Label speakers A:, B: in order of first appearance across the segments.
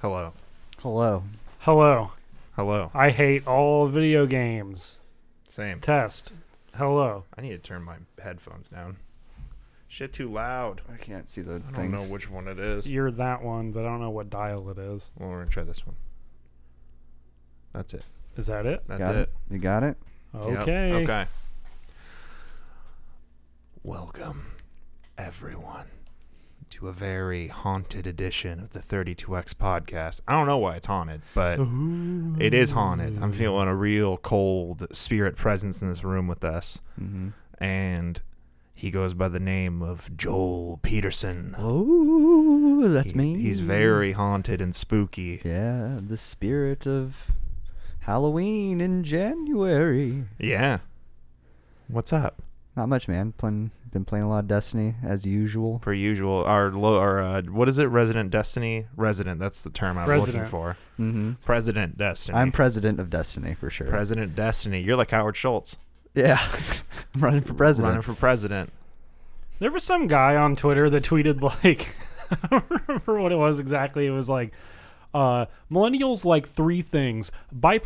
A: Hello.
B: Hello.
C: Hello.
A: Hello.
C: I hate all video games.
A: Same.
C: Test. Hello.
A: I need to turn my headphones down. Shit too loud.
B: I can't see the
A: I don't
B: things.
A: know which one it is.
C: You're that one, but I don't know what dial it is.
A: Well, we're gonna try this one. That's it.
C: Is that it?
A: That's
B: got
A: it.
B: You got it.
A: Yep.
C: Okay.
A: Okay. Welcome, everyone, to a very haunted edition of the 32X podcast. I don't know why it's haunted, but
C: Ooh.
A: it is haunted. I'm feeling a real cold spirit presence in this room with us.
B: Mm-hmm.
A: And he goes by the name of Joel Peterson.
B: Oh, that's
A: He-
B: me.
A: He's very haunted and spooky.
B: Yeah, the spirit of Halloween in January.
A: Yeah. What's up?
B: Not much, man. Playing, been playing a lot of Destiny as usual.
A: Per usual, our lo- our uh, what is it? Resident Destiny. Resident. That's the term I'm looking
C: Resident.
A: for.
B: Mm-hmm.
A: President Destiny.
B: I'm president of Destiny for sure.
A: President Destiny. You're like Howard Schultz.
B: yeah, I'm running for president.
A: Running for president.
C: There was some guy on Twitter that tweeted like I don't remember what it was exactly. It was like uh millennials like three things.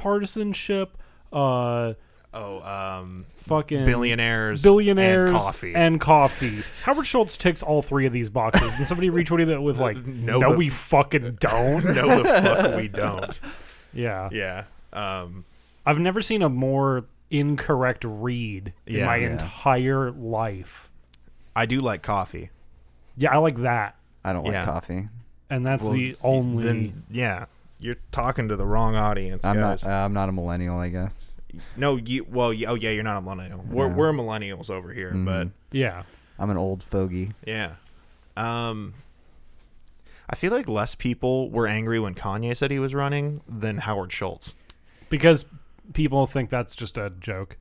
C: Bipartisanship, uh
A: Oh, um,
C: fucking
A: billionaires.
C: billionaires
A: And coffee.
C: and coffee. Howard Schultz ticks all three of these boxes. And somebody retweeted it with like
A: No,
C: no,
A: but-
C: we fucking don't.
A: no, the fuck we don't.
C: Yeah.
A: Yeah. Um.
C: I've never seen a more incorrect read in
A: Yeah.
C: my
A: Yeah.
C: entire life.
A: I do like coffee.
C: Yeah, I like that.
B: I don't
A: Yeah.
B: like coffee.
C: And that's
A: Well,
C: the only
A: Then yeah, you're talking to the wrong audience,
B: I'm
A: guys.
B: not. Uh, I'm not a millennial. I guess.
A: No, you. Well, you, oh yeah, you're not a millennial. We're
B: No. Mm-hmm.
A: we're millennials over here, but
C: Yeah.
B: I'm an old fogey.
A: yeah. Um, I feel like less people were angry when Kanye said he was running than Howard Schultz.
C: Because people think that's just a joke.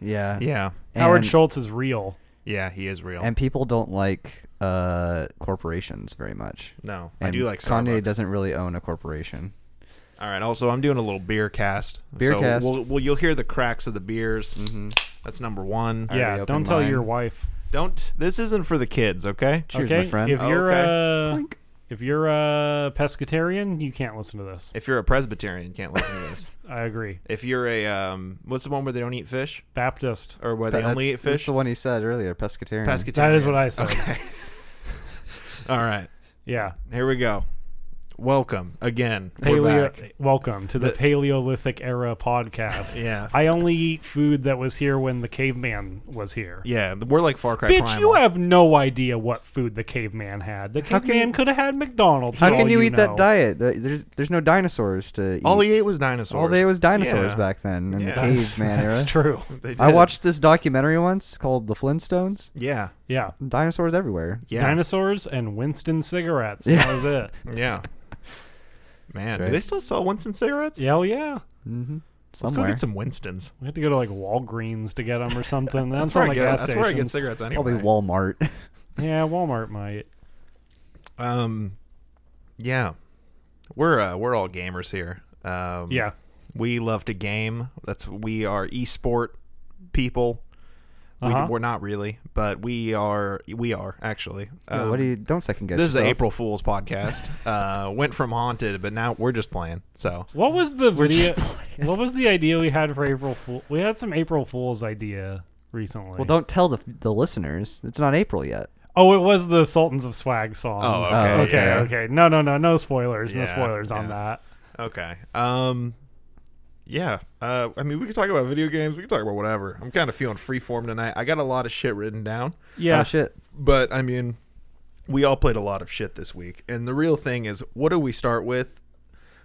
B: Yeah.
A: Yeah,
C: Howard
B: And-
C: Schultz is real.
A: yeah, he is real.
B: And people don't like uh, corporations very much.
A: no, I
B: And
A: do like Starbucks.
B: Kanye doesn't really own a corporation.
A: All right. Also, I'm doing a little beer cast.
B: Beer
A: so
B: cast. Mm-hmm.
A: We'll, well, you'll hear the cracks of the beers. That's number one.
B: already
C: yeah.
B: opened
C: Don't tell
B: mine.
C: your wife.
A: Don't. This isn't for the kids, okay?
B: Cheers,
C: okay.
B: my friend.
C: If you're
A: Oh, Okay.
C: uh
A: Clink.
C: if you're a pescatarian, you can't listen to this.
A: If you're a Presbyterian, you can't listen to this.
C: I agree.
A: If you're a um, what's the one where they don't eat fish
C: Baptist.
A: or where
B: But
A: they only eat
B: that's- That's
A: fish?
B: the one he said earlier, pescatarian.
A: Pescatarian.
C: That is what I said.
A: Okay. All right.
C: Yeah.
A: Here we go. Welcome again. We're back.
C: Paleo welcome to the,
A: The-
C: Paleolithic era podcast.
A: Yeah.
C: I only eat food that was here when the caveman was here.
A: Yeah, we're like Far Cry
C: Bitch,
A: Primal.
C: you have no idea what food the caveman had. The
B: How can
C: caveman
B: you-
C: could have had McDonald's.
B: How
C: for
B: can
C: all
B: you eat that
C: know.
B: diet? Th- There's there's no dinosaurs to eat.
A: all he ate was dinosaurs.
B: All there was dinosaurs
A: Yeah.
B: back then in
A: Yeah.
B: the
A: That's-
B: caveman
C: That's
B: era.
C: true.
A: They
B: I
A: did.
B: watched this documentary once called The Flintstones.
A: Yeah,
C: Yeah.
B: Dinosaurs everywhere.
A: yeah,
C: Dinosaurs and Winston cigarettes.
B: Yeah.
C: That was it.
A: yeah. Man,
B: That's
A: do
B: right.
A: they still sell Winston cigarettes?
C: Hell yeah.
B: Mm-hmm.
A: Let's go
B: Somewhere.
A: get some Winstons.
C: We had to go to like Walgreens to get them or something. That's,
A: That's,
C: on
A: where,
C: like
A: I get,
C: gas
A: that's where I get
C: stations.
A: cigarettes
B: Probably
A: anyway.
B: Walmart.
C: Yeah, Walmart might.
A: um, yeah, we're uh, we're all gamers here. Um,
C: Yeah.
A: we love to game. That's we are esport people. We,
C: Uh-huh.
A: We're not really, but we are. We are actually.
B: Yeah,
A: Um,
B: what do you? Don't second guess.
A: this is the
B: yourself.
A: April Fool's podcast. uh, went from haunted, but now we're just playing. So
C: What was the video?
B: just
C: What was the idea we had for April Fool? We had some April Fool's idea recently.
B: Well, don't tell the the listeners. It's not April yet.
C: oh, it was the Sultans of Swag song. Uh,
A: Oh, okay,
C: okay, okay,
A: yeah.
C: okay. No, no, no, no spoilers.
A: Yeah,
C: no spoilers
A: yeah.
C: on that.
A: okay. Um, yeah. Uh, I mean, we can talk about video games. We can talk about whatever. I'm kind of feeling freeform tonight. I got a lot of shit written down.
C: Yeah,
B: Oh shit.
A: But I mean, we all played a lot of shit this week, and the real thing is, what do we start with?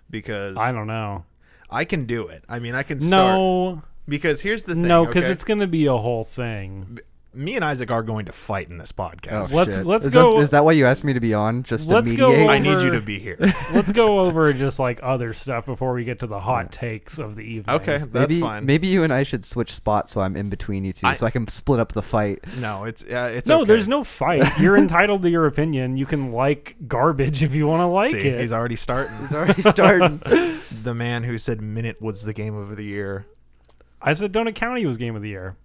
A: Because
C: I don't know.
A: I can do it. I mean, I can start
C: No,
A: because here's the thing.
C: no, because
A: okay?
C: it's gonna be a whole thing.
A: me and Isaac are going to fight in this podcast.
B: Oh,
C: Let's-
B: shit.
C: let's
B: is
C: go-
B: That, is that why you asked me to be on? Just to
C: Let's go
B: mediate?
A: I need you
C: over-
A: to be here.
C: Let's go over just like other stuff before we get to the hot takes of the evening.
A: Okay, that's
B: Maybe,
A: fine.
B: maybe you and I should switch spots so I'm in between you two,
A: I-
B: so I can split up the fight.
A: No, it's uh, it's
C: No,
A: okay.
C: there's no fight. You're entitled to your opinion. You can like garbage if you want to like
A: See,
C: it.
A: He's already starting.
B: It's already starting.
A: the man who said minute was the game of the year.
C: I said Donut County was game of the year.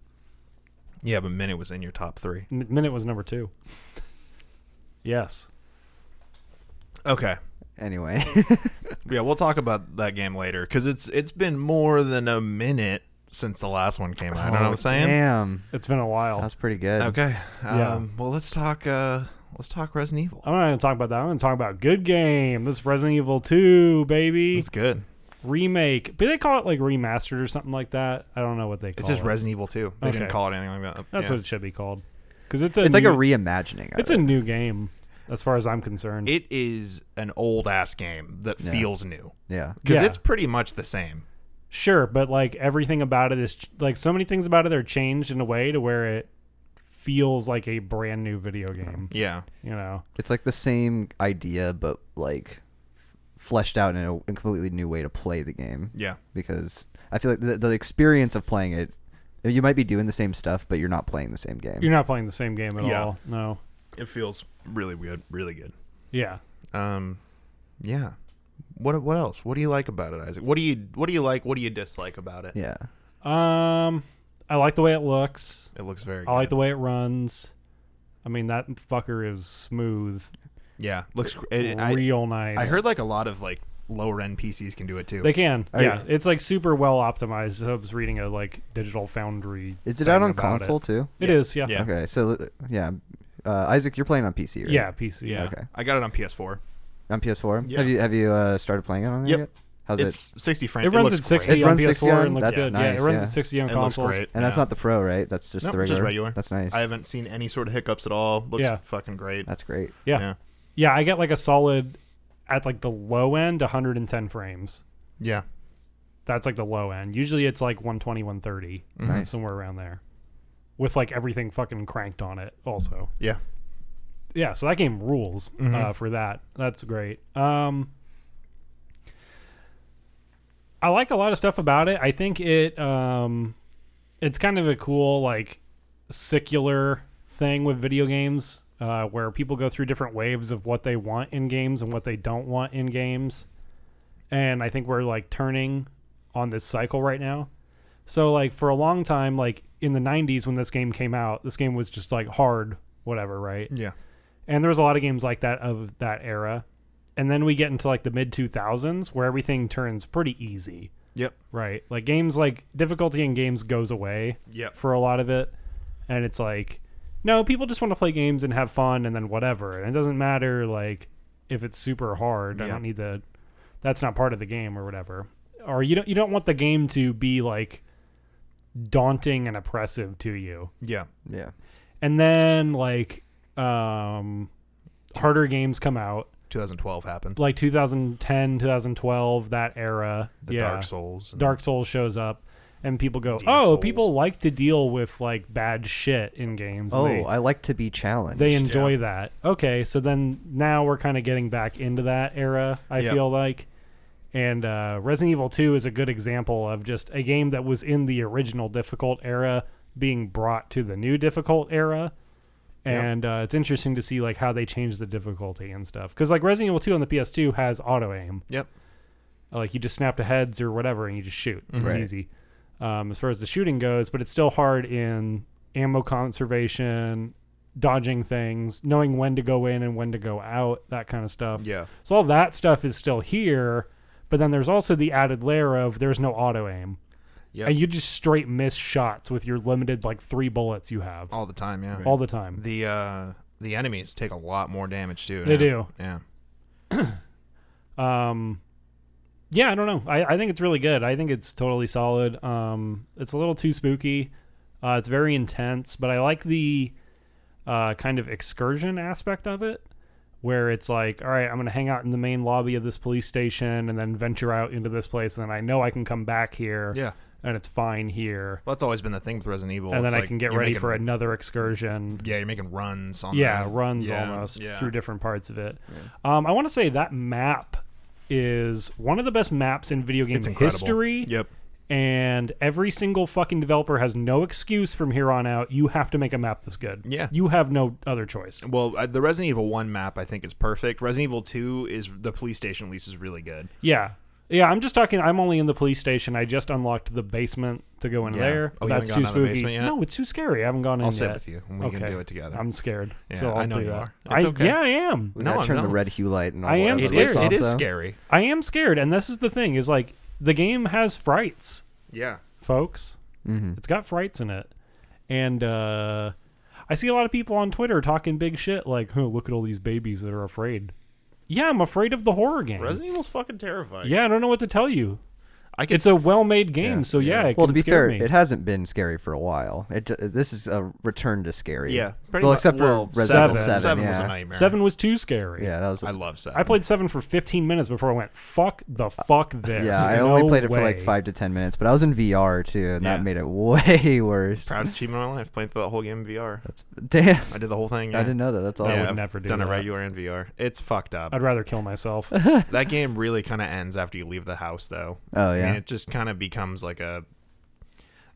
A: Yeah, but minute was in your top three.
C: M- Minute was number two. Yes.
A: Okay.
B: Anyway,
A: Yeah, we'll talk about that game later because it's it's been more than a minute since the last one came out. you
B: Oh,
A: know what I'm saying? Oh.
B: Damn,
C: It's been a while.
B: that's pretty good.
A: Okay. Um,
C: Yeah. Uh,
A: Well, let's talk. Uh, let's talk Resident Evil.
C: I'm not going to talk about that. I'm going to talk about good game. This is Resident Evil 2, baby.
A: It's good.
C: remake. But they call it like remastered or something like that. I don't know what they call
A: It's
C: it.
A: just Resident Evil 2. They didn't
C: Okay.
A: call it anything like that.
C: That's
A: Yeah.
C: what it should be called. Because it's a
B: It's like a
C: new-
B: reimagining. Of
C: it's a new game, as far as I'm concerned.
A: it is. An old ass game that
B: Yeah.
A: feels new
B: yeah.
A: because
C: Yeah.
A: it's pretty much the same.
C: sure, but like everything about it is ch- like so many things about it are changed in a way to where it feels like a brand new video game.
A: Yeah.
C: You know,
B: It's like the same idea, but like f- fleshed out in a in a completely new way to play the game.
A: Yeah.
B: Because I feel like the, the experience of playing it, you might be doing the same stuff, but you're not playing the same game.
C: you're not playing the same game at
A: Yeah.
C: all. No.
A: It feels really good. Really good.
C: Yeah.
A: Um, yeah. What what else? What do you like about it, Isaac? What do you what do you like? What do you dislike about it?
B: yeah.
C: Um, I like the way it looks.
A: It looks very.
C: I like
A: good.
C: the way it runs. I mean, that fucker is smooth,
A: Yeah, looks. gr- It, I-
C: real nice.
A: I heard like a lot of like lower end PCs can do it too.
C: They can,
B: Oh,
C: yeah.
B: yeah.
C: It's like super well optimized. I was reading a like Digital Foundry.
B: Is it
C: thing
B: out on
C: about
B: console
C: It,
B: too?
C: It
A: Yeah.
C: is, yeah. yeah.
A: Yeah.
B: Okay, so uh, yeah, uh, Isaac, you're playing on PC, right?
C: PC.
A: yeah,
B: Okay.
A: I got it on PS4.
B: On PS4.
A: Yeah.
B: Have you have you uh, started playing it on there
A: Yep.
B: yet? How's it?
A: It's 60 frames.
C: It runs
A: looks
C: at 60
B: It
C: on
B: runs
C: PS4
B: 60?
C: and looks
B: That's
C: good. yeah, it
B: nice,
C: runs
B: yeah.
C: at 60 on
A: Great. It looks
C: consoles.
A: great.
B: And that's
A: yeah.
B: not the pro, right? That's just
A: Nope,
B: the
A: just
B: regular.
A: regular.
B: That's nice.
A: I haven't seen any sort of hiccups at all. Looks
C: Yeah.
A: fucking great.
B: That's great.
C: Yeah. Yeah, I get like a solid at like the low end 110 frames.
A: Yeah.
C: That's like the low end. Usually it's like 120, 130,
A: Mhm.
B: Nice.
C: somewhere around there. With like everything fucking cranked on it also.
A: Yeah.
C: yeah, so that game rules
A: Mhm.
C: uh, for that. That's great. Um, I like a lot of stuff about it. I think it um, it's kind of a cool like secular thing with video games uh, where people go through different waves of what they want in games and what they don't want in games. And I think we're like turning on this cycle right now. So like for a long time, like in the '90s when this game came out, this game was just like hard, whatever, right?
A: Yeah.
C: and there was a lot of games like that of that era and then we get into like the mid 2000s where everything turns pretty easy
A: Yep.
C: right like games like difficulty in games goes away
A: Yep.
C: for a lot of it and it's like no people just want to play games and have fun and then whatever and it doesn't matter like if it's super hard i
A: Yeah.
C: don't need the that's not part of the game or whatever or you don't you don't want the game to be like daunting and oppressive to you
A: Yeah.
B: Yeah.
C: and then like um harder games come out
A: 2012 happened.
C: like 2010 2012 that era
A: The
C: yeah
A: Dark Souls. and-
C: Dark Souls shows up and people go
A: Demon
C: oh
A: Souls.
C: people like to deal with like bad shit in games
B: Oh,
C: they,
B: I like to be challenged.
C: they enjoy that okay so then now we're kind of getting back into that era i
A: Yeah.
C: feel like and uh, Resident Evil 2 is a good example of just a game that was in the original difficult era being brought to the new difficult era.
A: Yep.
C: And uh, it's interesting to see like how they change the difficulty and stuff. Because like Resident Evil 2 on the PS2 has auto aim.
A: Yep.
C: Like you just snap to heads or whatever and you just shoot.
A: Mm-hmm.
C: It's
B: Right.
C: easy um, as far as the shooting goes, but it's still hard in ammo conservation, dodging things, knowing when to go in and when to go out, that kind of stuff.
A: Yeah.
C: So all that stuff is still here, but then there's also the added layer of there's no auto aim.
A: Yep.
C: And you just straight miss shots with your limited like three bullets you have
A: All the time. Yeah.
C: all the time.
A: the uh the enemies take a lot more damage too.
C: They
A: now.
C: do.
A: Yeah.
C: Um yeah, I don't know. I, I think it's really good. I think it's totally solid. Um it's a little too spooky. Uh it's very intense, but I like the uh kind of excursion aspect of it where it's like, all right, I'm going to hang out in the main lobby of this police station and then venture out into this place and I know I can come back here
A: Yeah.
C: and it's fine here.
A: Well, that's always been the thing with Resident Evil.
C: and
A: It's
C: then I
A: like
C: can get
A: you're
C: ready
A: making-
C: for another excursion.
A: Yeah, you're making runs on.
C: Yeah,
A: the-
C: runs
A: yeah,
C: almost
A: yeah.
C: through different parts of it. Um, I want to say that map is one of the best maps in video game
A: It's incredible.
C: history.
A: Yep.
C: And every single fucking developer has no excuse from here on out. You have to make a map this good.
A: Yeah.
C: You have no other choice.
A: Well, uh, the Resident Evil One map I think is perfect. Resident Evil Two is the police station at least is really good.
C: Yeah. Yeah, I'm just talking. I'm only in the police station. I just unlocked the basement to go in
A: Yeah.
C: there.
A: Oh, you haven't
C: That's
A: gone down
C: too
A: the
C: spooky.
A: basement yet?
C: No, it's too scary. I haven't gone in
A: I'll sit
C: yet.
A: with you and we
C: Okay.
A: can do it together.
C: I'm scared.
A: Yeah,
C: so I'll
A: I know
C: do
A: you
C: that.
A: are. It's
C: I,
A: okay.
C: Yeah, I am.
B: We
A: No,
B: gotta turn
A: no.
B: the red hue light and all
C: I
B: that
C: am
B: other
A: it
C: scared.
A: is,
B: lights off,
A: it is
B: though.
A: scary.
C: I am scared. And this is the thing: is like the game has frights,
A: Yeah.
C: folks.
B: Mhm.
C: It's got frights in it, and uh, I see a lot of people on Twitter talking big shit like, "Huh, look at all these babies that are afraid." Yeah, I'm afraid of the horror game.
D: Resident Evil's fucking terrifying.
C: yeah, I don't know what to tell you.
A: I could
C: It's a well-made game,
B: Yeah.
C: so yeah, it
B: Well, to
C: can
B: be
C: scare
B: fair,
C: me.
B: it hasn't been scary for a while. It ju- this is a return to scary.
A: Yeah, pretty
B: Well,
A: much-
B: except for
A: well,
B: Resident Evil
C: seven.
B: Seven.
A: Seven
B: yeah.
A: was a nightmare.
C: Seven was too scary.
B: Yeah, that was.
A: I love seven.
C: I played seven for 15 minutes before I went, fuck the fuck this.
B: yeah, I only
C: No
B: played it for like
C: way.
B: five to ten minutes, but I was in VR too, and
A: Yeah.
B: that made it way worse.
A: proudest achievement of my life playing through that whole game in VR.
B: That's damn.
A: I did the whole thing.
B: I
A: yeah.
B: didn't know that. That's
A: Yeah,
C: I
B: awesome.
C: would
A: I've
C: never do
A: done
C: that.
A: it regular in VR. It's fucked up.
C: I'd rather kill myself.
A: that game really kind of ends after you leave the house, though.
B: Oh
A: I mean,
B: yeah.
A: it just kind of becomes like a.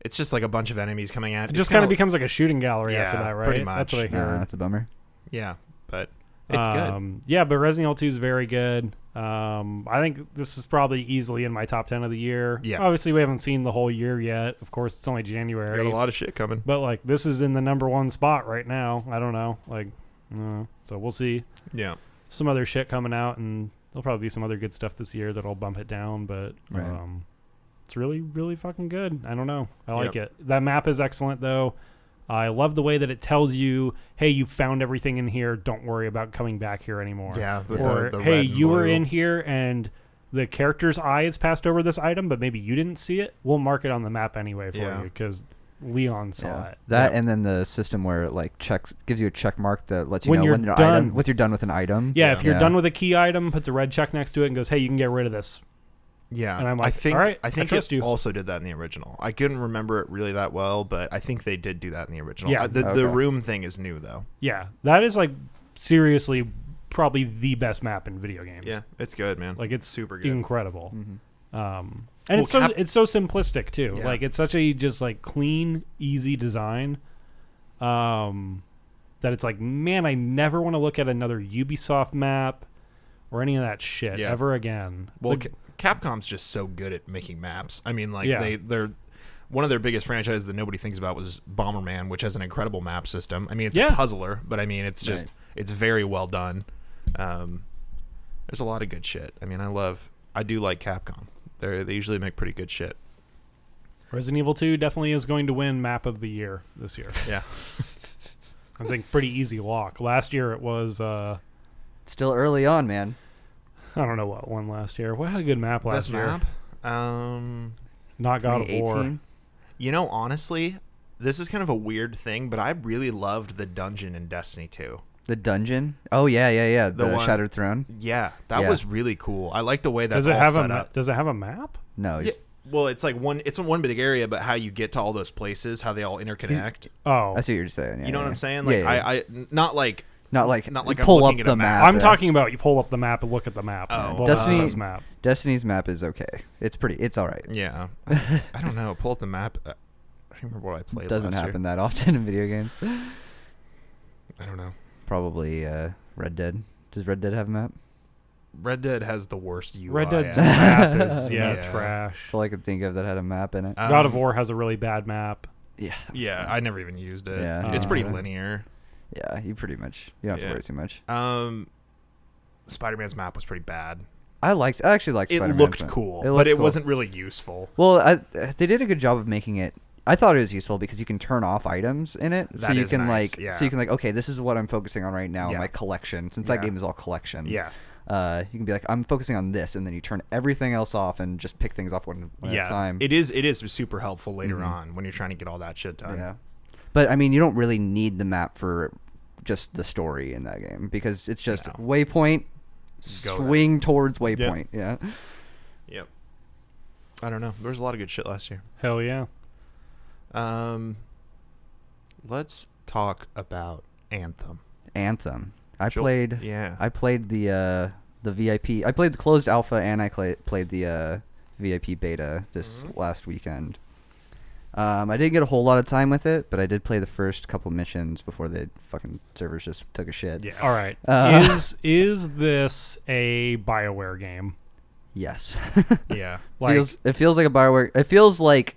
A: It's just like a bunch of enemies coming at.
C: It
A: it's
C: just kind
A: kinda-
C: of becomes like a shooting gallery
A: Yeah,
C: after that, right?
A: pretty
C: That's what I
A: much.
C: hear.
B: Uh, that's a bummer.
A: Yeah, but it's good.
C: um, Yeah, but Resident Evil 2 is very good. Um, I think this is probably easily in my top 10 of the year.
A: Yeah.
C: Obviously, we haven't seen the whole year yet. Of course, it's only
A: We got
C: January.
A: a lot of shit coming.
C: But like, this is in the number one spot right now. I don't know. Like, I don't know. so we'll see.
A: Yeah,
C: some other shit coming out, and there'll probably be some other good stuff this year that'll bump it down. But
B: Right.
C: um, it's really, really fucking good. I don't know. I like it. That map is excellent, though. I love the way that it tells you, "Hey, you found everything in here. Don't worry about coming back here anymore."
A: yeah. the-
C: Or,
A: the- the
C: "Hey,
A: red and
C: you were
A: blue.
C: in here and." The character's eye has passed over this item, but maybe you didn't see it. We'll mark it on the map anyway for
A: Yeah.
C: you because Leon saw
B: Yeah.
C: it.
B: That and then the system where it like checks gives you a check mark that lets you
C: When
B: know
C: you're
B: when an
C: done.
B: item when you're done with an item.
C: Yeah, if you're
B: Yeah.
C: done with a key item, puts a red check next to it and goes, "Hey, you can get rid of this."
A: Yeah,
C: And I'm like,
A: I think
C: "All right,
A: I
C: I
A: think
C: trust
A: it
C: you."
A: also did that in the original. I couldn't remember it really that well, but I think they did do that in the original.
C: Yeah.
A: Uh, the,
B: Okay.
A: the room thing is new though.
C: Yeah, that is like seriously probably the best map in video games.
A: Yeah, it's good, man.
C: like it's
A: super good.
C: incredible.
B: Mhm.
C: Um, and
A: Well,
C: it's so
A: Cap-
C: it's so simplistic too.
A: Yeah.
C: Like it's such a just like clean, easy design. Um, that it's like, man, I never want to look at another Ubisoft map or any of that shit
A: Yeah.
C: ever again.
A: Well,
C: Like,
A: Ca- Capcom's just so good at making maps. I mean, like
C: Yeah.
A: they they're one of their biggest franchises that nobody thinks about was Bomberman, which has an incredible map system. I mean, it's
C: Yeah.
A: a puzzler, but I mean, it's just it's very well done. Um, there's a lot of good shit. I mean, I love I do like Capcom. They they usually make pretty good shit.
C: Resident Evil Two definitely is going to win map of the year this year.
A: Yeah.
C: I think pretty easy lock. Last year it was uh,
B: Still early on, man.
C: I don't know what one last year. What had a good map
A: Best
C: last year?
A: map. Um,
C: Not God of War.
B: 2018?
A: You know, honestly, this is kind of a weird thing, but I really loved the dungeon in Destiny 2.
B: The dungeon. Oh yeah, yeah, yeah.
A: The
B: The,
A: one-
B: Shattered Throne.
A: Yeah, that
B: Yeah.
A: was really cool. I like the way that's
C: Does it
A: all
C: have a
A: set
C: ma-
A: up.
C: Does it have a map?
B: No,
A: Yeah,
B: he's,
A: well, it's like one it's one big area, but how you get to all those places, how they all interconnect.
C: Oh,
B: I see what you're saying. Yeah,
A: you know
B: yeah.
A: what I'm saying? Like
B: yeah, yeah.
A: I, I not like
B: not like
A: not like I'm
B: pull up
A: looking at a
B: the
A: map.
B: map.
C: I'm
B: yeah.
C: talking about you pull up the map and look at the map.
A: Oh.
C: Pull up
B: Destiny-
C: Destina's map.
B: Destiny's map is okay. It's pretty. It's all right.
A: yeah. I, I don't know. Pull up the map. Uh, I don't remember what I played.
B: It doesn't
A: last year.
B: happen that often in video games.
A: I don't know.
B: Probably uh, Red Dead. Does Red Dead have a map?
A: Red Dead has the worst UI.
C: Red Dead's
A: ever.
C: map is yeah,
A: Yeah.
C: trash.
B: That's all I could think of that had a map in it.
A: Um,
C: God of War has a really bad map.
B: yeah. that was
A: Yeah,
B: fun.
A: I never even used it.
B: Yeah.
A: it's pretty
B: Uh,
A: linear.
B: yeah. You pretty much. You don't have
A: Yeah.
B: to worry too much.
A: Um, Spider-Man's map was pretty bad.
B: I liked. I actually liked.
A: It
B: Spider-Man,
A: looked cool, but
B: looked
A: it
B: cool.
A: wasn't really useful.
B: Well, I, they did a good job of making it. I thought it was useful because you can turn off items in it, so
A: That
B: you
A: is
B: can
A: nice,
B: like,
A: yeah.
B: so you can like, okay, this is what I'm focusing on right now,
A: Yeah.
B: my collection. Since
A: Yeah.
B: that game is all collection,
A: Yeah,
B: uh, you can be like, I'm focusing on this, and then you turn everything else off and just pick things off one, one
A: yeah.
B: at a time.
A: It is. It is super helpful later
B: Mhm.
A: on when you're trying to get all that shit done.
B: yeah, but I mean, you don't really need the map for just the story in that game because it's just
A: No.
B: waypoint,
A: there.
B: swing towards waypoint. Yeah,
A: Yep. I don't know. There was a lot of good shit last year.
C: Hell yeah.
A: Um, let's talk about Anthem.
B: Anthem. I
A: Sure.
B: played.
A: Yeah.
B: I played the uh, the VIP. I played the closed alpha, and I cla played the uh, VIP beta this
C: Mm-hmm.
B: last weekend. Um, I didn't get a whole lot of time with it, but I did play the first couple missions before the fucking servers just took a shit.
A: yeah. Uh,
C: All right.
B: Uh,
C: is is this a Bioware game?
B: Yes.
A: yeah.
C: Like,
B: feels, it feels like a Bioware. It feels like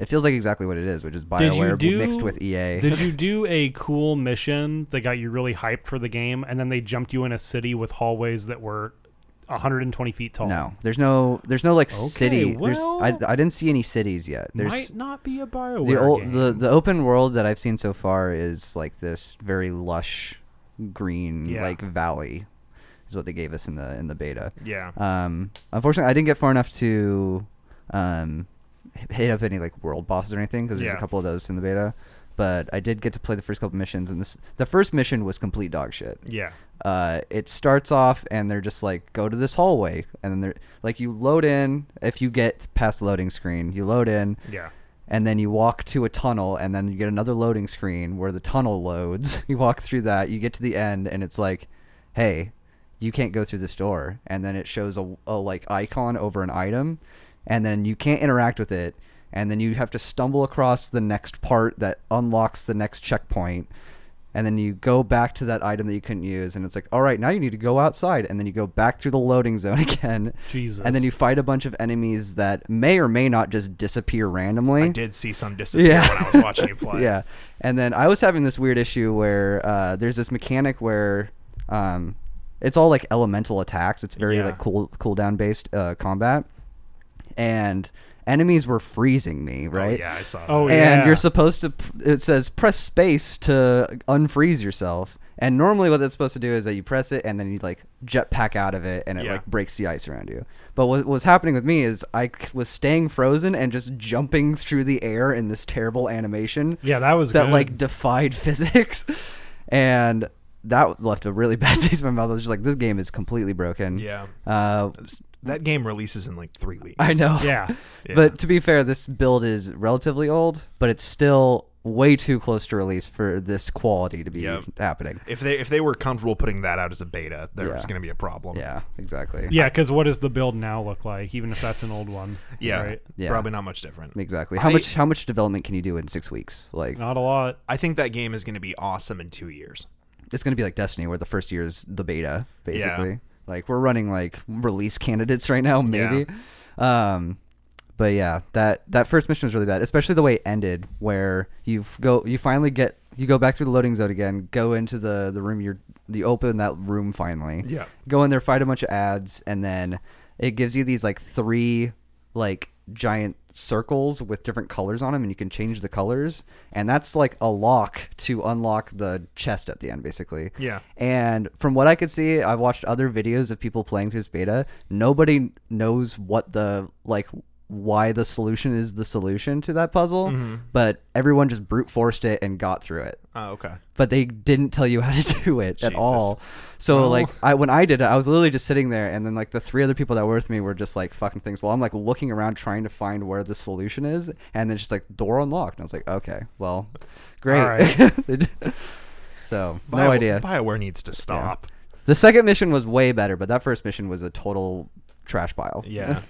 B: it feels like exactly what it is, which is
C: you
B: Bioware
C: do-
B: mixed with E EA.
C: did you do a cool mission that got you really hyped for the game, and then they jumped you in a city with hallways that were 120 feet tall?
B: no, there's no, there's no like city. There's,
C: well-
B: I, I didn't see any cities yet. There's
C: might not be a Bioware
B: the old,
C: game.
B: the the open world that I've seen so far is like this very lush green
A: Yeah.
B: like valley is what they gave us in the in the beta.
A: Yeah.
B: Um, unfortunately, I didn't get far enough to um, h- hit up any like world bosses or anything because there's
A: Yeah.
B: a couple of those in the beta. But I did get to play the first couple missions, and this the first mission was complete dog shit.
A: Yeah.
B: Uh, it starts off, and they're just like, "Go to this hallway," and then they're like, you load in. If you get past the loading screen, you load in,
A: Yeah.
B: and then you walk to a tunnel and then you get another loading screen where the tunnel loads you walk through that you get to the end and it's like hey you can't go through this door and then it shows a, a like icon over an item and then you can't interact with it and then you have to stumble across the next part that unlocks the next checkpoint and then you go back to that item that you couldn't use and it's like all right now you need to go outside and then you go back through the loading zone again
C: Jesus.
B: and then you fight a bunch of enemies that may or may not just disappear randomly
A: I did see some disappear
B: Yeah.
A: when I was watching you play.
B: yeah. And then I was having this weird issue where uh, there's this mechanic where um, it's all like elemental attacks. It's very
A: Yeah.
B: like cool cooldown based uh, combat, and enemies were freezing me. Right.
A: Oh, yeah, I saw.
C: Oh,
A: that.
B: And
C: yeah.
B: you're supposed to. It says press space to unfreeze yourself. And normally, what that's supposed to do is that you press it and then you like jetpack out of it, and it
A: Yeah.
B: like breaks the ice around you. But what was happening with me is I c- was staying frozen and just jumping through the air in this terrible animation
C: yeah, that was
B: that
C: good.
B: like defied physics, and that left a really bad taste in my mouth. I was just like, this game is completely broken.
A: Yeah.
B: Uh,
A: That game releases in like three weeks.
B: I know.
C: yeah.
A: Yeah.
B: But to be fair, this build is relatively old, but it's still way too close to release for this quality to be
A: Yep.
B: happening.
A: if they if they were comfortable putting that out as a beta, there's
B: Yeah.
A: going to be a problem.
B: Yeah, exactly.
C: Yeah, because what does the build now look like, even if that's an old one?
A: Yeah.
C: Right?
B: Yeah.
A: Probably not much different.
B: Exactly. How
A: I-
B: much how much development can you do in six weeks? Like
C: Not a lot.
A: I think that game is going to be awesome in two years.
B: it's gonna be like Destiny, where the first year is the beta,
A: Yeah.
B: basically. Like we're running like release candidates right now, maybe. Um, but yeah, that that first mission was really bad, especially the way it ended, where you go, you finally get, you go back through the loading zone again, go into the the room, you're you open that room finally,
A: Yeah.
B: go in there, fight a bunch of ads, and then it gives you these like three like giant circles with different colors on them, and you can change the colors, and that's like a lock to unlock the chest at the end, basically.
A: Yeah.
B: And from what I could see, I've watched other videos of people playing through this beta. Nobody knows what the like why the solution is the solution to that puzzle, but everyone just brute forced it and got through it
A: Oh, okay.
B: but they didn't tell you how to do it at
A: Jesus.
B: all. So like I when I did it, I was literally just sitting there, and then like the three other people that were with me were just like fucking things. Well, I'm like looking around trying to find where the solution is, and then just like door unlocked, and I was like, okay, well, great.
C: All right.
B: They did- so
A: Bio-
B: no idea.
A: BioWare needs to stop.
B: The second mission was way better, but that first mission was a total trash pile.
A: Yeah.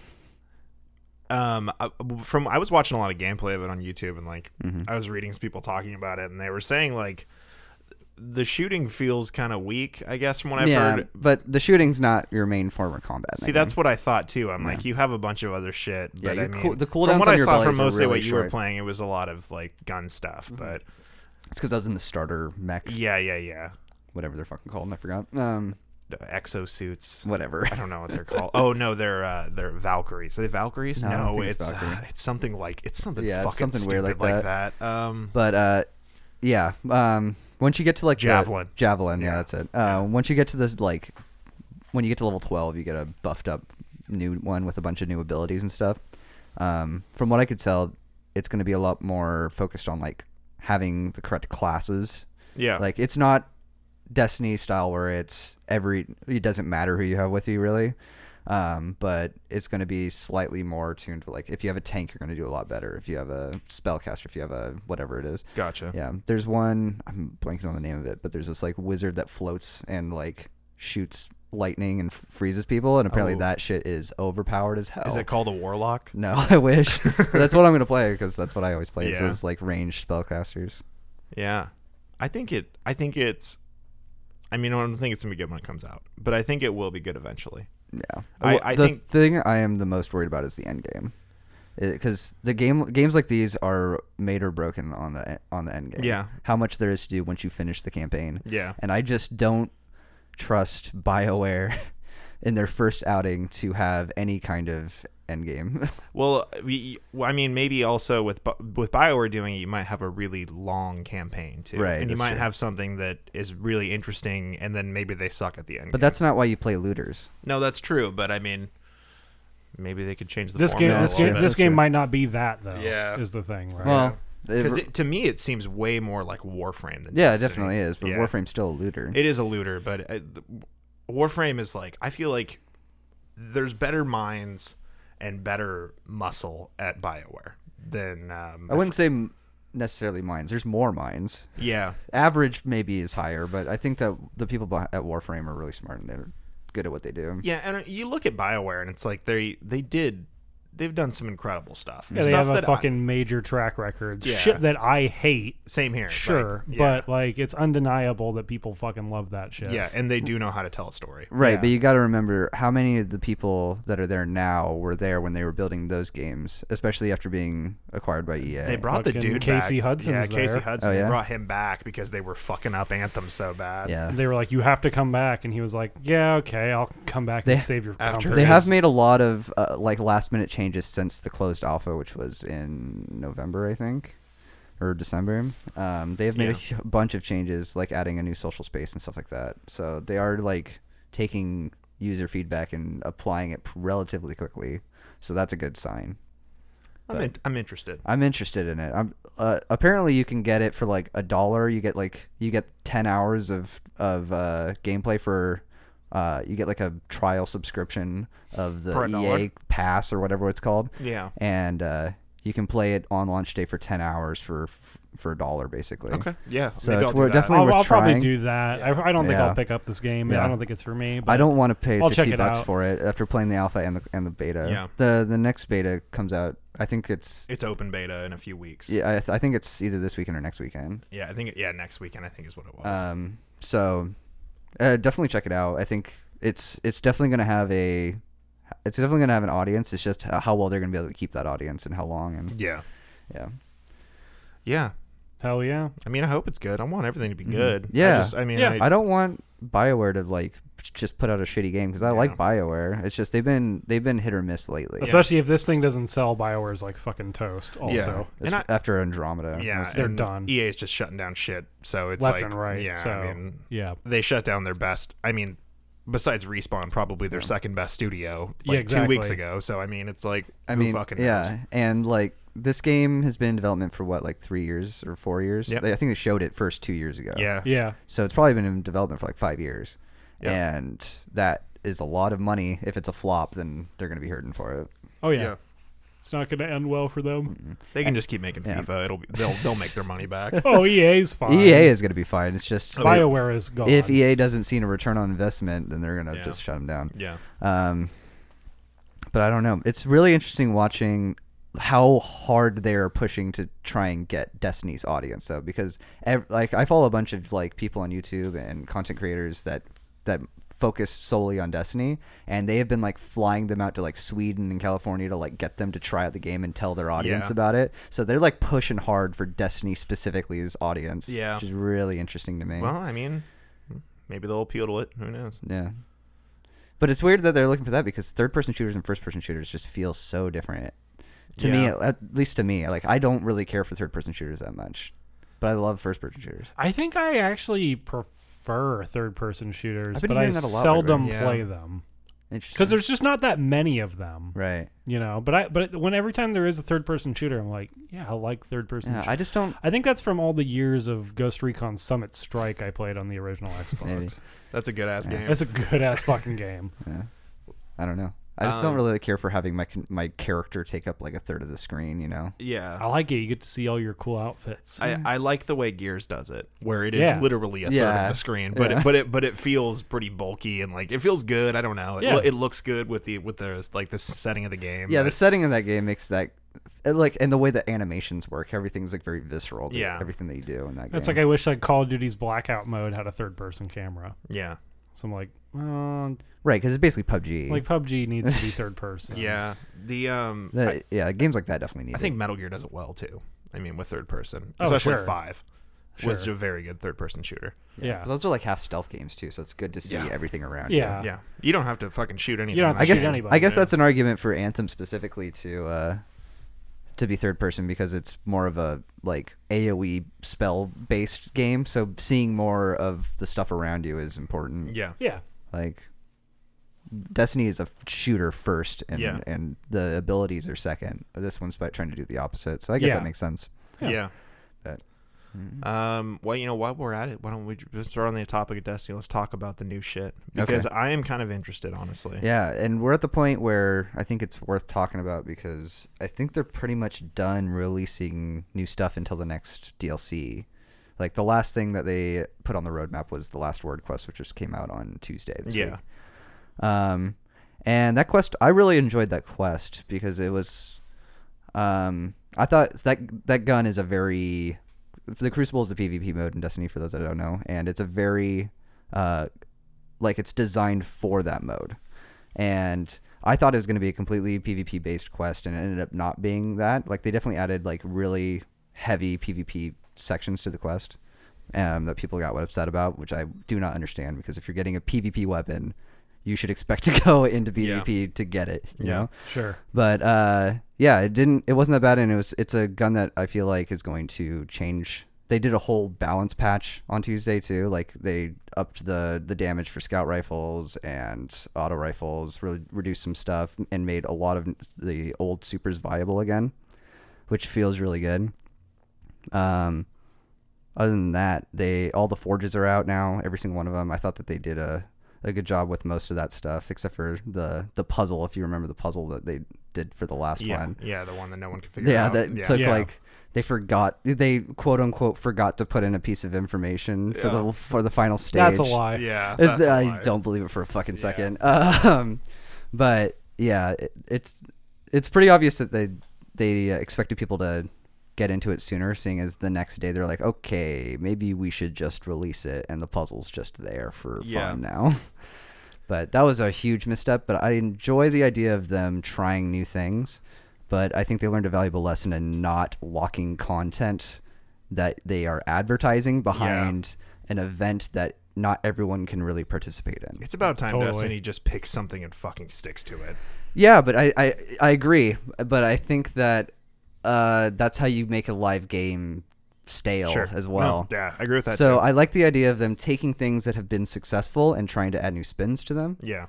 A: um, I, from I was watching a lot of gameplay of it on YouTube, and like
B: Mm-hmm.
A: I was reading some people talking about it, and they were saying like the shooting feels kind of weak. I guess from what I've
B: yeah,
A: heard.
B: but the shooting's not your main form of combat. in
A: See,
B: that game.
A: that's what I thought too. I'm like, you have a bunch of other shit. But
B: your
A: I mean,
B: cool- the
A: from
B: cooldowns
A: what
B: on
A: I
B: your
A: saw
B: abilities
A: from
B: are
A: mostly
B: really
A: what you were
B: short. Mm-hmm.
A: playing, it was a lot of like gun stuff. But
B: it's because I was in the starter mech,
A: yeah, yeah, yeah,
B: whatever they're fucking called, and I forgot. Um,
A: The exosuits.
B: whatever.
A: I don't know what they're called. Oh no, they're uh, they're Valkyries. Are they Valkyries?
B: No, I
A: No,
B: don't think
A: it's
B: it's
A: it's,
B: Valkyrie.
A: it's something like it's something
B: Yeah, it's
A: fucking
B: something
A: stupid
B: weird
A: like,
B: like
A: that. Um,
B: But uh, yeah. Um, once you get to like the-
A: Javelin.
B: javelin. Yeah,
A: Yeah.
B: that's it. Uh, once you get to this like, when you get to level twelve, you get a buffed up new one with a bunch of new abilities and stuff. Um, from what I could tell, it's going to be a lot more focused on like having the correct classes.
A: yeah,
B: Like it's not Destiny style where it's every it doesn't matter who you have with you really. Um, but it's going to be slightly more tuned. Like if you have a tank, you're going to do a lot better. If you have a spellcaster, if you have a whatever it is,
A: gotcha.
B: yeah, there's one. I'm blanking on the name of it, but there's this like wizard that floats and like shoots lightning and f- freezes people, and apparently
A: Oh.
B: that shit is overpowered as hell.
A: Is it called a warlock?
B: no, I wish. But that's what I'm gonna play because that's what I always play. Is
A: Yeah.
B: those like ranged spellcasters.
A: Yeah, I think it. I think it's. I mean, I don't think it's gonna be good when it comes out, but I think it will be good eventually.
B: Yeah.
A: I-
B: Well,
A: I
B: the
A: think-
B: thing I am the most worried about is the end game, because the game games like these are made or broken on the on the end game.
A: Yeah.
B: How much there is to do once you finish the campaign.
A: Yeah.
B: And I just don't trust BioWare in their first outing to have any kind of end game.
A: Well, we, well, I mean, maybe also with Bi- with Bioware doing it, you might have a really long campaign too,
B: Right,
A: And you
B: that's
A: might
B: true.
A: have something that is really interesting, and then maybe they suck at the end.
B: but that's not why you play looters.
A: no, that's true. But I mean, maybe they could change the
C: This game,
A: formula
B: Yeah,
C: this
A: a
C: game,
A: little bit.
C: this game might not be that though.
A: Yeah.
C: is the thing, right?
B: Well, it-
A: Because to me, it seems way more like Warframe than
B: yeah, it
A: Destiny.
B: definitely is. But
A: Yeah.
B: Warframe's still a looter.
A: It is a looter, but uh, th- Warframe is like I feel like there's better minds and better muscle at Bioware than um,
B: I wouldn't say m- necessarily mines. There's more mines.
A: yeah
B: average maybe is higher, but I think that the people beh- at Warframe are really smart and they're good at what they do.
A: yeah. And uh, you look at Bioware, and it's like they they did they've done some incredible stuff.
C: Yeah,
A: stuff
C: they have a
A: that I-
C: fucking major track record.
A: Yeah.
C: Shit that I hate.
A: same here. like,
C: Sure,
A: yeah,
C: but like it's undeniable that people fucking love that shit.
A: yeah, and they do know how to tell a story.
B: Right,
C: Yeah.
B: but you got to remember how many of the people that are there now were there when they were building those games, especially after being acquired by E EA.
A: They brought the
C: Fucking
A: dude
C: Casey
A: back.
C: Hudson's
A: Yeah, Casey
C: there.
A: Hudson.
B: Oh,
A: They
B: yeah?
A: brought him back because they were fucking up Anthem so bad.
B: yeah.
C: They were like, "You have to come back," and he was like, "Yeah, okay, I'll come back
B: They-
C: and save your
A: After-
C: company."
B: They have
A: is-
B: made a lot of uh, like last minute changes since the closed alpha, which was in November, I think, or December. Um, they have made a
A: Yeah.
B: hu- bunch of changes, like adding a new social space and stuff like that. So they are like taking user feedback and applying it p- relatively quickly. So that's a good sign.
A: I'm in, I'm interested.
B: I'm interested in it. I'm uh, apparently you can get it for like a dollar. You get like you get ten hours of of uh, gameplay for. Uh, you get like a trial subscription of the
A: For a dollar?
B: EA Pass or whatever it's called,
A: Yeah.
B: and uh, you can play it on launch day for ten hours for for a dollar basically.
A: Okay. Yeah.
B: So
A: maybe
B: it's
A: I'll do
B: wor-
A: that.
B: definitely
C: I'll,
B: worth
C: I'll probably
B: trying.
C: do that. I, I don't think
B: Yeah.
C: I'll pick up this game.
B: Yeah.
C: I don't think it's for me. But
B: I don't want to pay
C: I'll check
B: sixty
C: it
B: bucks
C: out.
B: for it after playing the alpha and the and the beta.
A: Yeah.
B: The the next beta comes out. I think it's
A: It's open beta in a few weeks.
B: yeah. I, th- I think it's either this weekend or next weekend.
A: Yeah, I think yeah, next weekend I think is what it was.
B: Um, so uh, definitely check it out. I think it's it's definitely going to have a it's definitely going to have an audience. It's just how well they're going to be able to keep that audience and how long and
A: yeah.
B: yeah.
A: Yeah.
C: Hell yeah!
A: I mean, I hope it's good. I want everything to be good. I
B: Mm-hmm. Yeah.
A: just I mean,
C: Yeah.
A: I,
B: I don't want BioWare to like just put out a shitty game because I
A: Yeah.
B: like BioWare. It's just they've been they've been hit or miss lately.
C: Especially if this thing doesn't sell, Bioware's like fucking toast. Also,
A: and
B: It's
A: I-
B: after Andromeda.
A: yeah,
B: That's-
C: they're
A: and
C: done.
A: EA E is just shutting down shit, so it's
C: left
A: like
C: and right.
A: Yeah,
C: so
A: I mean,
C: yeah,
A: they shut down their best. I mean, besides Respawn, probably their second best studio like
C: Yeah,
A: two weeks
C: exactly.
A: ago. So I mean, it's like
B: I
A: who
B: mean,
A: fucking
B: yeah,
A: knows?
B: and like this game has been in development for what like three years or four years.
A: Yep.
B: They- I think they showed it first two years ago.
A: yeah,
C: yeah.
B: So it's probably been in development for like five years.
A: Yeah.
B: And that is a lot of money. If it's a flop, then they're going to be hurting for it.
C: Oh yeah.
A: Yeah.
C: It's not going to end well for them.
A: They can just keep making
B: Yeah.
A: FIFA. It'll be, they'll they'll make their money back.
C: Oh, EA's fine.
B: EA is going to be fine. It's just
C: Bioware is gone.
B: E if EA doesn't see a return on investment, then they're going to
A: Yeah.
B: just shut them down.
A: yeah,
B: Um, but I don't know. It's really interesting watching how hard they're pushing to try and get Destiny's audience though, because ev- like I follow a bunch of like people on YouTube and content creators that that focus solely on Destiny, and they have been like flying them out to like Sweden and California to like get them to try out the game and tell their audience
A: Yeah.
B: about it. So they're like pushing hard for Destiny specifically as audience,
A: Yeah.
B: which is really interesting to me.
A: Well, I mean, maybe they'll appeal to it. Who knows?
B: Yeah. But it's weird that they're looking for that because third person shooters and first person shooters just feel so different. To me,
A: Yeah.
B: at at least to me, like I don't really care for third person shooters that much. But I love first person shooters.
C: I think I actually prefer third-person shooters,
B: I've been
C: but I
B: hearing that a lot
C: seldom
A: lately. Yeah.
C: play them
B: Interesting.
C: because there's just not that many of them.
B: right.
C: you know but i but when every time there is a third person shooter i'm like yeah i like third person
B: Yeah,
C: shooter.
B: I just don't
C: I, think that's from all the years of ghost recon summit strike i played on the original xbox
B: Maybe.
A: That's a good ass game.
C: that's a good ass fucking game
B: I don't know. I just
A: Um,
B: don't really care for having my con- my character take up like a third of the screen, you know.
A: yeah,
C: i like it you get to see all your cool outfits
A: I, I like the way Gears does it, where it is
C: Yeah.
A: literally a third of
B: Yeah.
A: the screen, but
B: Yeah.
A: it, but it but it feels pretty bulky and like it feels good. I don't know. It,
C: Yeah.
A: lo- it looks good with the with the like the setting of the game.
B: Yeah, the
A: but-
B: setting of that game makes that and, like and the way the animations work, everything's like very visceral. the-
A: Yeah.
B: everything that you do in that game.
C: that's like i wish like call of duty's blackout mode had a third person camera
A: yeah,
C: So I'm like, uh,
B: Right, because it's basically PUBG.
C: like PUBG needs to be third person.
A: Yeah, the um,
B: That-
A: I,
B: yeah, games like that definitely need.
A: I think Metal Gear does it well too. I mean, with third person,
C: Oh,
A: especially
C: sure.
A: five, was
C: Sure.
A: a very good third person shooter.
B: it.
C: yeah.
B: But those are like half stealth games too, so it's good to see
A: Yeah.
B: everything around. you.
C: Yeah.
A: yeah, you don't have to fucking shoot anything.
C: don't have
A: in
B: I
A: that
C: to shoot
B: guess
A: game.
C: anybody.
B: I guess
C: yeah.
B: that's an argument for Anthem specifically to uh, to be third person because it's more of a like AOE spell based game. So seeing more of the stuff around you is important.
A: Yeah,
C: Yeah.
B: Like Destiny is a f- shooter first, and
A: Yeah.
B: and the abilities are second. This one's by trying to do the opposite. So I guess
C: Yeah.
B: that makes sense.
A: yeah.
C: Yeah.
B: mm-hmm.
A: Um, well, you know, while we're at it, why don't we just start on the topic of Destiny? Let's talk about the new shit because I am kind of interested, honestly.
B: Yeah, and we're at the point where I think it's worth talking about because I think they're pretty much done releasing new stuff until the next DLC. Like the last thing that they put on the roadmap was the last word quest, which just came out on Tuesday this
A: Yeah.
B: week. Um, and that quest, I really enjoyed that quest because it was, um, I thought that that gun is a very, the Crucible is the PvP mode in Destiny for those that don't know, and it's a very, uh, like it's designed for that mode and I thought it was going to be a completely PvP based quest, and it ended up not being that. Like they definitely added like really heavy PvP sections to the quest um, that people got upset about, which I do not understand because if you're getting a PvP weapon, you should expect to go into
A: Yeah.
B: PvP to get it. You
A: Yeah.
B: know,
C: Sure.
B: but uh, yeah, it didn't. It wasn't that bad, and it was. It's a gun that I feel like is going to change. They did a whole balance patch on Tuesday too. Like they upped the the damage for scout rifles and auto rifles, really reduced some stuff, and made a lot of the old supers viable again, which feels really good. Um, other than that, they all the forges are out now. Every single one of them. I thought that they did a, a good job with most of that stuff, except for the the puzzle. If you remember the puzzle that they did for the last
A: yeah,
B: one,
A: yeah, the one that no one can figure
B: yeah,
A: out.
B: that took
C: Yeah.
B: like they forgot they quote unquote forgot to put in a piece of information for
A: Yeah.
B: the for the final stage.
C: That's a lie.
A: yeah,
B: It-
A: that's a
B: I
A: lie.
B: don't believe it for a fucking
A: Yeah.
B: second. Um, but yeah, it, it's it's pretty obvious that they they uh, expected people to get into it sooner, seeing as the next day they're like, okay, maybe we should just release it, and the puzzle's just there for
A: Yeah.
B: fun now. but that was a huge misstep. But I enjoy the idea of them trying new things. But I think they learned a valuable lesson in not locking content that they are advertising behind an event that not everyone can really participate in.
A: It's about time
C: Totally.
A: Destiny just picks something and fucking sticks to it.
B: Yeah, but I, I, I agree. But I think that uh, that's how you make a live game stale as
A: No,
B: well.
A: yeah, I agree with that.
B: so
A: too.
B: I like the idea of them taking things that have been successful and trying to add new spins to them,
A: yeah,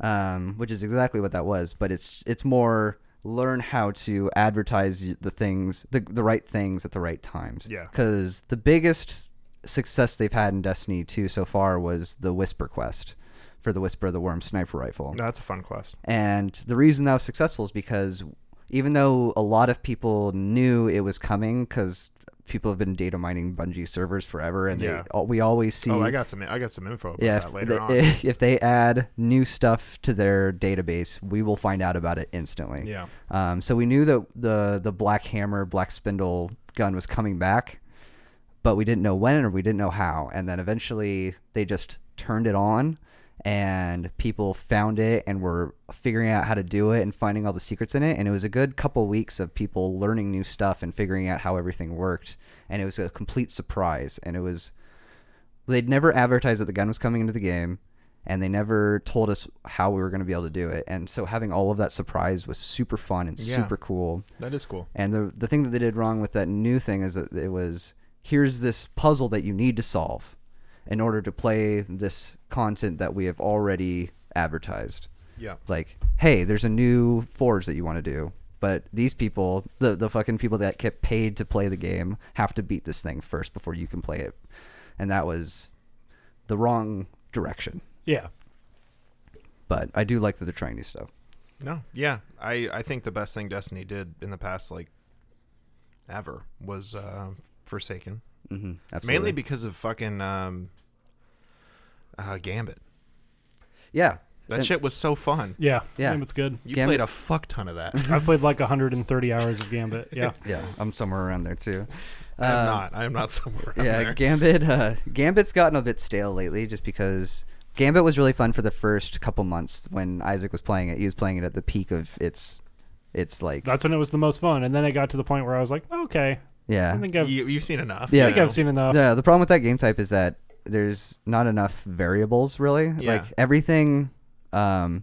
B: um, which is exactly what that was. But it's it's more learn how to advertise the things, the, the right things at the right times.
A: Yeah.
B: Because the biggest success they've had in Destiny 2 so far was the Whisper Quest for the Whisper of the Worm sniper rifle.
A: no, that's a fun quest.
B: And the reason that was successful is because even though a lot of people knew it was coming, because people have been data mining Bungie servers forever, and
A: Yeah.
B: they, al- we always see.
A: Oh, I got some. I got some info about
B: yeah,
A: that
B: if
A: uh, later
B: they,
A: on.
B: if they add new stuff to their database, we will find out about it instantly.
A: yeah,
B: Um, so we knew that the the Black Hammer, Black Spindle gun was coming back, but we didn't know when or we didn't know how. And then eventually they just turned it on, and people found it and were figuring out how to do it and finding all the secrets in it. And it was a good couple weeks of people learning new stuff and figuring out how everything worked. And it was a complete surprise. And it was they'd never advertised that the gun was coming into the game and they never told us how we were going to be able to do it and so having all of that surprise was super fun and
A: Yeah.
B: super cool
A: that is cool.
B: and the the thing that they did wrong with that new thing is that it was here's this puzzle that you need to solve in order to play this content that we have already advertised
A: Yeah,
B: like, hey, there's a new forge that you want to do, but these people, the the fucking people that get paid to play the game, have to beat this thing first before you can play it, and that was the wrong direction.
C: Yeah.
B: But I do like that they're trying new stuff.
A: no, yeah. I I think the best thing Destiny did in the past like ever was uh, Forsaken,
B: Mm-hmm.
A: mainly because of fucking um, uh, Gambit.
B: yeah,
A: That
B: And-
A: shit was so fun.
C: Yeah.
B: Yeah.
C: Damn, it's good.
A: You
B: Gambit-
A: played a fuck ton of that.
C: I've played like 130 hours of Gambit. Yeah.
B: yeah. I'm somewhere around there too.
A: I'm
B: Um,
A: not. I'm not somewhere. around
B: yeah,
A: there.
B: Gambit. Uh, Gambit's gotten a bit stale lately, just because Gambit was really fun for the first couple months when Isaac was playing it. He was playing it at the peak of its, its like
C: That's when it was the most fun. And then it got to the point where I was like, okay, I
B: yeah.
C: think I've,
A: you, you've seen enough.
B: Yeah.
A: you
C: I think
A: know.
C: I've seen enough.
B: Yeah, the problem with that game type is that there's not enough variables really.
A: Yeah.
B: Like everything um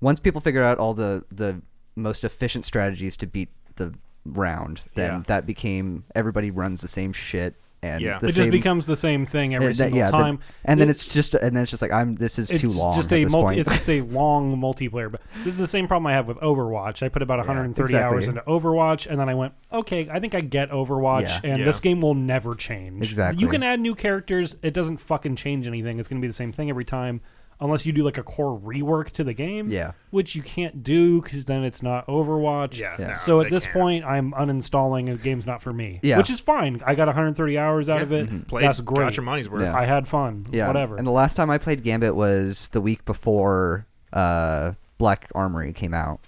B: once people figure out all the the most efficient strategies to beat the round, then
A: Yeah.
B: that became everybody runs the same shit and
A: Yeah.
B: the
C: it
B: same
C: just becomes the same thing every
B: and that-
C: single
B: yeah, the-
C: time.
B: and then
C: It-
B: it's just and then it's just like I'm this is
C: it's
B: too long
C: just
B: at
C: a
B: this
C: multi.
B: point.
C: It's just a long multiplayer. But this is the same problem I have with Overwatch. I put about 130 hours
B: exactly.
C: into Overwatch, and then I went, okay, I think I get Overwatch,
B: Yeah.
C: and
A: Yeah.
C: this game will never change.
B: Exactly.
C: You can add new characters; it doesn't fucking change anything. It's going to be the same thing every time, unless you do like a core rework to the game.
B: Yeah.
C: which you can't do because then it's not Overwatch.
A: Yeah, Yeah. no,
C: so at
A: they
C: this
A: can't.
C: point, I'm uninstalling. The game's not for me.
B: Yeah.
C: which is fine. I got 130 hours out of it.
A: Mm-hmm. Played,
C: That's great.
A: Got your money's worth.
B: Mm-hmm. Yeah.
C: I had fun.
B: yeah.
C: whatever.
B: And the last time I played Gambit was the week before uh Black Armory came out.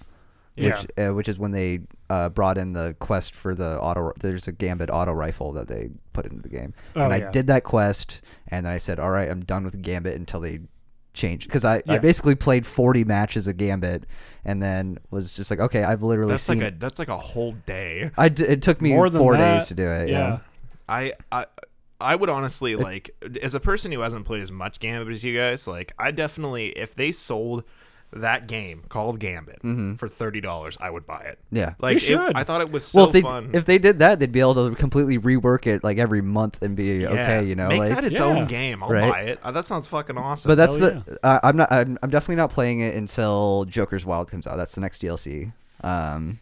C: yeah.
B: which, uh, which is when they uh, brought in the quest for the auto. There's a Gambit auto rifle that they put into the game,
C: Oh,
B: and I
C: yeah.
B: did that quest, and then I said, "All right, I'm done with Gambit until they change." Because I, I
C: Yeah.
B: basically played 40 matches of Gambit, and then was just like, "Okay, I've literally
A: That's
B: seen."
A: like a that's like a whole day.
B: I d- it took me
C: More than
B: four
C: that,
B: days to do it.
C: yeah.
B: Yeah,
A: I I I would honestly like as a person who hasn't played as much Gambit as you guys, like I definitely if they sold that game called Gambit
B: Mm-hmm.
A: for thirty dollars, I would buy it.
B: yeah.
A: Like
C: You
A: it-
C: should.
A: I thought it was so
B: well, if they
A: fun.
B: if they did that, they'd be able to completely rework it like every month and be
A: Yeah.
B: okay, you know,
A: make
B: like
A: that its
C: Yeah.
A: own game. I'll
B: Right.
A: buy it. Uh, that sounds fucking awesome.
B: But that's
C: Hell
B: the uh, I'm not I'm, I'm definitely not playing it until Joker's Wild comes out. That's the next DLC. Um,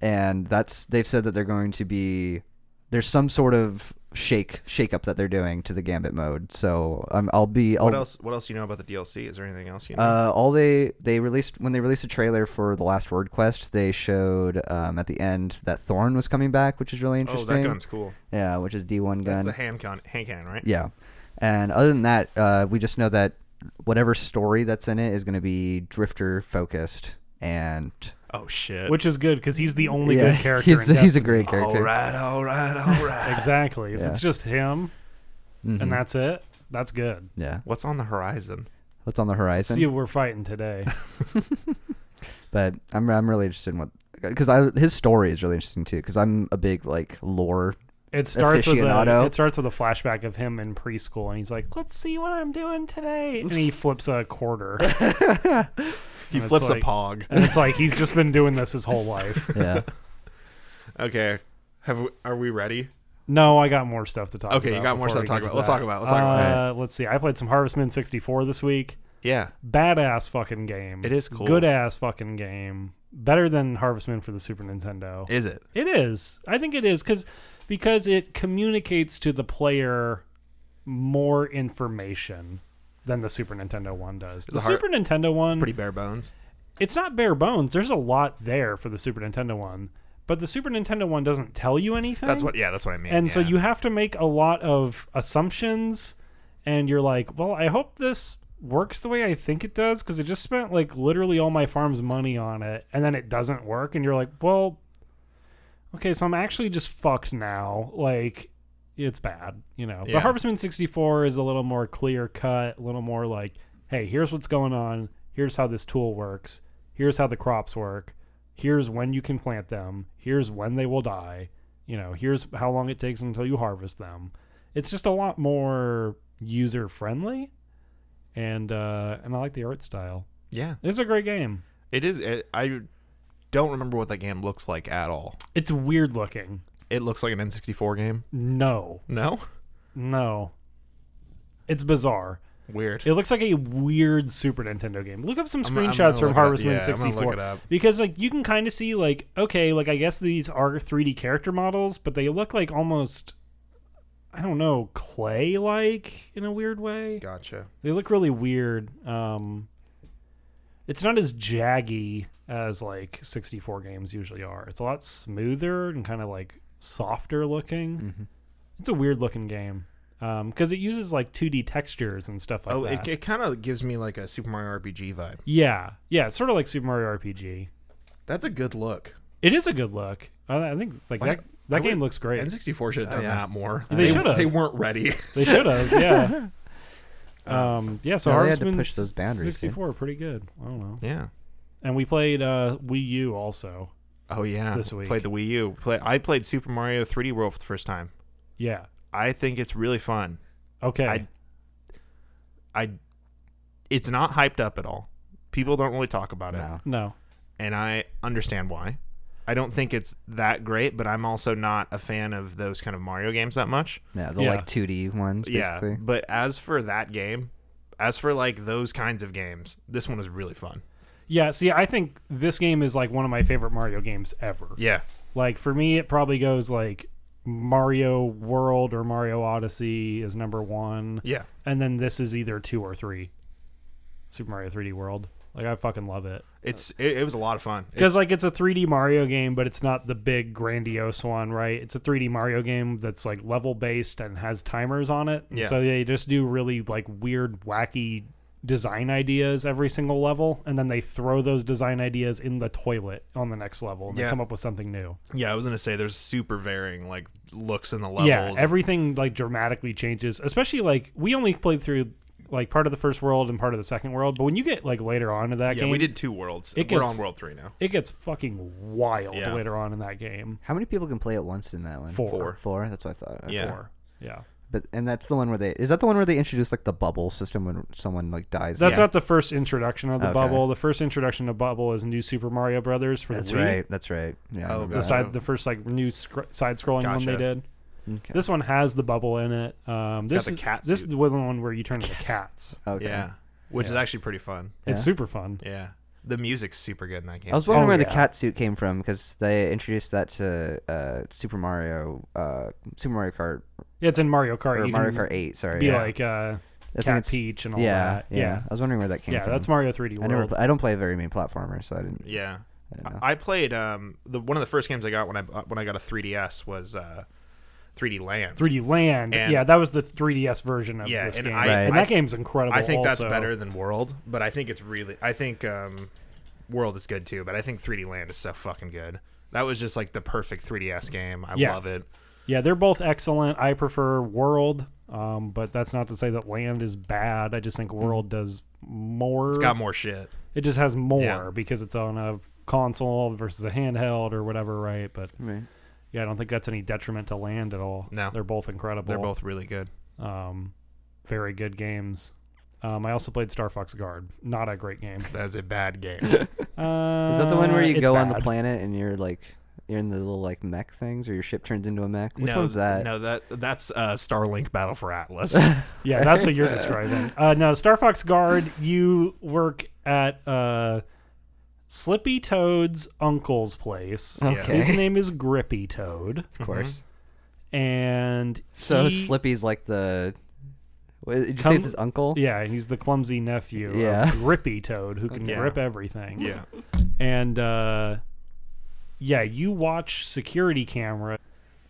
B: and that's they've said that they're going to be there's some sort of shake shake up that they're doing to the Gambit mode. So um, I'll be I'll,
A: what else? What else do you know about the DLC? Is there anything else you know?
B: Uh, all they they released when they released a trailer for the Last Word quest, they showed um, at the end that Thorn was coming back, which is really
A: oh,
B: interesting.
A: that gun's cool.
B: Yeah, which is D1
A: That's
B: gun.
A: the hand con- hand cannon, right?
B: Yeah. And other than that, uh, we just know that whatever story that's in it is going to be drifter focused. And
A: Oh shit.
C: which is good because he's the only
B: yeah,
C: good character.
B: he's,
C: in
B: he's a
C: Destiny.
B: great character.
A: All right, all right, all right.
C: Exactly. If
B: Yeah.
C: it's just him
B: Mhm.
C: and that's it, that's good.
B: yeah,
A: What's on the horizon?
B: what's on the horizon?
C: See, we're fighting today.
B: But I'm I'm really interested in what because I his story is really interesting too because I'm a big like lore.
C: It starts with a,
B: Aficionado.
C: it starts with a flashback of him in preschool, and he's like, "Let's see what I'm doing today," and he flips a quarter,
A: He
C: And it's
A: flips
C: like-
A: a pog.
C: and it's like he's just been doing this his whole life.
B: Yeah,
A: Okay. Have we, are we ready?
C: No, I got more stuff to talk.
A: Okay,
C: about
A: you got more stuff
C: before we
A: to talk
C: get
A: about. Let's
C: that.
A: talk about it. Let's talk about
C: Uh, Let's see. I played some Harvest Moon 64 this week.
A: Yeah.
C: Badass fucking game.
A: It is cool.
C: Good ass fucking game. Better than Harvest Moon for the Super Nintendo.
A: Is it?
C: It is. I think it is because because it communicates to the player more information than the Super Nintendo one does. The
A: a hard-
C: Super Nintendo one,
A: Pretty bare bones.
C: it's not bare bones. There's a lot there for the Super Nintendo one, but the Super Nintendo one doesn't tell you anything.
A: That's what. Yeah, that's what I mean.
C: And so
A: yeah.
C: you have to make a lot of assumptions, and you're like, well, I hope this works the way I think it does because I just spent like literally all my farm's money on it, and then it doesn't work, and you're like, well, okay, so I'm actually just fucked now. Like, it's bad, you know.
A: Yeah.
C: But Harvest Moon 64 is a little more clear cut, a little more like, hey, here's what's going on, here's how this tool works, here's how the crops work, here's when you can plant them, here's when they will die, you know, here's how long it takes until you harvest them. It's just a lot more user friendly, and uh, and I like the art style.
A: Yeah,
C: It's a great game.
A: it is. It, I don't remember what that game looks like at all.
C: It's weird looking.
A: It looks like an N64 game.
C: No,
A: No.
C: no, it's bizarre.
A: Weird.
C: It looks like a weird Super Nintendo game. Look up some
A: I'm gonna- I'm
C: screenshots
A: gonna
C: from
A: look it
C: Harvest
A: up.
C: Moon
A: Yeah, I'm gonna look
C: 64
A: it up.
C: because like you can kind of see like okay, like I guess these are 3D character models, but they look like almost I don't know, clay like in a weird way.
A: Gotcha.
C: They look really weird. Um it's not as jaggy as like 64 games usually are. It's a lot smoother and kind of like softer looking.
B: Mm-hmm.
C: It's a weird looking game. Um, because it uses like 2D textures and stuff like
A: oh,
C: that.
A: it, it kind of gives me like a Super Mario RPG vibe.
C: Yeah, yeah, it's sort of like Super Mario RPG.
A: That's a good look.
C: It is a good look. I, I think like
A: Like,
C: that that
A: I
C: game
A: would-
C: looks great.
A: N64 should have done
B: yeah.
A: that more.
C: They should've.
A: They weren't ready.
C: They should have, yeah. Um, yeah, so
B: Yeah, they had to
C: Harvestman
B: push those boundaries, dude.
C: 64, pretty good. I don't know.
A: Yeah.
C: And we played uh, Wii U also.
A: Oh yeah.
C: This week.
A: played the Wii U. Play. I played Super Mario 3D World for the first time.
C: Yeah.
A: I think it's really fun.
C: Okay.
A: I- I. It's not hyped up at all. People don't really talk about it,
B: No.
C: no.
A: and I understand why. I don't think it's that great, but I'm also not a fan of those kind of Mario games that much.
B: Yeah, the
C: Yeah.
B: like 2D ones, basically.
A: Yeah, but as for that game, as for like those kinds of games, this one is really fun.
C: Yeah, see, I think this game is like one of my favorite Mario games ever.
A: Yeah,
C: Like for me, it probably goes like Mario World or Mario Odyssey is number one,
A: yeah.
C: and then this is either two or three. Super Mario 3D World. Like I fucking love it
A: It's it, it was a lot of fun. It-
C: because like it's a 3D Mario game, but it's not the big grandiose one, right? It's a 3D Mario game that's like level based and has timers on it. And
A: Yeah.
C: So they just do really like weird, wacky design ideas every single level, and then they throw those design ideas in the toilet on the next level, and they
A: Yeah.
C: come up with something new.
A: yeah, I was gonna say there's super varying like looks in the levels.
C: Yeah, everything like dramatically changes, especially like we only played through like part of the first world and part of the second world, but when you get like later on in that
A: yeah.
C: game,
A: We did two worlds.
C: It
A: We're
C: gets-
A: on world three now.
C: it gets fucking wild
A: Yeah.
C: later on in that game.
B: How many people can play at once in that one?
C: Four.
A: Four.
B: Four? That's what I thought.
A: Yeah.
C: Four. Yeah.
B: But and that's the one where they is that the one where they introduce like the bubble system when someone like dies?
C: That's
B: yeah.
C: not the first introduction of the
B: Okay.
C: bubble. The first introduction of bubble is New Super Mario Brothers for
B: That's
C: the Wii.
B: right. Uh-huh. That's right. Yeah.
A: Oh,
B: I remember
C: The
A: God.
B: that.
C: side, the first like new scr- side-scrolling one they
A: Gotcha.
C: did.
B: Okay.
C: This one has the bubble in it. Um,
A: got
C: this
A: the
C: is-
A: cat
C: this
A: suit.
C: is the one where you turn into cats.
B: Okay.
A: Yeah, which is
B: Yeah.
A: actually pretty fun.
C: It's
B: Yeah.
C: super fun.
A: Yeah, the music's super good in that game.
B: I was wondering
C: Oh,
B: where the
C: yeah.
B: cat suit came from because they introduced that to uh, Super Mario, uh, Super Mario Kart
C: Yeah, it's in Mario Kart.
B: or
C: you
B: Mario
C: can
B: Kart Eight. Sorry,
C: be
B: yeah.
C: like uh,
B: I think
C: Cat
B: it's-
C: Peach and all
B: yeah,
C: that.
B: yeah, I was wondering where that came
C: yeah,
B: from.
C: that's Mario 3D
B: I
C: World.
B: never. Play, I don't play very many platformers, so I didn't.
A: Yeah,
B: I don't know.
A: I played um the one of the first games I got when I uh, when I got a 3ds was uh 3D Land.
C: 3D Land.
A: And-
C: yeah, that was the 3DS version of
A: Yeah,
C: this
A: and
C: game.
A: I-
B: Right.
C: And
A: I
C: that game's incredible.
A: I think
C: also.
A: that's better than World, but I think it's really. I think um, World is good too, but I think 3D Land is so fucking good. That was just like the perfect 3DS game. I
C: Yeah.
A: love it.
C: Yeah, they're both excellent. I prefer World, um, but that's not to say that Land is bad. I just think World does more.
A: Hmm. It's got more shit.
C: It just has more
A: Yeah.
C: because it's on a console versus a handheld or whatever, right? But
B: Right.
C: yeah, I don't think that's any detriment to Land at all.
A: No.
C: they're both incredible.
A: They're both really good.
C: um, very good games. Um, I also played Star Fox Guard. Not a great game.
A: That's a bad game.
C: Uh,
B: Is that the one where you
C: it's
B: go on the
C: bad.
B: planet and you're like you're in the little like mech things, or your ship turns into a mech? Which
A: no,
B: one's that?
A: No, that that's uh, Starlink Battle for Atlas.
C: Yeah, that's what you're describing. Uh, no, Star Fox Guard, you work at uh, Slippy Toad's uncle's place.
B: Okay.
C: His name is Grippy Toad.
B: Of course.
C: And
B: So
C: he-
B: Slippy's like the. What, did you say
C: Come-
B: it's his uncle?
C: Yeah, he's the clumsy nephew
B: Yeah.
C: of Grippy Toad who can
A: Yeah.
C: grip everything.
A: yeah,
C: And uh, yeah, you watch security camera.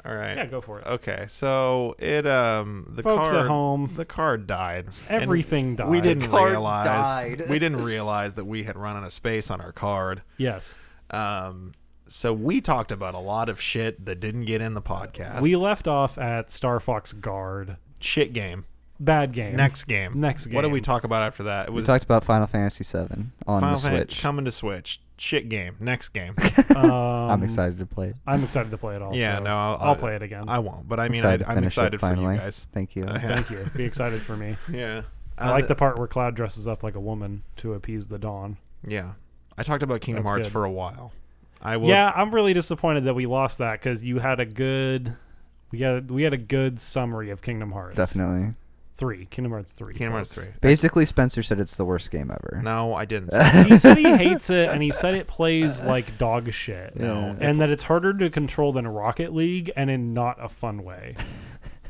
A: all right.
C: Yeah, go for it.
A: Okay, so it um the
C: Folks
A: card
C: at home,
A: the card died. And
C: everything died.
A: we didn't
B: card
A: realize
B: died.
A: we didn't realize that we had run out of space on our card.
C: Yes.
A: Um, so we talked about a lot of shit that didn't get in the podcast.
C: We left off at Star Fox Guard.
A: shit game.
C: Bad game.
A: Next game.
C: Next
A: What did we
C: game.
A: talk about after that? It
B: We
A: was
B: talked about Final Fantasy VII on
A: Final
B: the
A: Fantasy
B: Switch.
A: coming to Switch. Shit game. Next game.
C: Um,
B: I'm excited to play. it.
C: I'm excited to play it also.
A: yeah, no, uh, I'll,
C: I'll, play it again.
A: I won't, but I mean,
B: Excited to
A: I, I'm
B: finish it
A: excited for you
B: finally.
A: guys.
B: Thank you.
A: Uh, yeah.
C: Thank you. Be excited for me.
A: Yeah, Uh,
C: I like the part where Cloud dresses up like a woman to appease the dawn.
A: Yeah, I talked about Kingdom
C: That's
A: Hearts
C: good.
A: for a while. I will.
C: yeah, I'm really disappointed that we lost that because you had a good, we had we had a good summary of Kingdom Hearts.
B: Definitely.
C: three Kingdom Hearts three.
A: Kingdom Hearts
C: folks.
A: three.
B: Basically, Spencer said it's the worst game ever.
A: No, I didn't.
C: he said he hates it, and he said it plays like dog shit,
A: No.
C: and that it's harder to control than Rocket League, and in not a fun way.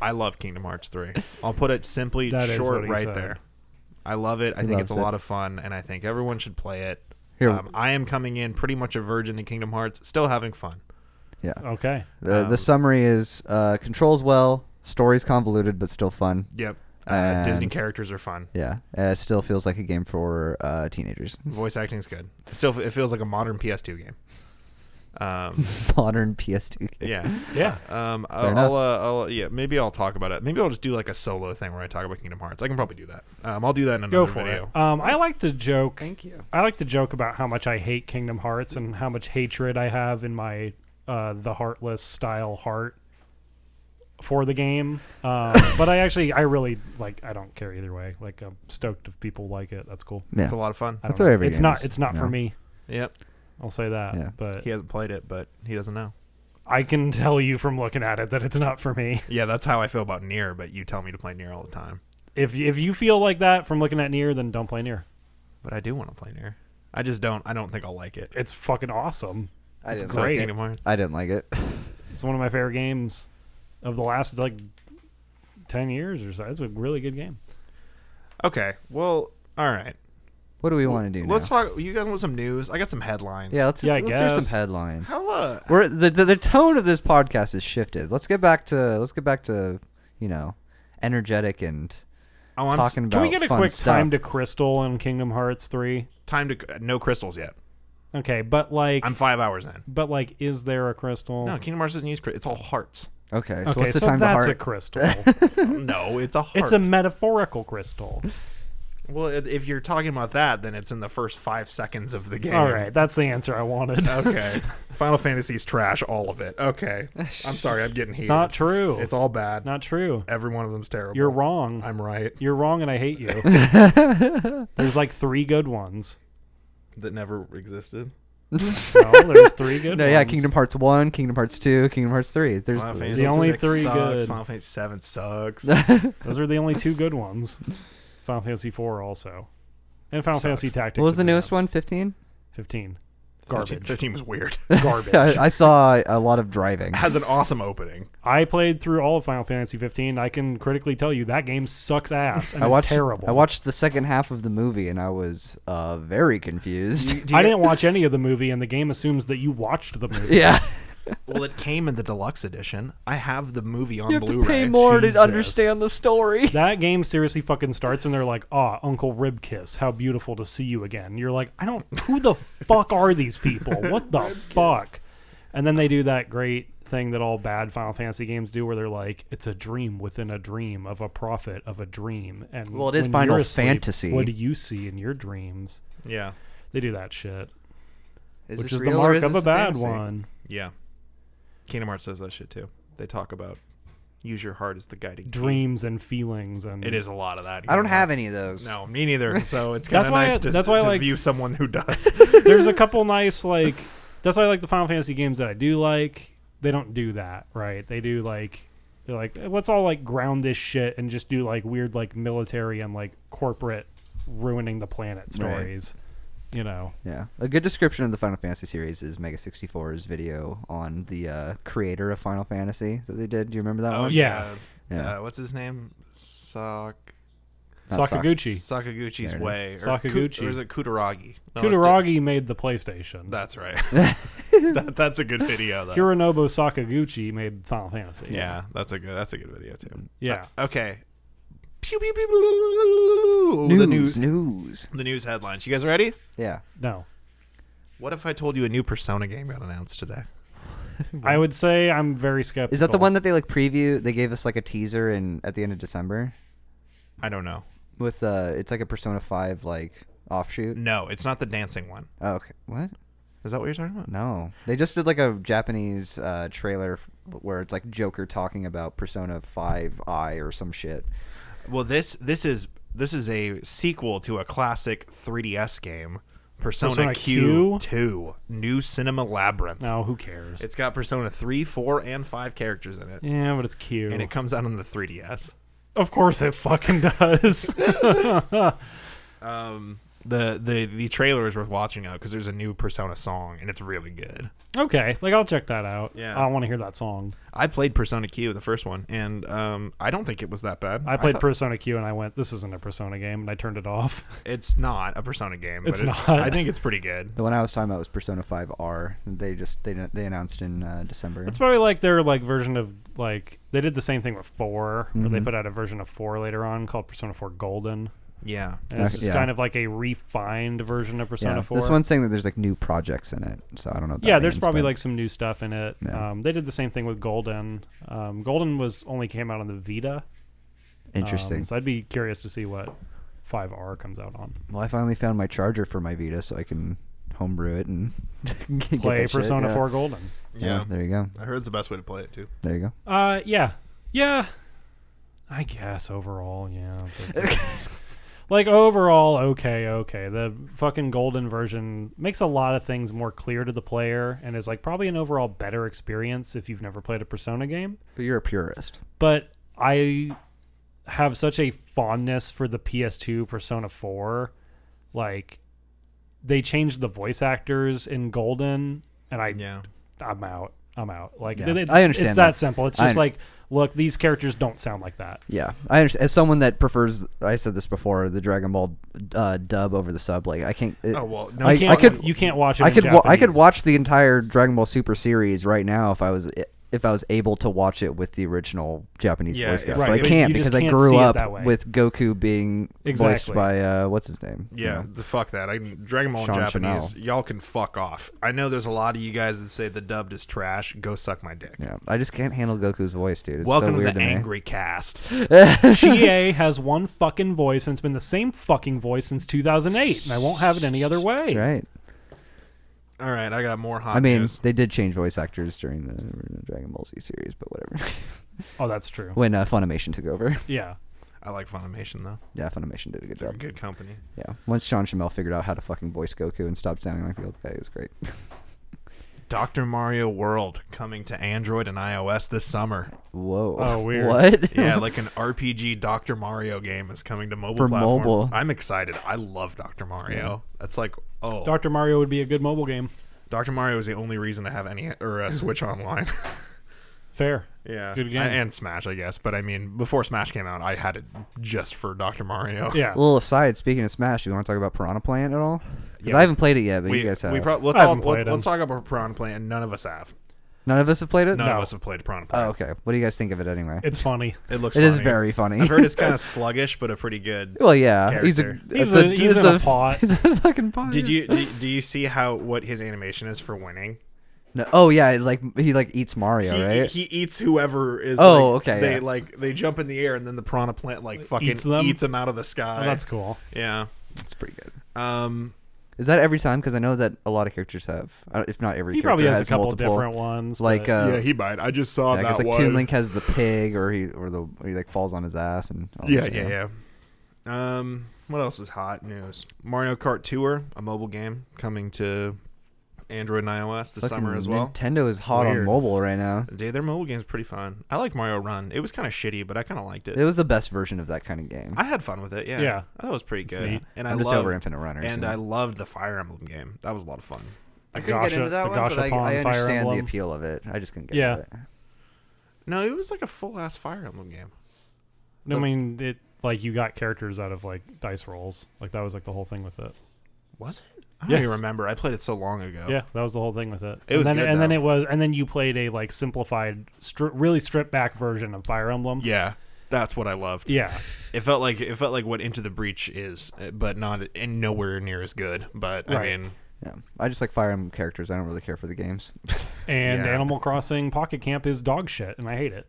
A: I love Kingdom Hearts 3. I'll put it simply
C: That is
A: short
C: what he
A: right
C: said.
A: there. I love it. I
B: He
A: think it's a
B: loves it.
A: lot of fun, and I think everyone should play it.
B: Here,
A: Um, I am coming in pretty much a virgin in Kingdom Hearts, still having fun.
B: yeah.
C: Okay,
B: the,
A: um,
B: the summary is uh, controls well, story's convoluted but still fun.
A: Yep. Uh,
B: And-
A: Disney characters are fun.
B: Yeah, uh, it still feels like a game for uh, teenagers.
A: Voice acting's good. Still, it feels like a modern PS2 game. Um,
B: Modern PS2 game.
A: yeah.
C: Yeah.
A: Um,
B: Fair
A: I'll, I'll, uh, I'll, yeah, maybe I'll talk about it. Maybe I'll just do like a solo thing where I talk about Kingdom Hearts. I can probably do that. Um, I'll do that in another
C: Go for
A: video.
C: it. Um, I like to joke.
B: Thank you.
C: I like to joke about how much I hate Kingdom Hearts and how much hatred I have in my uh, the heartless style heart for the game. Um, but I actually, I really like. I don't care either way. Like, I'm stoked if people like it. That's cool.
B: Yeah.
A: It's a lot of fun.
C: I
B: That's
C: don't
B: what
C: know.
B: every
C: It's
B: game
C: not.
B: is,
C: It's not
B: you
C: for
B: know?
C: me.
A: Yep.
C: I'll say that.
B: Yeah.
C: But
A: He hasn't played it, but he doesn't know.
C: I can tell you from looking at it that it's not for me.
A: Yeah, that's how I feel about Near, but you tell me to play Near all the time.
C: If if you feel like that from looking at near, then don't play near.
A: But I do want to play Near. I just don't. I don't think I'll like it.
C: It's fucking awesome.
B: I
C: It's
B: didn't,
A: So
C: great.
A: it's Kingdom Hearts.
B: I didn't like it.
C: It's one of my favorite games of the last like ten years or so. It's a really good game.
A: Okay. Well, all right.
B: What do we want to do?
A: Let's
B: now?
A: talk. You guys want some news? I got some headlines.
B: Yeah, let's,
C: Yeah, I
B: let's, let's hear
C: guess.
B: some headlines.
A: How, uh,
B: We're, the, the the tone of this podcast has shifted. Let's get back to let's get back to you know energetic and
A: oh, I'm
B: talking about.
C: Can we get a
B: fun
C: quick
B: stuff.
C: time to Crystal and Kingdom Hearts three?
A: s- time to no crystals yet.
C: Okay, but like,
A: I'm five hours in.
C: but like, is there a crystal?
A: No, Kingdom Hearts doesn't use crystals. It's all hearts. Oh,
B: Okay, so
C: okay,
B: what's the
C: so
B: time to
C: that's
B: heart?
C: a crystal.
A: no, it's a heart.
C: it's a metaphorical crystal.
A: Well, if if you're talking about that, then it's in the first five seconds of the game.
C: All right, that's the answer I wanted.
A: Okay. Final Fantasy's trash, all of it. Okay. I'm sorry, I'm getting heated.
C: Not true.
A: It's all bad.
C: Not true.
A: Every one of them's terrible.
C: You're wrong.
A: I'm right.
C: You're wrong, and I hate you. there's like three good ones.
A: That never existed.
C: No, there's three good.
B: no,
C: ones.
B: yeah, Kingdom Hearts one, Kingdom Hearts two, Kingdom Hearts three. There's
A: Final
B: the,
A: Fantasy
C: only
A: VI
C: three
A: sucks.
C: good.
A: Final Fantasy Seven sucks.
C: Those are the only two good ones. Final Fantasy four also, and Final
A: Sucks.
C: Fantasy Tactics.
B: what was the newest
C: Advance.
B: one? Fifteen.
C: Fifteen.
A: Garbage.
C: Garbage.
A: Fifteen was weird.
C: Garbage.
B: I, I saw a lot of driving.
A: Has an awesome opening.
C: I played through all of Final Fantasy 15. I can critically tell you that game sucks ass. And
B: I
C: it's
B: watched
C: terrible.
B: I watched the second half of the movie and I was uh, very confused.
C: I didn't watch any of the movie, and the game assumes that you watched the movie.
B: yeah,
A: Well, it came in the deluxe edition. I have the movie on
B: you have to
A: Blu-ray.
B: pay more
A: Jesus.
B: to understand the story.
C: That game seriously fucking starts, and they're like, "Ah, Uncle Ribkiss, how beautiful to see you again." You're like, "I don't. Who the fuck are these people? What the fuck?" And then they do that great thing that all bad Final Fantasy games do, where they're like, "It's a dream within a dream of a prophet of a dream." And
B: Well, it is
C: when you're
B: Final
C: asleep,
B: Fantasy.
C: What do you see in your dreams?
A: Yeah,
C: They do that shit,
B: Is
C: which
B: this
C: is the
B: real or
C: mark
B: is
C: of
B: this
C: a bad
B: fantasy?
C: one.
A: yeah. Kingdom Hearts says that shit too. They talk about use your heart as the guiding key.
C: dreams and feelings and
A: It is a lot of that. in
B: I don't
A: Kingdom
B: have any of those.
A: No, me neither. So it's kind
C: That's
A: of
C: why
A: nice
C: I-
A: to,
C: that's why I
A: to
C: like-
A: view someone who does.
C: there's a couple nice like that's why i like the final fantasy games that i do like they don't do that right they do like they're like "Eh, let's all like ground this shit and just do like weird like military and like corporate ruining the planet stories you know
B: Yeah, a good description of the Final Fantasy series is Mega 64's video on the uh, creator of Final Fantasy that they did. Do you remember that one?
A: Oh,
C: yeah.
B: Yeah.
A: Uh, what's his name? Sak-
B: Not Sak-
C: sakaguchi
A: Sakaguchi's
B: There it is.
A: Way.
C: Sakaguchi.
A: Or, Ku- or is it Kutaragi? No, it's di-
C: kutaragi made the playstation
A: That's right. that, that's a good video though.
C: hironobu sakaguchi made final fantasy
A: yeah, that's a good. That's a good video too.
C: yeah
A: Uh, okay. Pew, pew, pew, pew, The news.
B: news.
A: The news headlines. You guys ready?
B: Yeah.
C: no
A: What if I told you a new Persona game got announced today?
C: i would say i'm very skeptical
B: Is that the one that they like preview? They gave us like a teaser in at the end of December
A: I don't know.
B: with uh, it's like a Persona Five like offshoot.
A: No, it's not the dancing one.
B: Oh, okay, what?
A: Is that what you're talking about?
B: No, they just did like a Japanese uh, trailer f- where it's like Joker talking about Persona Five I or some shit.
A: Well, this this is this is a sequel to a classic 3DS game, Persona,
C: Persona Q?
A: Q, 2, New Cinema Labyrinth.
C: no who cares
A: It's got Persona 3, 4, and 5 characters in it,
C: yeah but it's cute
A: and it comes out on the 3DS.
C: of course it fucking does
A: Um, the the the trailer is worth watching out because there's a new Persona song, and it's really good.
C: Okay, like I'll check that out.
A: Yeah.
C: I want to hear that song.
A: I played Persona Q, the first one, and um, I don't think it was that bad.
C: I played
A: thought-
C: Persona Q and I went, "This isn't a Persona game," and I turned it off.
A: it's not a Persona game.
C: It's
A: but it-
C: not.
A: I think it's pretty good.
B: The one I was talking about was Persona Five R. They just they didn't- they announced in uh, December.
C: It's probably like their like version of like they did the same thing with 4 where they
B: Mhm.
C: put out a version of four later on called Persona Four Golden.
A: Yeah.
C: And it's
B: Okay,
C: just
B: yeah.
C: kind of like a refined version of Persona
B: Yeah.
C: 4.
B: This one's saying that there's like new projects in it, so I don't know. What that
C: yeah, there's
B: means,
C: probably
B: but-
C: like some new stuff in it.
B: Yeah.
C: Um, they did the same thing with Golden. Um, Golden was only came out on the Vita. um,
B: interesting.
C: so I'd be curious to see what 5R comes out on.
B: well, I finally found my charger for my Vita, so I can homebrew it and get
C: Play
B: that shit,
C: Persona
B: yeah.
C: 4 Golden.
B: Yeah. there you go.
A: I heard it's the best way to play it too.
B: There you go.
C: Uh, yeah, yeah. I guess overall, yeah. but- like overall, okay, okay. The fucking golden version makes a lot of things more clear to the player, and is like probably an overall better experience if you've never played a Persona game.
B: But you're a purist.
C: But I have such a fondness for the PS2 Persona 4. Like they changed the voice actors in Golden, and I
A: Yeah.
C: I'm out. I'm out. Like
B: Yeah.
C: th- th-
B: I
C: it's-
B: understand
C: It's
B: that.
C: that. simple. It's
B: I
C: just
B: un-
C: like, look, these characters don't sound like that.
B: Yeah, I understand. As someone that prefers, I said this before, the Dragon Ball uh, dub over the sub. Like I can't. it-
A: Oh well, no,
C: You
B: I-
A: you
C: can't,
A: can't-
B: could-
C: you can't watch it.
B: I
C: in
B: could wa- I could
C: Japanese.
B: watch the entire Dragon Ball Super series right now if I was if I was able to watch it with the original Japanese
A: Yeah,
B: voice
A: it-
B: cast.
A: right,
B: but I
A: but
B: can't
C: you just
B: because I
C: can't see
B: grew
C: it
B: up
C: that way.
B: with Goku being voiced
C: Exactly.
B: by uh, what's his name?
A: Yeah, the fuck that. I can- Dragon Ball in
B: Sean
A: Japanese. Y'all can fuck off. I know there's a lot of you guys that say the dubbed is trash. Go suck my dick.
B: yeah, Yeah. I just can't handle Goku's voice, dude. It's
A: Welcome
B: so
A: to
B: weird
A: the
B: me.
A: angry cast.
C: GA has one fucking voice, and it's been the same fucking voice since 2008, and I won't have it any other way.
B: Right.
A: All right, I got more hot
B: I mean,
A: news.
B: they did change voice actors during the original Dragon Ball Z series, but whatever.
C: Oh, that's true.
B: when uh, Funimation took over,
C: Yeah.
A: I like Funimation though.
B: yeah, Funimation did a good
A: They're
B: job.
A: good company.
B: Yeah. Once Sean Chamel figured out how to fucking voice Goku and stopped sounding like the old guy, it was great.
A: Doctor Mario World coming to Android and iOS this summer.
B: Whoa.
C: Oh, weird.
B: What?
A: Yeah, like an RPG Doctor Mario game is coming to mobile
B: For
A: platform.
B: mobile.
A: I'm excited. I love Doctor Mario. That's like oh,
C: Dr. Mario would be a good mobile game.
A: Doctor Mario is the only reason to have any or a Switch online.
C: Fair.
A: yeah,
C: Good game.
A: And, and Smash, I guess. But I mean, before Smash came out, I had it just for Doctor Mario.
C: Yeah.
B: little aside, speaking of Smash, you want to talk about Piranha Plant at all? Because
A: Yeah,
B: I
A: we-
B: haven't played it yet, but
A: We,
B: you guys have.
A: we pro- let's,
C: I
A: all,
C: haven't played
A: let, us
C: them.
A: talk about Piranha Plant, and none of us have.
B: None of us have played it.
A: None of us have played Piranha
B: Oh,
A: Plant.
B: okay. What do you guys think of it anyway?
C: It's funny.
A: It looks.
B: Oh. It
A: funny.
B: is very funny.
A: I've heard it's kind of sluggish, but a pretty good.
B: well, yeah. He's a
A: character.
B: it's
C: He's, a, he's
B: it's
C: in a, pot.
B: He's a fucking pot.
A: Did you do, do you see how what his animation is for winning?
B: No, oh yeah, it, like he like eats Mario,
A: he,
B: right?
A: he eats whoever is.
B: Oh,
A: like,
B: okay,
A: They
B: yeah.
A: like they jump in the air and then the piranha plant like fucking
C: Eats them?
A: out of the sky.
C: Oh, that's cool.
A: Yeah.
B: It's pretty good.
A: Um.
B: Is that every time? Because I know that a lot of characters have, uh, if not every.
C: He
B: character
C: probably has,
B: has,
C: a couple
B: multiple.
C: different ones.
B: Like
C: but-
B: uh,
A: yeah, he bought. it. I just saw
B: yeah, 'cause,
A: that
B: like
A: one.
B: Toon Link has the pig, or he or the or he like falls on his ass and. All that
A: Yeah,
B: shit,
A: yeah, yeah, Um. What else is hot news? Mario Kart Tour, a mobile game coming to Android and iOS this
B: Fucking
A: summer as well.
B: Nintendo is hot on
A: Weird.
B: mobile right now.
A: Dude, their mobile game's pretty fun. I like Mario Run. It was kind of shitty, but I kind of liked it.
B: It was the best version of that kind of game.
A: I had fun with it. Yeah,
C: Yeah.
A: that was pretty good.
C: neat.
A: And I
B: I'm just
A: love
B: over Infinite Runners.
A: and
B: you
A: I
B: know.
A: loved the Fire Emblem game. That was a lot of fun.
B: I
C: the
B: couldn't get into
C: Gasha-
B: that
C: the
B: one, but I,
C: Gashapon
B: I
C: Fire
B: understand the
C: Emblem.
B: appeal of it. I just couldn't get
C: Yeah.
B: into it.
A: No, it was like a full ass Fire Emblem game.
C: I mean, it like you got characters out of like dice rolls. Like that was like the whole thing with it.
A: Was it? I don't
C: Yes.
A: even remember. I played it so long ago.
C: Yeah, that was the whole thing with it.
A: It was
C: and then,
A: good,
C: and then
A: though.
C: it was, and then you played a like simplified, stri- really stripped back version of Fire Emblem.
A: Yeah. That's what I loved.
C: yeah,
A: It felt like it felt like what Into the Breach is, uh, but not and nowhere near as good. But I
C: Right.
A: mean,
B: Yeah, I just like Fire Emblem characters. I don't really care for the games.
C: and
A: Yeah.
C: Animal Crossing Pocket Camp is dog shit, and I hate it.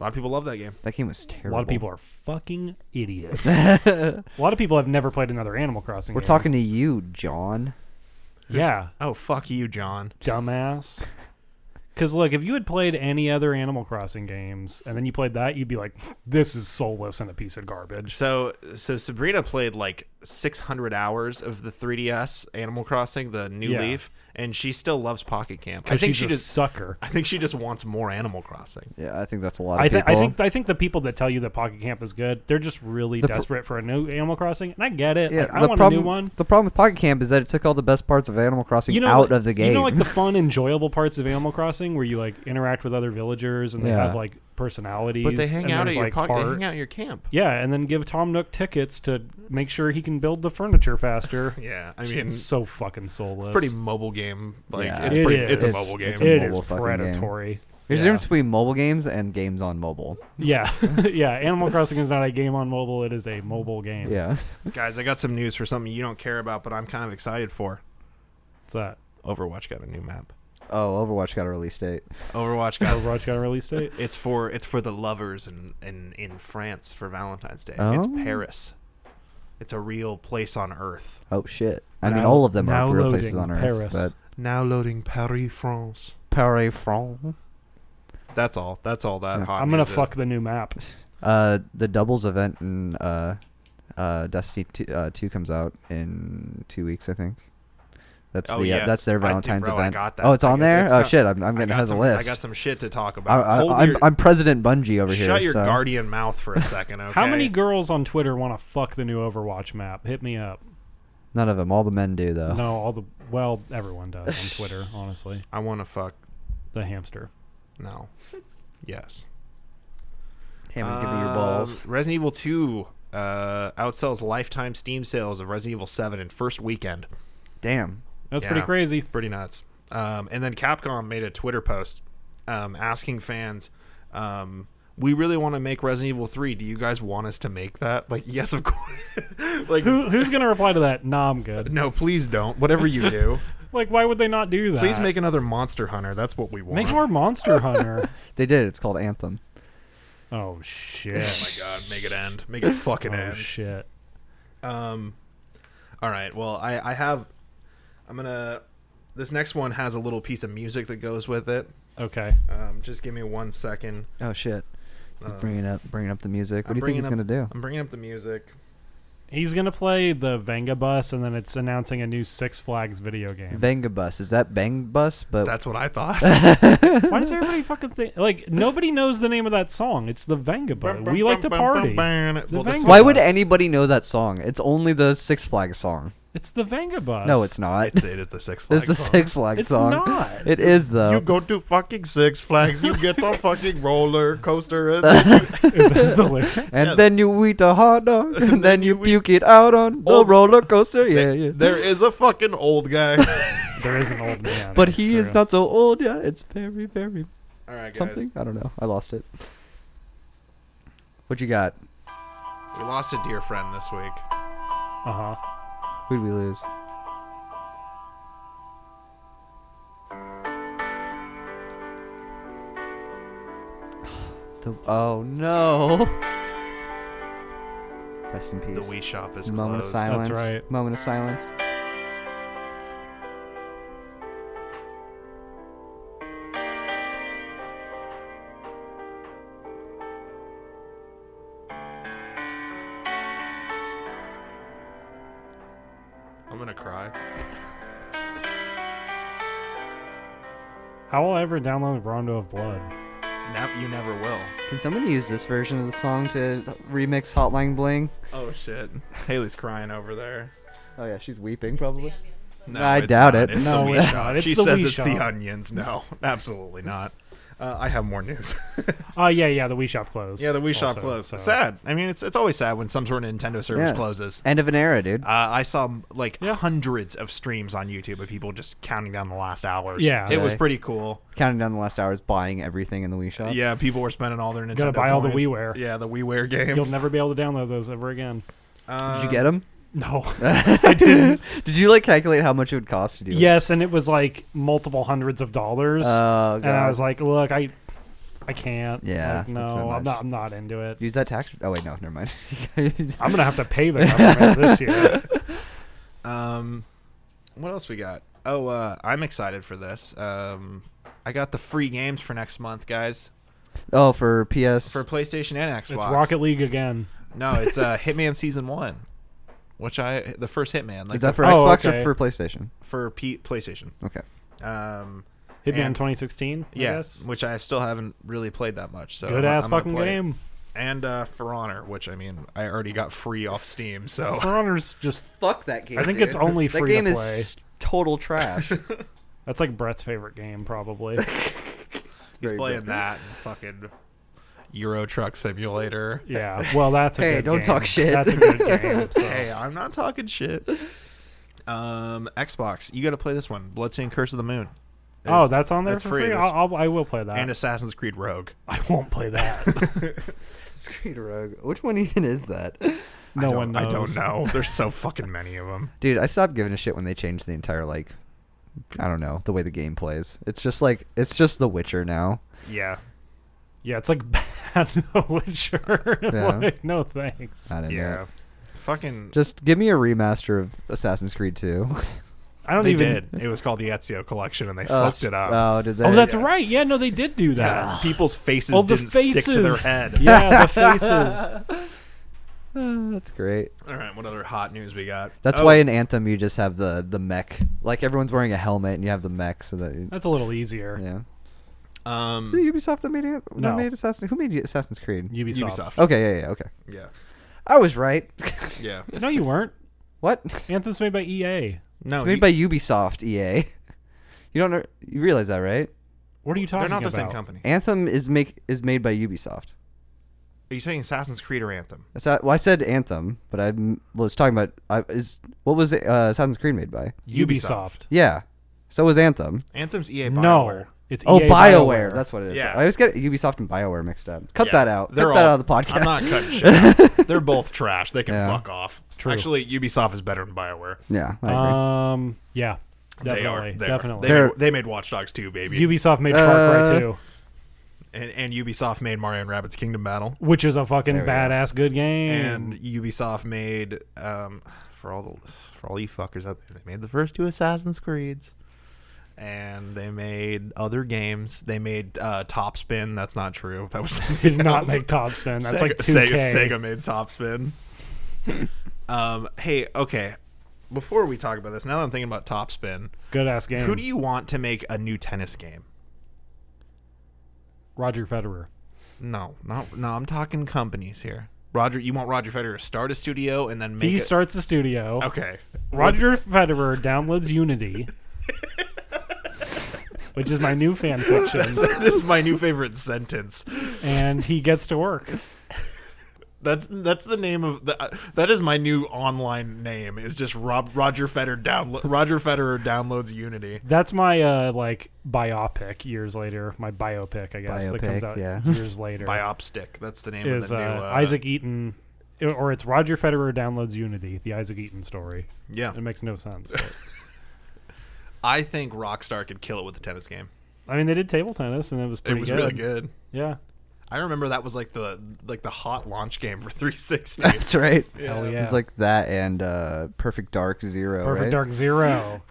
A: a lot of people love that game.
B: that game was terrible.
C: A lot of people are fucking idiots. a lot of people have never played another Animal Crossing.
B: We're
C: game.
B: talking to you, John.
C: yeah,
A: Oh fuck you, John.
C: dumbass. Because look, if you had played any other Animal Crossing games and then you played that, you'd be like, "This is soulless and a piece of garbage."
A: So so Sabrina played like 600 hours of the 3DS Animal Crossing, the New
C: Yeah.
A: Leaf, and she still loves Pocket Camp. I
C: 'Cause
A: think
C: she's
A: she
C: a
A: just
C: sucker.
A: I think she just wants more Animal Crossing.
B: Yeah, I think that's a lot of
C: I, th-
B: people.
C: I think I think the people that tell you that Pocket Camp is good, they're just really
B: The pr-
C: desperate for a new Animal Crossing, and I get it.
B: yeah,
C: like, I
B: the
C: want
B: problem,
C: a new one.
B: The problem with Pocket Camp is that it took all the best parts of Animal Crossing
C: You know,
B: out
C: like-
B: of the game.
C: You know, like the fun, enjoyable parts of Animal Crossing, where you like interact with other villagers and they
B: Yeah.
C: have like personalities.
A: But they hang
C: and
A: out at
C: there's,
A: your
C: like,
A: pocket, they
C: heart.
A: hang out at your camp.
C: Yeah, and then give Tom Nook tickets to make sure he can build the furniture faster.
A: Yeah, I
C: I
A: mean,
C: mean, it's so fucking soulless.
A: pretty mobile game. Like
B: Yeah.
A: it's
C: It
A: pretty,
C: is.
A: it's a
C: It's-
A: mobile game.
B: it's a
C: It
B: mobile
C: is
B: fucking
C: predatory.
B: There's
A: Yeah.
B: a difference between mobile games and games on mobile.
C: Yeah, yeah. Animal Crossing is not a game on mobile; it is a mobile game.
B: Yeah.
A: Guys, I got some news for something you don't care about, but I'm kind of excited for.
C: What's that?
A: Overwatch got a new map.
B: Oh, Overwatch got a release date.
A: Overwatch got
C: Overwatch got a release date.
A: It's for it's for the lovers in in, in France for Valentine's Day. It's
B: Oh.
A: Paris. It's a real place on Earth.
B: Oh shit. I mean,
C: Now-
B: all of them are
C: now
B: real places on
C: loading
B: Earth,
C: Paris.
B: but
A: Now loading Paris, France.
B: Paris, France.
A: That's all. That's all that
B: Yeah.
A: hot.
C: I'm gonna
A: news is.
C: fuck the new map.
B: Uh, the doubles event in uh, uh, Destiny two, uh, two comes out in two weeks, I think. That's
A: Oh,
B: the
A: yeah.
B: uh, that's their
A: I- dude,
B: Valentine's
A: bro, I
B: event.
A: got that.
B: Oh, it's
A: I
B: on
A: got-
B: there.
A: it's
B: oh
A: got-
B: shit, I'm I'm
A: I
B: gonna
A: got
B: have
A: some-
B: a
A: I got
B: list.
A: some shit to talk
B: I,
A: about.
B: I,
A: Hold
B: am
A: your,
B: I'm President Bungie over here.
A: shut your
B: so-
A: guardian mouth for a second. Okay.
C: How many girls on Twitter want to fuck the new Overwatch map? Hit me up.
B: None of them. All the men do though.
C: No, all the well, everyone does on Twitter. Honestly,
A: I want to fuck.
C: the hamster.
A: No. Yes.
B: Hammond, give me your
A: Um,
B: balls.
A: Resident Evil 2 uh, outsells lifetime Steam sales of Resident Evil 7 in first weekend.
B: Damn.
C: That's pretty
A: Yeah.
C: crazy.
A: Pretty nuts. Um, and then Capcom made a Twitter post um, asking fans, um, "We really want to make Resident Evil 3. Do you guys want us to make that?" Like, yes, of course. like,
C: Who who's gonna reply to that? Nah, I'm good.
A: no, please don't. Whatever you do,
C: Like, why would they not do that?
A: please make another Monster Hunter. That's what we want.
C: make more Monster Hunter.
B: They did. it. It's called Anthem.
C: Oh
A: oh
C: shit.
A: my god, make it end. Make it fucking
C: Oh
A: end.
C: shit.
A: Um, all right. Well, I, I have. I'm gonna. This next one has a little piece of music that goes with it.
C: Okay.
A: Um, just give me one second.
B: Oh shit. He's
A: Um,
B: bringing up bringing up the music. What
A: I'm
B: do you think
A: bringing
B: he's
A: up-
B: gonna do?
A: I'm bringing up the music.
C: He's gonna play the Venga Bus, and then it's announcing a new Six Flags video game.
B: Venga Bus. Is that Bang Bus? But
A: That's what I thought.
C: Why does everybody fucking think like nobody knows the name of that song? It's the Venga Bus.
A: Bum, bum,
C: We like to
A: bum, bum,
C: party.
A: bum, bum. Well,
C: The
A: the
C: Venga
A: song-
B: why would
C: Bus.
B: anybody know that song? It's only the Six Flags song.
C: It's the Venga Bus.
B: No, it's not.
A: It's it is the Six Flags.
B: It's the
A: song.
B: Six Flags
C: It's
B: song.
C: not.
B: It is though.
A: You go to fucking Six Flags. You get the fucking roller coaster. and then
C: Is that the lyric?
B: and
A: Yeah.
B: then you eat a hot dog, and, then, you
A: you
B: puke it out on the
A: Old-
B: roller coaster. Yeah,
A: th-
B: yeah.
A: There is a fucking old guy.
C: There is an old man.
B: but
C: it's
B: he is
C: true.
B: not so old. Yeah, it's very, very
A: All right, guys.
B: something. I don't know. I lost it. What you got?
A: We lost a dear friend this week.
C: Uh huh.
B: Who'd we lose? The, oh no! Rest in
A: The
B: peace.
A: Wii Shop is
B: Moment of
A: closed.
B: silence.
C: right.
B: Moment of silence.
A: I'm gonna cry.
C: How will I ever download Rondo of Blood?
A: Now you never will.
B: Can someone use this version of the song to remix Hotline Bling?
A: Oh shit. Haley's crying over there.
B: Oh yeah, she's weeping probably.
A: No,
B: I
A: it's
B: doubt
A: not.
B: it.
A: It's
B: No
A: the
B: way.
A: Wii Shop.
C: It's
A: she
C: the
A: says
C: Wii
A: it's
C: Shop.
A: the onions. No, absolutely not. Uh, I have more news.
C: Oh yeah, yeah. The Wii Shop closed.
A: yeah, the Wii Shop
C: also,
A: closed.
C: so-
A: Sad. I mean, it's it's always sad when some sort of Nintendo service
B: Yeah.
A: closes.
B: End of an era, dude.
A: Uh, I saw like
C: Yeah.
A: hundreds of streams on YouTube of people just counting down the last hours.
C: Yeah.
A: it was
B: Really?
A: pretty cool.
B: Counting down the last hours, buying everything in the Wii Shop.
A: Yeah, people were spending all their Nintendo.
C: Gotta buy all the
A: points.
C: WiiWare.
A: Yeah, the WiiWare games.
C: You'll never be able to download those ever again.
A: Uh,
B: Did you get them?
C: No.
B: Did you like calculate how much it would cost to do? it?
C: yes, and it was like multiple hundreds of dollars.
B: Oh god.
C: and I was like, look, I, I can't.
B: Yeah, that's
C: Like, no,
B: not
C: I'm
B: much.
C: not. I'm not into it.
B: Use that tax. Oh wait, no, never mind.
C: I'm gonna have to pay the government this year.
A: Um, what else we got? Oh, uh, I'm excited for this. Um, I got the free games for next month, guys,
B: oh, for PS.
A: for PlayStation and Xbox.
C: It's Rocket League again.
A: No, it's uh, Hitman Season One, which I the first Hitman. Like
B: is that for
C: Oh,
B: Xbox
C: okay.
B: or for PlayStation?
A: for P- PlayStation?
B: Okay.
A: Um,
C: Hitman
A: And-
C: 2016. I
A: yeah,
C: guess.
A: which I still haven't really played that much. So
C: Good
A: I'm-
C: ass
A: I'm gonna
C: fucking
A: play it.
C: game.
A: And uh, For Honor, which I mean, I already got free off Steam, so
C: For Honor's just
B: Fuck that game.
C: I think it's only
B: that
C: free to
B: game is
C: play.
B: s- total trash. It's
C: that's like Brett's favorite game probably.
A: he's
B: very
A: playing
B: good.
A: that and fucking Euro Truck Simulator.
C: Yeah. Well, that's a
B: Hey,
C: good
B: don't
C: game.
B: talk shit.
C: That's a good game. So.
A: Hey, I'm not talking shit. Um, Xbox, you got to play this one, Bloodstained: Curse of the Moon.
C: oh,
A: is-
C: that's on there
A: that's
C: for
A: free.
C: free.
A: That's-
C: I'll, I'll, I will play that.
A: and Assassin's Creed Rogue.
C: I won't play that.
B: Screed Rogue. Which one even is that?
A: I
C: No
A: don't-
C: one knows.
A: I don't know. There's so fucking many of them.
B: Dude, I stopped giving a shit when they changed the entire like I don't know, the way the game plays. It's just like it's just The Witcher now.
A: Yeah.
C: Yeah, it's like bad The Witcher.
B: Yeah. Uh,
C: like, no thanks.
B: I don't know.
A: Yeah. Fucking.
B: Just give me a remaster of Assassin's Creed 2.
C: I don't
A: they
C: even.
A: did. It was called the Ezio Collection, and they
B: Oh,
A: fucked it up.
B: Oh, did they?
C: Oh, that's
A: Yeah.
C: right. Yeah, no, they did do
A: yeah.
C: that.
A: People's faces
C: Oh, the
A: didn't stick to their
C: faces.
A: head.
C: Yeah, the faces.
B: Oh, that's great.
A: All right. What other hot news we got?
B: That's
A: Oh,
B: why in Anthem you just have the the mech. Like everyone's wearing a helmet and you have the mech, so that
C: That's a little easier.
B: yeah.
A: Um,
B: So Ubisoft that made it.
C: No.
B: That made Assassin. Who made Assassin's Creed?
C: Ubisoft.
A: Ubisoft.
B: Okay, yeah, yeah, okay.
A: Yeah.
B: I was right.
A: Yeah.
C: No, you weren't.
B: what?
C: Anthem's made by E EA.
A: No.
B: It's made by Ubisoft, EA. You don't know, you realize that, right?
C: What are you talking
A: they're
C: about?
A: not the same company.
B: Anthem is make is made by Ubisoft.
A: Are you saying Assassin's Creed or Anthem?
B: That's not- well, I said Anthem, but I m- was talking about I is what was it, uh, Assassin's Creed made by?
C: Ubisoft.
B: Yeah, so was Anthem.
A: Anthem's EA.
C: No,
A: BioWare.
C: it's E
B: Oh,
C: EA
B: BioWare. That's what it is.
A: Yeah.
B: I always get Ubisoft and BioWare mixed up. Cut
A: Yeah.
B: that out.
A: They're
B: Cut that
A: all-
B: out of the podcast.
A: I'm not cutting shit. out. They're both trash. They can
B: Yeah.
A: fuck off.
C: True.
A: Actually, Ubisoft is better than Bioware.
B: yeah, I agree.
C: Um, yeah, definitely,
A: they are. They
C: definitely.
A: Are. They,
B: They're-
A: made, they made Watch Dogs 2, baby.
C: Ubisoft made Far Cry
B: Uh,
C: 2,
A: and, and Ubisoft made Mario and Rabbids Kingdom Battle.
C: which is a fucking
B: There we go.
C: badass good game.
A: and Ubisoft made um, for all the for all you fuckers out there, they made the first two Assassin's Creeds, and they made other games. They made uh, Top Spin. That's not true. That was
C: they did not make Top Spin. That's
A: Sega,
C: like 2K.
A: Sega, Sega made Top Spin. um, hey, okay. Before we talk about this, now that I'm thinking about Top Spin,
C: Good ass game.
A: who do you want to make a new tennis game?
C: Roger Federer.
A: No, not no. I'm talking companies here. Roger, you want Roger Federer to start a studio and then make
C: He
A: it-
C: starts the studio.
A: Okay,
C: Roger Federer downloads Unity, which is my new fan fiction,
A: this is my new favorite sentence.
C: and he gets to work.
A: That's that's the name of the, uh, that is my new online name. Is just Rob, Roger Federer download Roger Federer downloads Unity.
C: That's my uh like biopic years later. My biopic, I guess, that comes
B: Biopic,
C: out
B: yeah.
C: years later.
A: Biopstick. That's the name
C: is
A: of the new
C: uh,
A: uh,
C: Isaac Eaton, or it's Roger Federer downloads Unity, the Isaac Eaton story.
A: Yeah,
C: It makes no sense. but-
A: I think Rockstar could kill it with the tennis game.
C: I mean, they did table tennis, and it was
A: It
C: pretty
A: was
C: good.
A: really good.
C: Yeah,
A: I remember that was like the like the hot launch game for 360.
B: That's right.
C: hell yeah.
B: It's like that and uh, Perfect Dark Zero.
C: Perfect
B: right?
C: Dark Zero.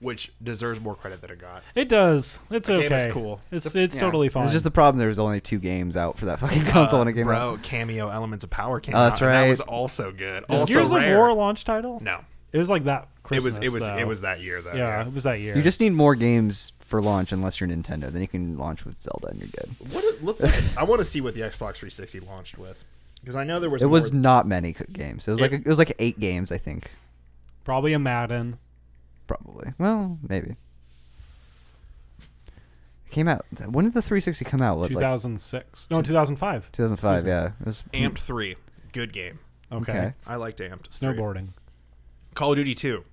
A: which deserves more credit than it got.
C: It does. It's
A: The
C: okay.
A: game is cool.
C: It's it's
B: Yeah.
C: totally fine.
B: It's just the problem. There was only two games out for that fucking console when it came out.
A: Uh, Bro, cameo elements of power came
B: Oh, that's
A: out. and that
B: right.
A: was also good.
C: Is
A: Also
C: Gears
A: rare.
C: of War a launch title?
A: No,
C: It was like that
A: it was
C: Christmas.
A: it was
C: though.
A: it was that year though.
C: Yeah, it was that year.
B: You just need more games for launch, unless you're Nintendo. Then you can launch with Zelda, and you're good.
A: What it- let's look at- I want to see what the Xbox 360 launched with because I know there was
B: It was
A: more-
B: not many co- games. It was like
A: It-
B: it was like eight games, I think,
C: probably a Madden.
B: probably. Well, maybe. It came out. When did the 360 come out? What, like
C: 2006. No, 2005.
B: 2005? Yeah, it was mm,
A: Amped 3. Good game.
C: Okay.
B: Okay.
A: I liked Amped. 3.
C: Snowboarding.
A: Call of Duty 2.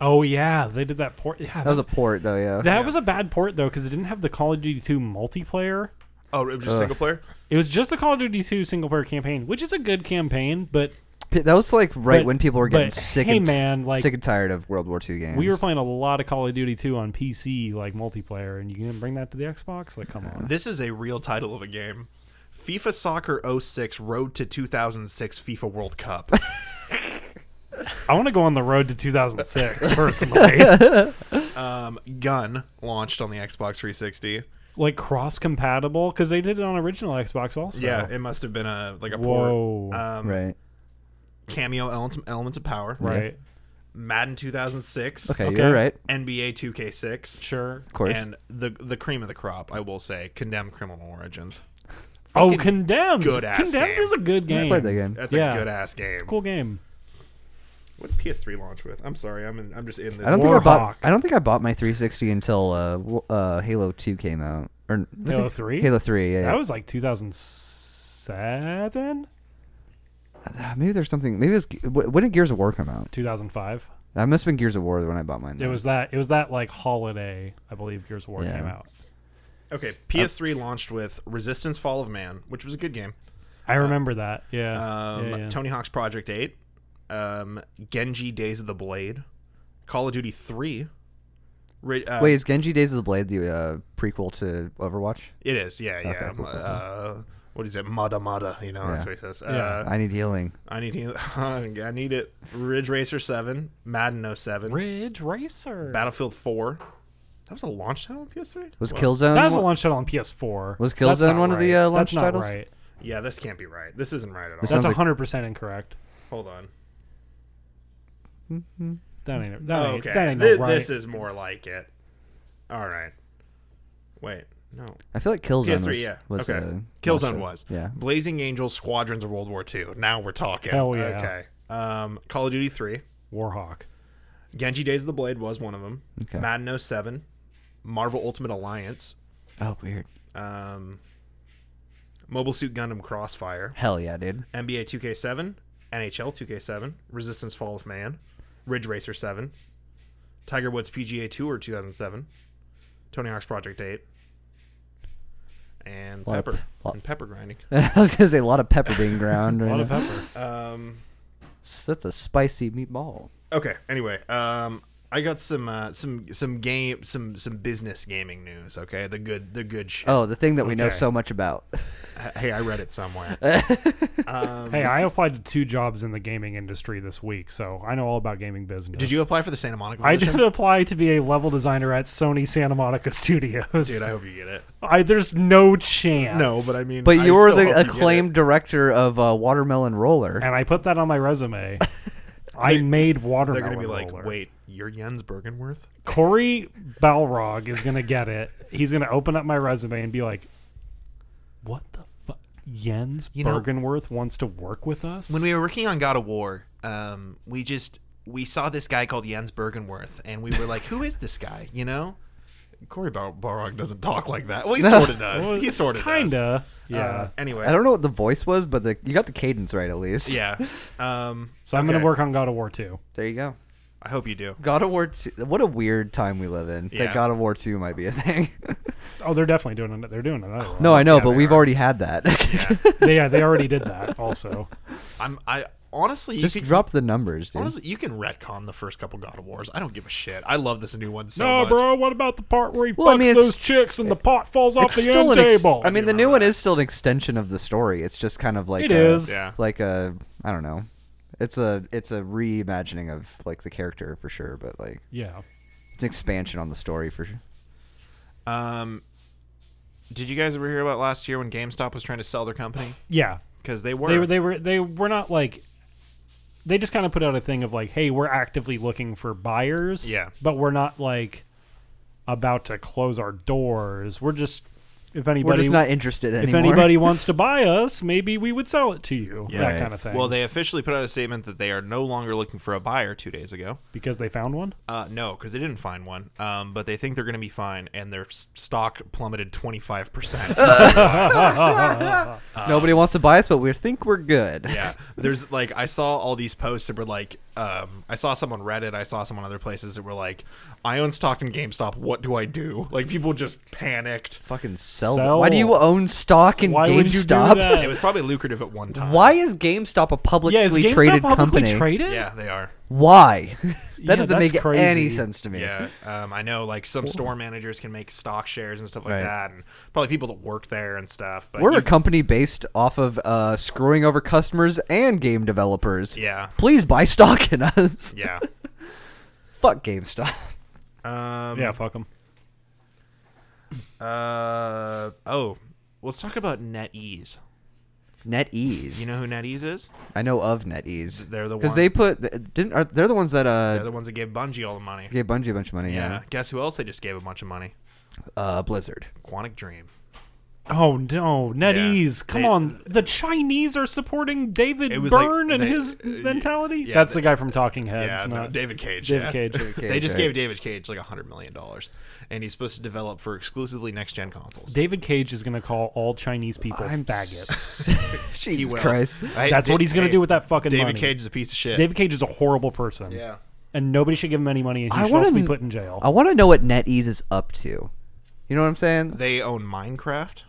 C: Oh yeah, they did that port. Yeah,
B: That was a port, though. Yeah.
C: that
A: yeah.
C: was a bad port though because it didn't have the Call of Duty 2 multiplayer.
A: Oh, it was just
B: Ugh.
A: single player?
C: It was just the Call of Duty 2 single player campaign, which is a good campaign, but
B: P- that was like right
C: But-
B: when people were getting
C: but,
B: sick.
C: hey,
B: and t-
C: man, like-
B: sick and tired of World War II games.
C: we were playing a lot of Call of Duty 2 on PC, like multiplayer, and you can bring that to the Xbox. Like, come on.
A: This is a real title of a game. FIFA Soccer 06 Road to 2006 FIFA World Cup.
C: I want to go on the road to 2006 personally.
A: um, Gun launched on the Xbox 360.
C: like cross compatible because they did it on original Xbox also.
A: Yeah, it must have been a like a
C: Whoa.
A: port. Um,
B: right.
A: Cameo elements, elements of power.
C: right.
A: Madden 2006.
B: Okay,
C: okay.
B: you're right.
A: NBA 2K6.
C: Sure.
B: Of course.
A: And the the cream of the crop, I will say, condemn criminal origins.
C: Oh,
A: Fucking
C: condemned.
A: good-ass
C: condemned
A: game.
C: is a good game.
B: I played that game.
A: That's
C: Yeah.
A: a good ass game.
C: Cool game.
A: What did PS3 launch with? I'm sorry, I'm in, I'm just in this.
B: I don't think I bought.
C: Warhawk.
B: I don't think I bought my 360 until uh, w- uh, Halo 2 came out. Or n- was
C: Halo
B: it-
C: 3?
B: Halo 3. Yeah.
C: That
B: yeah.
C: was like 2007,
B: Uh, maybe there's something. Maybe it was. Ge- wh- When did Gears of War come out?
C: 2005.
B: That must have been Gears of War when I bought mine.
C: It
B: then.
C: was that. It was that like holiday. I believe Gears of War
B: Yeah.
C: came out.
A: Okay, PS3 launched with Resistance: Fall of Man, which was a good game.
C: I remember that. Yeah.
A: Um,
C: yeah, yeah.
A: Tony Hawk's Project Eight, um, Genji: Days of the Blade, Call of Duty Three. Ra- uh,
B: Wait, is Genji Days of the Blade the uh, prequel to Overwatch?
A: it is. Yeah, yeah.
B: cool, cool, cool.
A: Uh, what is it? Mada Mada. You know, that's
B: Yeah.
A: what he says.
C: Yeah.
A: Uh,
B: I need healing.
A: I need. to- I need it. Ridge Racer Seven, Madden 07,
C: Ridge Racer.
A: Battlefield Four. That was a launch title on PS3.
B: Was
A: Well,
B: Killzone?
C: that was a
B: one-
C: launch title on PS4.
B: Was
C: That's
B: Killzone
C: not
B: one of the,
C: right.
B: uh, launch
C: That's
B: titles?
C: Not right.
A: Yeah, this can't be right. This isn't right at all.
B: This-
C: That's
B: Sounds like-
C: 100 percent incorrect.
A: Hold on.
C: That ain't. That ain't.
A: okay.
C: That ain't
A: Thi-
C: no right.
A: This is more like it. All right. Wait. No.
B: I feel like Killzone
A: PS3,
B: was,
A: yeah.
B: was
A: okay.
B: a
A: Killzone
B: launch-
A: was.
B: Yeah.
A: Blazing Angels, Squadrons of World War II. Now we're talking.
C: Hell yeah.
A: Okay. Um, Call of Duty 3.
C: Warhawk.
A: Genji Days of the Blade was one of them.
B: Okay.
A: Madden 07. Marvel Ultimate Alliance.
B: Oh, weird.
A: Um, Mobile Suit Gundam Crossfire.
B: Hell yeah, dude.
A: NBA 2K7. NHL 2K7. Resistance Fall of Man. Ridge Racer 7. Tiger Woods PGA Tour 2007. Tony Hawk's Project 8. And
B: Lot of
A: Pepper.
B: pe- lot-
A: and Pepper grinding.
B: I was gonna say a lot of pepper being ground.
C: A
B: Right
C: lot of
B: now.
C: pepper.
A: Um,
B: S- That's a spicy meatball.
A: Okay. Anyway, um, I got some uh, some some game some some business gaming news. Okay, the good the good shit.
B: Oh, the thing that we know
A: Okay.
B: so much about.
A: H- Hey, I read it somewhere. Um,
C: Hey, I applied to two jobs in the gaming industry this week, so I know all about gaming business.
A: Did you apply for the Santa Monica?
C: I
A: position?
C: did apply to be a level designer at Sony Santa Monica Studios.
A: Dude, I hope you get it.
C: I, there's no chance.
A: No, but I mean,
B: But
A: Mm-hmm. I
B: you're
A: still hope
B: the
A: you get it.
B: acclaimed director of uh, Watermelon Roller.
C: and I put that on my resume. I made
A: They're
C: watermelon.
A: gonna be like,
C: roller.
A: wait, you're Jens Bergenworth?
C: Corey Balrog is gonna get it. He's gonna open up my resume and be like, "What the fuck? Jens
D: You know-
C: Bergenworth wants to work with us."
D: when we were working on God of War, um, we just we saw this guy called Jens Bergenworth, and we were like, "Who is this guy?" You know.
A: Corey Bar- Barog doesn't talk like that. Well, he sort of does. Uh,
C: Well,
A: he sort of
C: kinda, yeah.
A: anyway,
B: I don't know what the voice was, but the, you got the cadence right at least.
A: yeah. Um,
C: so I'm
A: okay.
C: gonna work on God of War too.
B: There you go.
A: I hope you do.
B: God of War 2. What a weird time we live in.
A: Yeah.
B: That God of War 2 might be a thing.
C: Oh, they're definitely doing it. They're doing another one.
B: no, I know,
A: Yeah,
B: but
A: they
B: we've
A: are.
B: already had that.
C: They- yeah, they already did that. Also,
A: I'm. I honestly,
B: Just
A: you could,
B: drop the numbers, dude.
A: Honestly, you can retcon the first couple God of Wars. I don't give a shit. I love this new one so
C: no,
A: much.
C: bro. What about the part where he
B: Well, I
C: fucks
B: mean, it's-
C: those chicks and the pot falls off
B: It's
C: the
B: still
C: end
B: an ex-
C: table?
B: I mean, the new one is still an extension of the story. It's just kind of like
C: It
B: a,
C: is.
A: Yeah.
B: like a I don't know. It's a it's a reimagining of like the character for sure, but like
C: yeah.
B: it's an expansion on the story for sure.
A: Um, did you guys ever hear about last year when GameStop was trying to sell their company
C: Yeah.
A: because they were
C: They were they were they were not like they just kind of put out a thing of like, hey, we're actively looking for buyers.
A: Yeah.
C: But we're not like about to close our doors. We're just if anybody
B: We're just not interested
C: if
B: anymore.
C: anybody wants to buy us, maybe we would sell it to you.
A: Yeah.
C: that
B: Right.
C: kind of thing.
A: Well, they officially put out a statement that they are no longer looking for a buyer two days ago.
C: because they found one.
A: Uh, no, because they didn't find one. Um, but they think they're going to be fine, and their s- stock plummeted 25%.
B: nobody wants to buy us, but we think we're good.
A: yeah. There's like, I saw all these posts that were like, um, I saw some on Reddit, I saw some on other places that were like, I own stock in GameStop. What do I do? Like, people just panicked.
B: Fucking sell.
C: Sell.
B: Why do you own stock in
C: Why
B: GameStop?
C: would you do that?
A: It was probably lucrative at one time.
B: Why is GameStop a publicly
C: Yeah, is GameStop
B: traded
C: publicly
B: company?
C: traded?
A: Yeah, they are.
B: Why? that
C: Yeah,
B: doesn't
C: that's
B: make
C: crazy.
B: any sense to me.
A: Yeah, um, I know. Like some store managers can make stock shares and stuff like
B: Right.
A: that, and probably people that work there and stuff. But
B: We're
A: you-
B: a company based off of uh, screwing over customers and game developers.
A: yeah,
B: Please buy stock in us.
A: yeah.
B: Fuck GameStop.
A: Um,
C: Yeah, fuck them.
A: Uh, oh, let's talk about NetEase.
B: NetEase.
A: You know who NetEase is?
B: I know of NetEase.
A: They're the
B: Because
A: one-
B: they put th- didn't are, they're the ones that uh
A: They're the ones that gave Bungie all the money.
B: gave Bungie a bunch of money.
A: Yeah.
B: Yeah.
A: Guess who else they just gave a bunch of money?
B: Uh, Blizzard.
A: Quantic Dream.
C: Oh no, NetEase! Come
A: They- uh,
C: on, the Chinese are supporting David
A: It was like-
C: Byrne and
A: they-
C: his
A: uh,
C: mentality.
A: yeah,
C: That's
A: they-
C: the guy from Talking
A: Yeah,
C: Heads,
A: no,
C: not
A: David Cage.
C: David
A: yeah.
C: Cage.
A: They just
B: right.
A: gave David Cage like a hundred million dollars, and he's supposed to develop for exclusively next gen consoles.
C: David Cage is going to call all Chinese people faggots.
B: s-
A: He
B: Jesus
A: will.
B: Christ.
A: I-
C: That's
A: Da-
C: what he's going to
A: hey,
C: do with that fucking
A: David
C: money.
A: Cage is a piece of shit.
C: David Cage is a horrible person.
A: Yeah.
C: and nobody should give him any money, and he
B: I
C: should
B: wanna
C: also be
B: kn-
C: put in jail.
B: I want to know what NetEase is up to. You know what I'm saying?
A: They own Minecraft.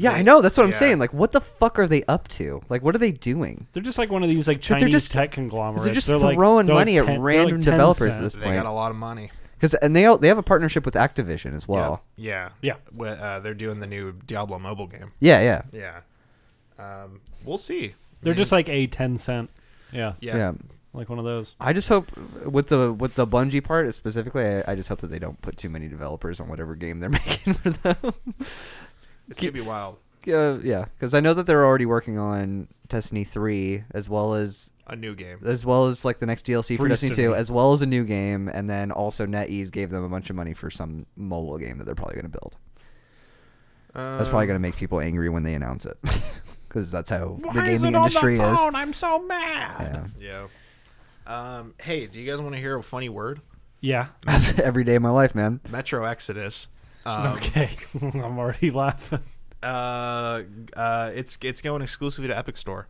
B: Yeah, I know. That's what I'm
A: yeah.
B: saying. Like, what the fuck are they up to? Like, what are they doing?
C: They're just like one of these like
B: they're
C: Chinese
B: just-
C: tech conglomerates.
B: they're just
C: like-
B: throwing
C: they're like
B: money at
C: 10 they're like
B: random
C: 10
B: developers at
C: cent.
B: this
A: They got a
B: point.
A: lot of money.
B: Because and they all- they have a partnership with Activision as well.
A: Yeah.
C: Yeah.
A: Wh- Uh, they're doing the new Diablo mobile game.
B: Yeah, yeah,
A: Yeah. Um, we'll see.
C: They're just like a ten cent. Yeah,
B: yeah.
A: Yeah.
C: like one of those.
B: I just hope with the with the Bungie part specifically, I, I just hope that they don't put too many developers on whatever game they're making for them.
A: It's gonna be wild.
B: uh, yeah, because I know that they're already working on Destiny three as well as
A: A new game.
B: as well as like the next DLC for
C: Three's
B: Destiny
C: gonna
B: two,
C: be-
B: as well as a new game, and then also NetEase gave them a bunch of money for some mobile game that they're probably going to build. That's probably going to make people angry when they announce it, because that's how the gaming industry is.
C: I'm so mad.
B: Yeah.
A: Yeah. Um, hey, do you guys want to hear a funny word?
C: Yeah.
B: Every day of my life, man.
A: Metro Exodus. Um,
C: Okay. I'm already laughing.
A: uh, uh, it's it's going exclusively to Epic Store.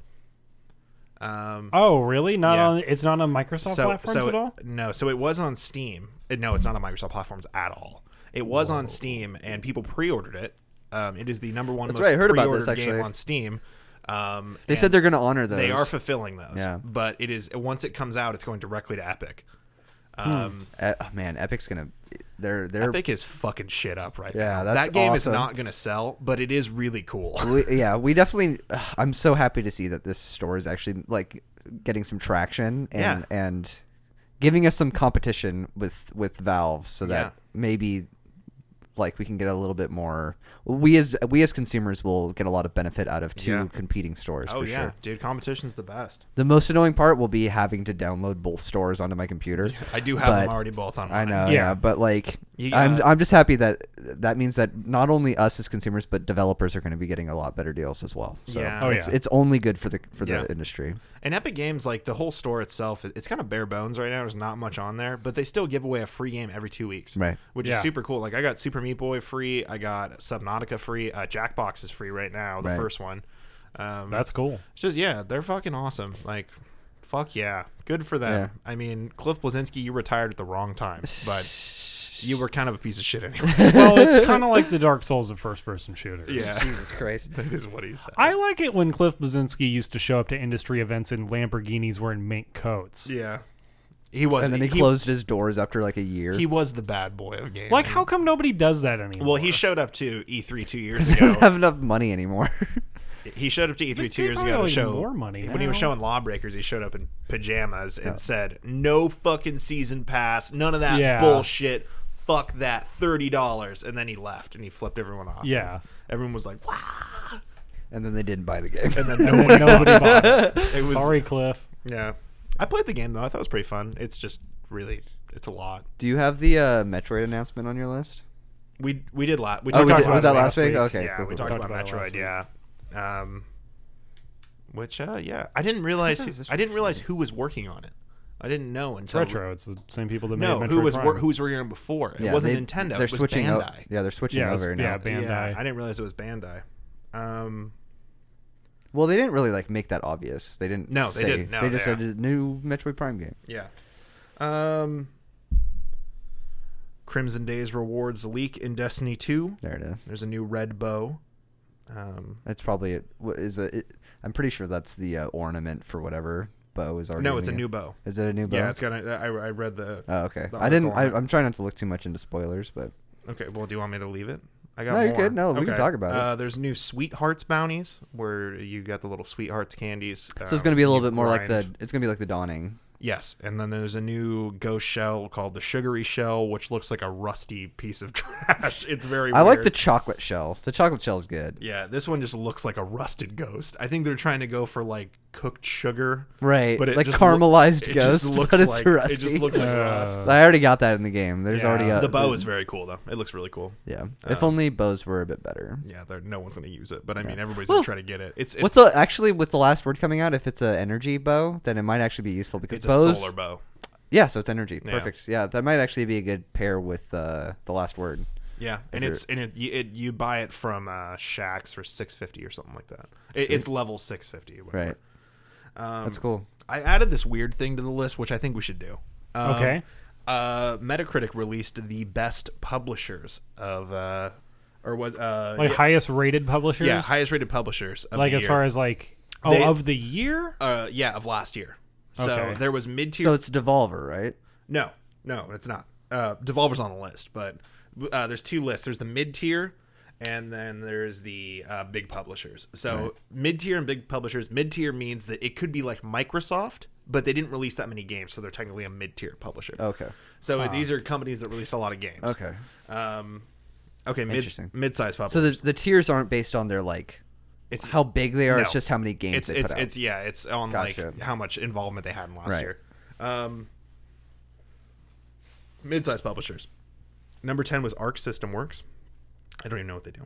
A: Um,
C: Oh, really? Not
A: Yeah.
C: on. It's not on Microsoft platforms
A: so
C: at
A: it-
C: all.
A: No, so it was on Steam. Uh, No, it's not on Microsoft platforms at all. It was on Steam, and people pre-ordered it. Um, it is the number one
B: That's
A: most
B: right, I heard about
A: pre-ordered
B: this, actually.
A: game on Steam. Um,
B: They said
A: and
B: they're going to honor those.
A: they are fulfilling those,
B: Yeah.
A: but it is once it comes out, it's going directly to Epic. Um,
B: Uh, oh, man, Epic's going to. They're they're
A: Epic is fucking shit up right
B: Yeah,
A: now.
B: that's
A: that game is
B: awesome.
A: not going to sell, but it is really cool.
B: we, yeah, we definitely. I'm so happy to see that this store is actually like getting some traction and and giving us some competition with with Valve, so that
A: Yeah.
B: maybe like we can get a little bit more. We as we as consumers will get a lot of benefit out of two
A: Yeah.
B: competing stores
A: Oh
B: for
A: yeah,
B: sure.
A: dude, competition's the best.
B: The most annoying part will be having to download both stores onto my computer.
A: I do have them
B: But-
A: already both on.
B: I
A: mine.
B: know, yeah.
C: Yeah.
B: but like,
A: You
B: I'm
A: got-
B: I'm just happy that that means that not only us as consumers, but developers are going to be getting a lot better deals as well. So
A: Yeah.
C: Oh,
B: it's,
C: yeah.
B: it's only good for the for
A: Yeah.
B: the industry.
A: And Epic Games, like the whole store itself, it- it's kind of bare bones right now. There's not much on there, but they still give away a free game every two weeks,
B: Right.
A: Which is
C: Yeah.
A: super cool. Like I got Super Meat Boy free, I got Subnautica free, uh, Jackbox is free right now, the
B: Right.
A: first one. Um,
C: That's cool.
A: it's just yeah, they're fucking awesome. Like, fuck yeah, good for them. I mean, Cliff Blazinski, you retired at the wrong time, but you were kind of a piece of shit anyway.
C: well, it's kind of like the Dark Souls of first-person shooters.
B: Jesus Christ.
A: that is what he said.
C: I like it when Cliff Blazinski used to show up to industry events in Lamborghinis wearing mink coats.
A: Yeah, he was.
B: And then he, closed his doors after like a year.
A: He was the bad boy of games.
C: Like, how come nobody does that anymore?
A: Well, he showed up to E3 two years
B: I don't
A: ago.
B: have enough money anymore.
A: he showed up to E3 two
C: they
A: years
C: probably
A: ago
C: owe
A: to
C: him
A: show
C: more money
A: when he was
C: now.
A: showing Lawbreakers. He showed up in pajamas and said, "No fucking season pass, none of that
C: Yeah.
A: bullshit. Fuck that, thirty dollars." And then he left and he flipped everyone off.
C: Yeah.
A: everyone was like, "Wow!"
B: and then they didn't buy the game.
A: And then no
C: And
A: one.
C: nobody bought it.
A: It was,
C: Sorry, Cliff.
A: Yeah, I played the game though. I thought it was pretty fun. It's just really, it's a lot.
B: Do you have the uh, Metroid announcement on your list?
A: We we did lot. We
B: Oh,
A: talked
B: we
A: about
B: did-
A: it
B: was that last week? Okay,
A: yeah,
B: cool,
A: we
B: cool,
A: talked,
C: cool.
A: about,
C: Talked about it
A: Metroid. Yeah. Um, which uh, yeah, I didn't realize. Who, I didn't realize who was working on it. I didn't know until
C: Retro. It's the same people that made
A: No,
C: Metroid
A: who was
C: Prime.
A: wor- who was working on it before? It wasn't Nintendo.
B: They're
A: it was
B: switching o-
A: Bandai.
B: Yeah, they're switching
C: Yeah, it was-
B: over
C: yeah,
B: now.
C: Bandai.
A: Yeah, I didn't realize it was Bandai. Um,
B: well, they didn't really like make that obvious. They didn't.
A: No, they
B: say-
A: didn't. No,
B: they just
A: yeah.
B: said a new Metroid Prime game.
A: yeah. Um, Crimson Days rewards leak in Destiny Two.
B: There it is.
A: There's a new red bow. Um,
B: That's probably it. What is a? It, I'm pretty sure that's the uh, ornament for whatever bow is already.
A: no,
B: in
A: it's a
B: the
A: new
B: game.
A: bow.
B: Is it a new bow?
A: Yeah, it's got. A, I, I read the.
B: Oh, okay.
A: the
B: I didn't.
A: article on
B: I,
A: it.
B: I'm trying not to look too much into spoilers, but
A: Okay, well, do you want me to leave it? I got
B: No, you're
A: more.
B: good. No, we can
A: Okay.
B: talk about it.
A: Uh, there's new sweethearts bounties where you got the little sweethearts candies. um,
B: so it's gonna be a little bit more like the. It's gonna be like the dawning.
A: yes, and then there's a new ghost shell called the sugary shell, which looks like a rusty piece of trash. it's very.
B: I like
A: weird.
B: the chocolate shell. The chocolate shell's good.
A: Yeah, this one just looks like a rusted ghost. I think they're trying to go for like cooked sugar,
B: Right,
A: But it
B: like
A: just
B: caramelized
A: look- it
B: ghost,
A: just looks
B: but it's
A: like,
B: rusty.
A: It just looks like rust.
B: I already got that in the game. There's
C: Yeah.
B: already a,
A: Uh, the bow is Uh, very cool though. It looks really cool.
B: Yeah, if only bows were a bit better.
A: Yeah, they're- no one's gonna use it, but I mean everybody's
B: Well,
A: gonna try to get it. It's, it's
B: What's the actually with the last word coming out? If it's an energy bow, then it might actually be useful because
A: it's a
B: bows.
A: solar bow.
B: Yeah, so it's energy.
A: Yeah.
B: Perfect. Yeah, that might actually be a good pair with uh, the last word.
A: Yeah, and
B: you're-
A: it's and it, you- it you buy it from uh, Shacks for six fifty or something like that. It, it's level six fifty.
B: Right.
A: Um,
B: That's cool.
A: I added this weird thing to the list, which I think we should do. Um,
C: Okay.
A: Uh, Metacritic released the best publishers of, uh, or was uh,
C: Like
A: yeah,
C: highest rated publishers.
A: yeah, highest rated publishers. Of
C: Like
A: the
C: as
A: year.
C: far as like oh
A: They-
C: of the year.
A: uh, yeah, of last year. So
C: Okay.
A: there was mid tier.
B: So it's Devolver, right?
A: No, no, it's not. Uh, Devolver's on the list, but uh, there's two lists. There's the mid tier, and then there's the uh, big publishers. So mid tier and big publishers. Mid tier means that it could be like Microsoft, but they didn't release that many games, so they're technically a mid tier publisher.
B: Okay.
A: So these are companies that release a lot of games.
B: Okay.
A: Um, okay. Mid
B: Interesting.
A: mid sized publishers.
B: So the the tiers aren't based on their like
A: It's-
B: how big they are.
A: No.
B: It's just how many games
A: it's
B: they
A: it's
B: put out.
A: it's yeah it's on
B: Gotcha.
A: like how much involvement they had in last
B: Right.
A: year um mid-sized publishers number 10 was arc system works i don't even know what they do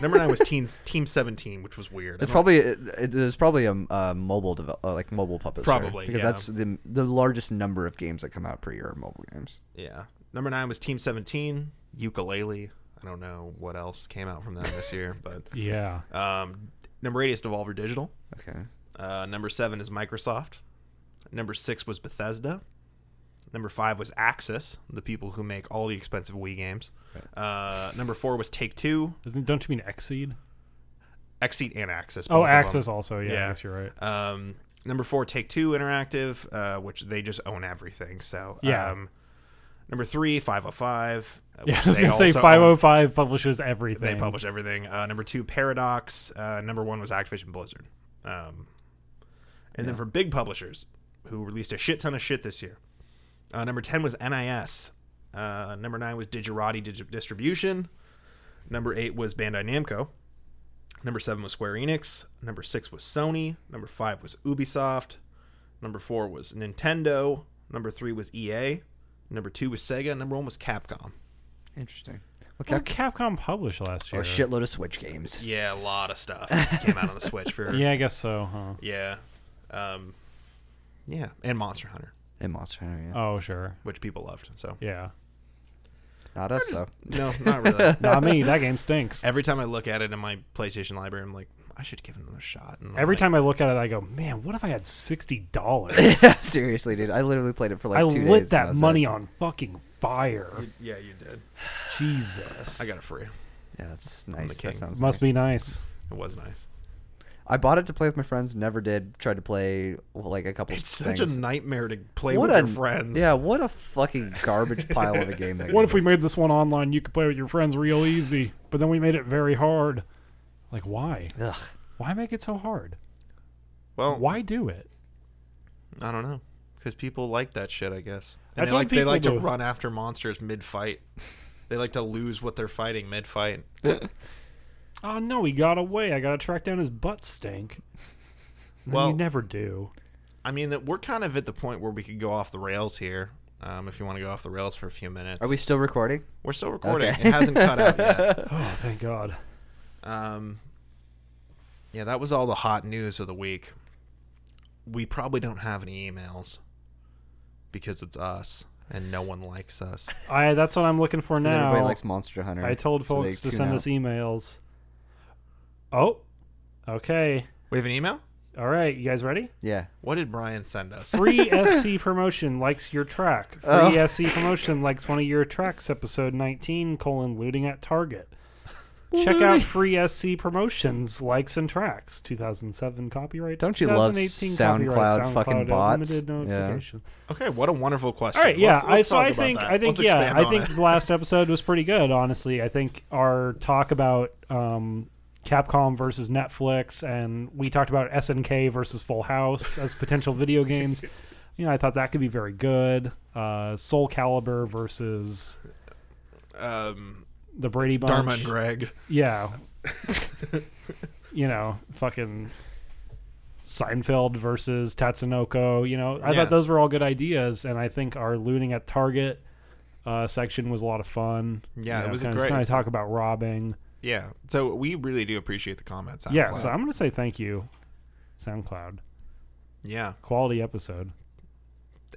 A: number 9 was teens team 17 which was weird I
B: It's
A: don't-
B: probably it, it- it's probably a, a mobile devel- uh, like mobile publisher.
A: Probably,
B: because
A: yeah.
B: that's the the largest number of games that come out per year are mobile games.
A: yeah number 9 was team 17 ukulele i don't know what else came out from them this year but
C: Yeah.
A: um number 8 is devolver digital
B: Okay.
A: Uh, number seven is Microsoft. Number six was Bethesda. Number five was Axis, the people who make all the expensive Wii games. Uh, number four was Take Two,
C: Doesn't don't you mean Exceed?
A: Exceed, and Axis. both
C: Oh,
A: of
C: Axis
A: them.
C: also. Yeah,
A: Yeah.
C: I guess you're right.
A: Um, number four, Take Two Interactive, uh, which they just own everything. So
C: Yeah.
A: Um, number three, Five Hundred Five.
C: Yeah, I was gonna say 505 publishes everything.
A: They publish everything. Uh, number two, Paradox. Uh, number one was Activision Blizzard. Um, and then for big publishers, who released a shit ton of shit this year, uh, number 10 was NIS. Uh, number nine was Digirati Dig- Distribution. Number eight was Bandai Namco. Number seven was Square Enix. Number six was Sony. Number five was Ubisoft. Number four was Nintendo. Number three was EA. Number two was Sega. Number one was Capcom.
B: Interesting.
C: What
B: Okay.
C: did Capcom published last
B: Or
A: Oh,
C: year?
B: a shitload of Switch games.
A: Yeah, a lot of stuff came out on the Switch for
C: Yeah, I guess so. Huh.
A: Yeah. Um, yeah, and Monster Hunter,
B: And Monster Hunter.
A: Uh,
B: Yeah.
C: Oh, sure.
A: which people loved. So
C: Yeah.
B: Not us though.
A: no, not really.
C: Not me. That game stinks.
A: Every time I look at it in my PlayStation library, I'm like, I should give it another shot. And I'm
C: Every
A: like,
C: time I look at it, I go, man, what if I had sixty dollars?
B: Seriously, dude. I literally played it for like
C: I
B: two days.
C: lit
B: and
C: that
B: was
C: money
B: like,
C: on fucking fire.
A: yeah, you did.
C: Jesus.
A: I got it free.
B: Yeah, that's nice.
A: king.
B: That sounds
C: Must
B: nice.
C: be nice.
A: It was nice.
B: I bought it to play with my friends. Never did. Tried to play well, like a couple.
A: It's
B: things.
A: such a nightmare to play with your friends.
B: Yeah, what a fucking garbage pile of a game that
C: What
B: game
C: if we
B: is.
C: made this one online? You could play with your friends real easy, but then we made it very hard. Like why?
B: Ugh.
C: Why make it so hard?
B: Oh.
A: Well,
C: Why do it?
A: I don't know, because people like that shit, I guess. And
C: That's
A: they
C: what
A: like they
C: people
A: like
C: do.
A: to run after monsters mid fight. they like to lose what they're fighting mid fight.
C: Oh no, he got away. I gotta track down his butt stink. And then
A: Well-
C: you never do.
A: I mean, that we're kind of at the point where we could go off the rails here. Um, if you want to go off the rails for a few minutes,
B: Are we still recording?
A: We're still recording.
B: Okay.
A: It hasn't cut out yet.
C: Oh, thank God.
A: Um, yeah, that was all the hot news of the week. We probably don't have any emails because it's us and no one likes us.
C: I that's what I'm looking for
B: Because
C: now.
B: Everybody likes Monster Hunter.
C: I told
B: so they
C: folks to
B: tune
C: send
B: out.
C: us e- emails. Oh, okay.
A: We have an email?
C: All right, you guys ready?
B: Yeah.
A: What did Brian send us?
C: Free SC promotion likes your track. Free
B: Oh.
C: SC promotion likes one of your tracks, episode 19, colon, looting at Target. Check out Free SC Promotions, Likes and Tracks, 2007 copyright.
B: Don't you love
C: 2018 copyright,
B: SoundCloud fucking
C: SoundCloud,
B: bots?
C: limited
B: Yeah.
C: notification.
A: Okay, what a wonderful question.
C: All right, yeah.
A: Let's- let's
C: I, so
A: talk
C: I
A: about
C: think
A: that.
C: I think
A: Let's
C: yeah.
A: expand
C: I
A: on
C: think
A: it.
C: the last episode was pretty good. Honestly, I think our talk about um, Capcom versus Netflix, and we talked about SNK versus Full House as potential video games. You know, I thought that could be very good. Uh, Soul Calibur versus
A: um,
C: the Brady Bunch.
A: Dharma and Greg.
C: Yeah. you know, fucking Seinfeld versus Tatsunoko. You know, I
A: Yeah.
C: thought those were all good ideas, and I think our looting at Target uh, section was a lot of fun.
A: Yeah,
C: You
A: it
C: know,
A: was a
C: kind
A: great-
C: Kind of talk about robbing.
A: Yeah. So we really do appreciate the comments. SoundCloud.
C: Yeah, so I'm gonna say thank you, SoundCloud.
A: yeah.
C: Quality episode.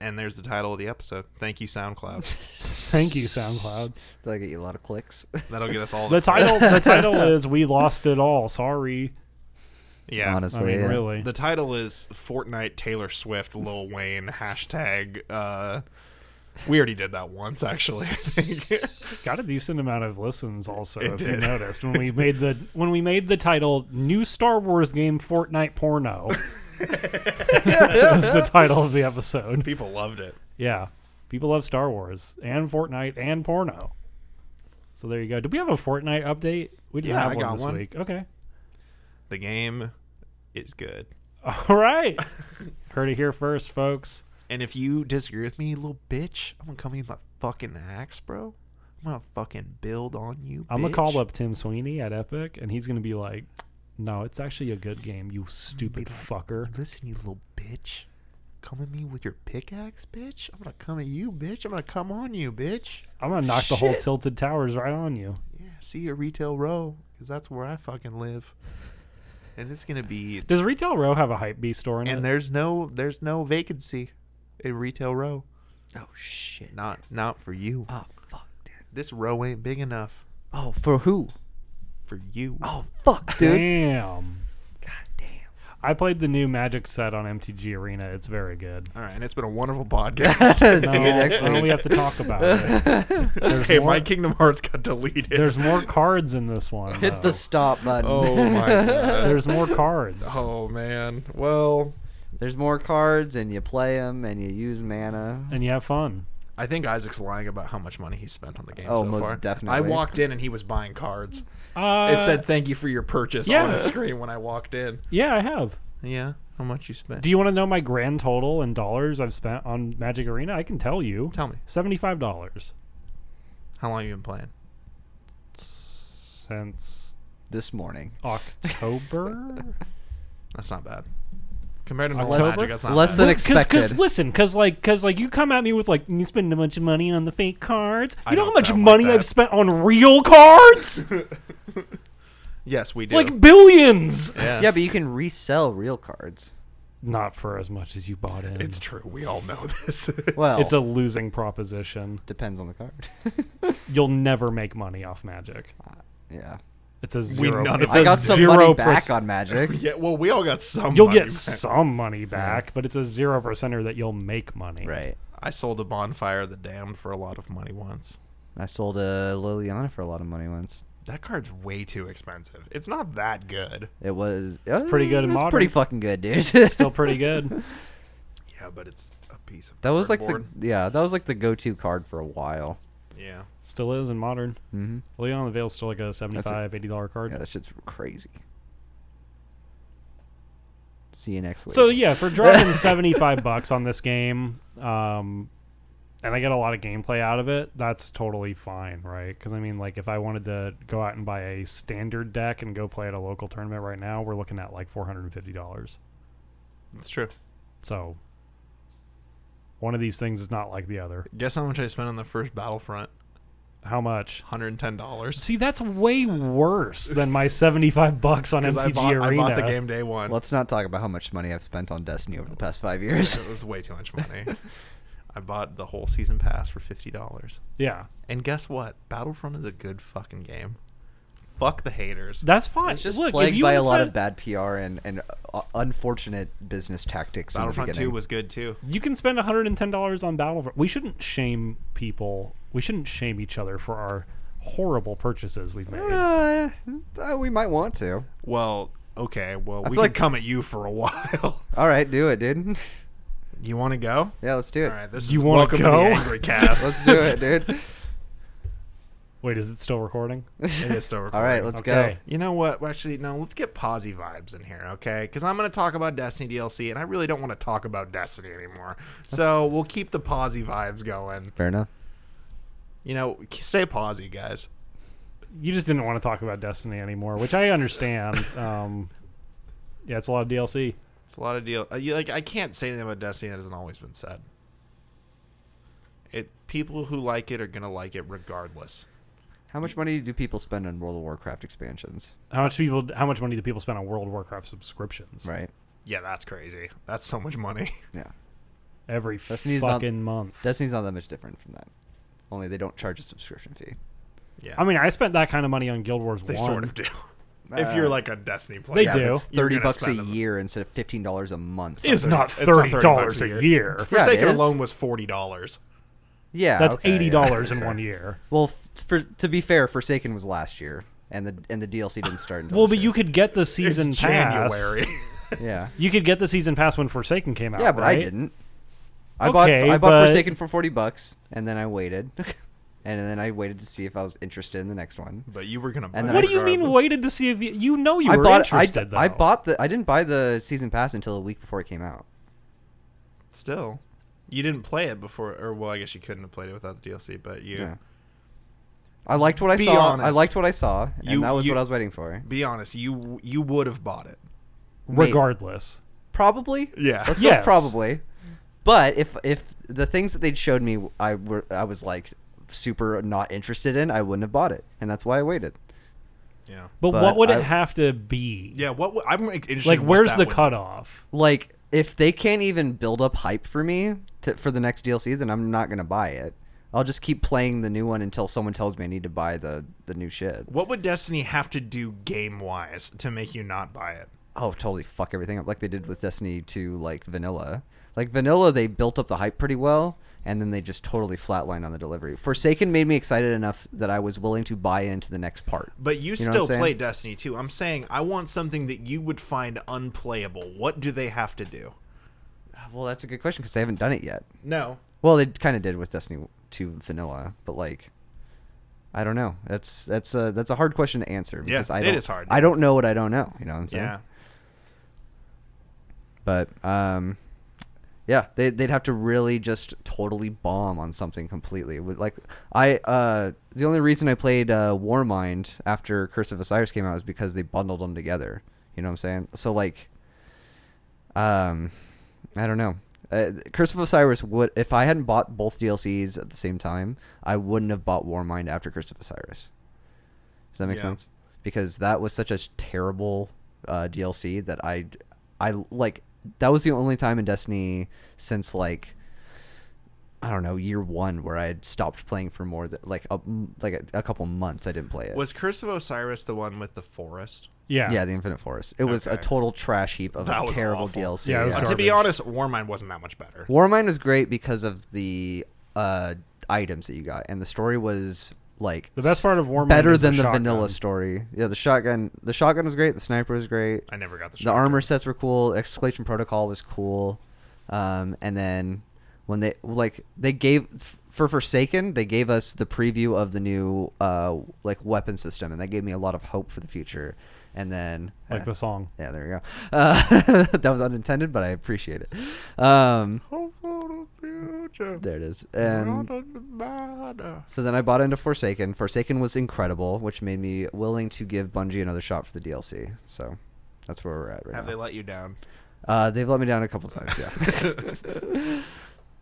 A: And there's the title of the episode. Thank you, SoundCloud.
C: Thank you, SoundCloud.
B: That'll get you a lot of clicks.
A: That'll get us all.
C: The title. the title is "We Lost It All." Sorry.
A: yeah.
C: I
B: Honestly.
C: mean,
B: yeah.
C: really.
A: The title is Fortnite Taylor Swift Lil Wayne hashtag uh, We already did that once, actually. I think.
C: Got a decent amount of listens also, if you noticed. When we made the when we made the title New Star Wars Game Fortnite Porno. that was the title of the episode.
A: People loved it.
C: Yeah. People love Star Wars and Fortnite and porno. So there you go. Do we have a Fortnite update? We didn't
A: Yeah,
C: have
A: I
C: one
A: got
C: this
A: one.
C: week. Okay.
A: The game is good.
C: All right. Heard it here first, folks.
D: And if you disagree with me, you little bitch, I'm gonna come in with my fucking axe, bro. I'm gonna fucking build on you.
C: I'm
D: bitch.
C: gonna call up Tim Sweeney at Epic, and he's gonna be like, "No, it's actually a good game, you stupid fucker."
D: Listen, you little bitch. Come at me with your pickaxe, bitch. I'm gonna come at you, bitch. I'm gonna come on you, bitch.
C: I'm gonna knock the whole tilted towers right on you.
D: Yeah, see your retail row, because that's where I fucking live. And it's gonna be.
C: Does Retail Row have a hype beast store in
D: And
C: it?
D: there's no there's no vacancy in retail row.
E: Oh shit.
D: Not not for you.
E: Oh fuck, dude.
D: This row ain't big enough
E: Oh f-
B: For who?
D: for you.
E: oh fuck, dude.
C: Damn.
E: God damn.
C: I played the new Magic set on MTG Arena. It's very good.
A: All right, and it's been a wonderful podcast.
B: See you
C: No,
B: next
C: no,
B: week.
C: we have to talk about it. There's,
A: okay,
C: more,
A: my Kingdom Hearts got deleted.
C: there's more cards in this one.
B: Hit
C: though.
B: the stop button.
A: oh my god.
C: There's more cards.
A: Oh man. Well,
B: There's more cards, and you play them, and you use mana.
C: And you have fun.
A: I think Isaac's lying about how much money he spent on the game
B: Oh,
A: so
B: most
A: far.
B: definitely.
A: I walked in and he was buying cards.
C: Uh,
A: it said thank you for your purchase
C: yeah.
A: on the screen when I walked in.
C: yeah, I have.
D: Yeah, how much you spent?
C: Do you want to know my grand total in dollars I've spent on Magic Arena? I can tell you.
D: Tell me
C: Seventy-five dollars
D: how long you been playing?
C: since
B: This morning.
C: October.
D: That's not bad. Compared to normal
C: October?
D: magic, that's not
B: Less
D: bad.
B: than
C: Because
B: expected.
C: listen, because like, because like, you come at me with like, you spend a bunch of money on the fake cards. You
A: I
C: know how
A: don't
C: much
A: sound like
C: money
A: that.
C: I've spent on real cards?
D: Yes, we do.
C: like billions.
B: Yeah, but you can resell real cards.
C: Not for as much as you bought in.
A: It's oh. true. We all know this.
B: Well,
C: It's a losing proposition.
B: depends on the card.
C: You'll never make money off Magic.
B: yeah.
C: It's a
A: We
C: zero.
A: none of
C: it's
A: us
B: I
C: a
B: got some
C: zero
B: money back
C: perc-
B: on Magic.
A: yeah, well, we all got some.
C: You'll
A: money
C: get
A: back.
C: some money back, but it's a zero percenter that you'll make money.
B: right.
D: I sold a bonfire of the damned for a lot of money once.
B: I sold a Liliana for a lot of money once.
A: that card's way too expensive. It's not that good.
B: It was it's
C: pretty good in
B: It's
C: modern.
B: pretty fucking good, dude. that
C: Still pretty good.
A: Yeah, but it's a piece of
B: was like the
A: cardboard.
B: yeah, that was like the go-to card for a while.
A: yeah.
C: Still is in modern.
B: Mm-hmm.
C: Leon on the Veil's still like a 75 eighty dollar card.
B: Yeah, that shit's crazy. See you next week.
C: so yeah, for dropping seventy five bucks on this game, um, and I get a lot of gameplay out of it, that's totally fine, right? Because I mean, like if I wanted to go out and buy a standard deck and go play at a local tournament right now, we're looking at like four hundred and fifty dollars.
A: It's true.
C: So one of these things is not like the other.
A: Guess how much I spent on the first Battlefront?
C: How much?
A: Hundred and ten dollars.
C: See, that's way worse than my seventy-five bucks on MTG
A: I bought, I
C: Arena.
A: bought the game day one.
B: let's not talk about how much money I've spent on Destiny over the past five years.
A: It was way too much money. I bought the whole season pass for fifty dollars.
C: Yeah,
A: And guess what? Battlefront is a good fucking game. Fuck the haters.
C: that's fine.
B: It's just
C: Look, if
B: plagued
C: you
B: by a
C: wanna
B: lot
C: spend-
B: of bad PR and and uh, unfortunate business tactics. in the
A: Battlefront Two
B: beginning.
A: was good too.
C: You can spend $110 on Battlefront. We shouldn't shame people. We shouldn't shame each other for our horrible purchases we've made.
B: Uh, uh, we might want to.
A: Well, okay. Well, we
B: feel
A: can
B: like-
A: come at you for a while.
B: All right, do it, dude.
A: You want to go?
B: yeah, let's do it.
A: All right. This
C: You
A: is
C: wanna
A: welcome
C: go?
A: To the angry cast.
B: Let's do it, dude.
C: Wait, is it still recording?
A: it is still recording.
B: All right, let's
C: Okay.
A: You know what? Actually, no. Let's get posy vibes in here, okay? Because I'm going to talk about Destiny DLC, and I really don't want to talk about Destiny anymore. So we'll keep the posy vibes going.
B: go. Fair enough.
A: You know, stay posy, guys.
C: You just didn't want to talk about Destiny anymore, which I understand. Um, yeah, it's a lot of DLC.
A: It's a lot of deal. uh, you- Like I can't say anything about Destiny that hasn't always been said. It people who like it are gonna like it regardless.
B: How much money do people spend on World of Warcraft expansions?
C: How much people? How much money do people spend on World of Warcraft subscriptions?
B: Right.
A: Yeah, that's crazy. That's so much money.
B: Yeah.
C: Every
B: Destiny's not-
C: fucking month.
B: Destiny's not that much different from that. Only they don't charge a subscription fee.
A: Yeah,
C: I mean, I spent that kind of money on Guild Wars
A: they
C: 1.
A: sort of do. if you're like a Destiny player,
C: They
B: Uh, yeah,
C: do.
B: but it's
A: You're
B: thirty
A: gonna
B: bucks a
A: spend them.
B: year instead of fifteen dollars a month.
C: It's not
A: It's not
C: $30,
A: $30
C: a
A: a
C: year.
B: Yeah, it
A: Forsaken
B: is.
A: alone was forty dollars.
B: Yeah,
C: That's
B: okay, yeah,
C: eighty dollars in one year.
B: Well, f- for to be fair, Forsaken was last year, and the and the DLC didn't start until
C: Well,
B: this
C: but you could get the season
A: it's
C: pass.
A: January.
B: year. yeah,
C: You could get the season pass when Forsaken came out.
B: yeah, but I
C: right?
B: didn't. I bought
C: Okay,
B: I bought
C: but-
B: Forsaken for forty bucks, and then I waited, and then I waited to see if I was interested in the next one.
A: but you were gonna.
B: And
A: buy
B: then
C: What
A: it
C: do you mean
A: regardless.
C: waited to see if you, you know you
B: I
C: were
B: bought I, d-
C: interested though?
B: I bought the I didn't buy the season pass until a week before it came out.
A: Still, you didn't play it before, or well, I guess you couldn't have played it without the DLC. But you,
B: Yeah. I liked what I
A: Be
B: saw. I
A: honest.
B: liked what I saw, and
A: You-
B: that was
A: you-
B: what I was waiting for.
A: be honest, you you would have bought it.
B: Wait.
C: regardless.
B: Probably.
A: Yeah.
B: Let's go
C: Yes.
B: with probably. But if if the things that they'd showed me, I were I was like super not interested in, I wouldn't have bought it, and that's why I waited.
A: Yeah.
C: But,
B: But
C: what would
B: I-
C: it have to be?
A: Yeah. What w- I'm like, interested.
C: Like,
A: in what
C: where's
A: that
C: the
A: would-
C: cutoff?
B: Like if they can't even build up hype for me to, for the next DLC, then I'm not gonna buy it. I'll just keep playing the new one until someone tells me I need to buy the the new shit.
A: What would Destiny have to do game wise to make you not buy it?
B: oh totally fuck everything up like they did with destiny 2 like vanilla like vanilla they built up the hype pretty well and then they just totally flatlined on the delivery forsaken made me excited enough that i was willing to buy into the next part
A: But you,
B: know what
A: still
B: I'm saying?
A: play Destiny 2. I'm saying I want something that you would find unplayable. What do they have to do?
B: well that's a good question because they haven't done it yet
A: No.
B: well they kind of did with destiny 2 vanilla but like i don't know that's that's a that's a hard question to answer
A: Yeah,
B: because i
A: it
B: don't
A: is hard.
B: i don't know what i don't know you know what i'm saying
A: Yeah.
B: but um yeah they, they'd have to really just totally bomb on something completely With, like i uh the only reason i played uh warmind after curse of osiris came out was because they bundled them together you know what i'm saying so like um i don't know uh, curse of osiris would if i hadn't bought both dlcs at the same time i wouldn't have bought warmind after curse of osiris does that make
A: Yeah.
B: sense? Because that was such a terrible uh, DLC that I, I like that was the only time in Destiny since like I don't know year one where I had stopped playing for more than like a like a, a couple months. I didn't play it.
A: Was Curse of Osiris the one with the forest?
C: Yeah.
B: yeah, the Infinite Forest. It was a
A: Okay.
B: total trash heap of
A: That
B: a
A: was
B: terrible
A: awful.
B: DLC.
C: Yeah, it was
A: Uh,
C: garbage.
A: to be honest, Warmind wasn't that much better.
B: Warmind was great because of the uh, items that you got, and the story was like
C: The best part of Warmind
B: better
C: is the
B: than the,
C: shotgun.
B: vanilla story. Yeah, the shotgun. The shotgun was great. The sniper was great.
A: I never got the.
B: the
A: shotgun.
B: armor sets were cool. Exclamation Protocol was cool, um, and then when they like they gave f- for Forsaken, they gave us the preview of the new uh, like weapon system, and that gave me a lot of hope for the future. And then
C: Like the song.
B: yeah, there we go. Uh, that was unintended, but I appreciate it. Um,
A: Oh,
B: there it is. And so then I bought into Forsaken. Forsaken was incredible, which made me willing to give Bungie another shot for the DLC. So that's where we're at right
A: Have
B: now.
A: they let you down?
B: Uh, they've let me down a couple times. Yeah.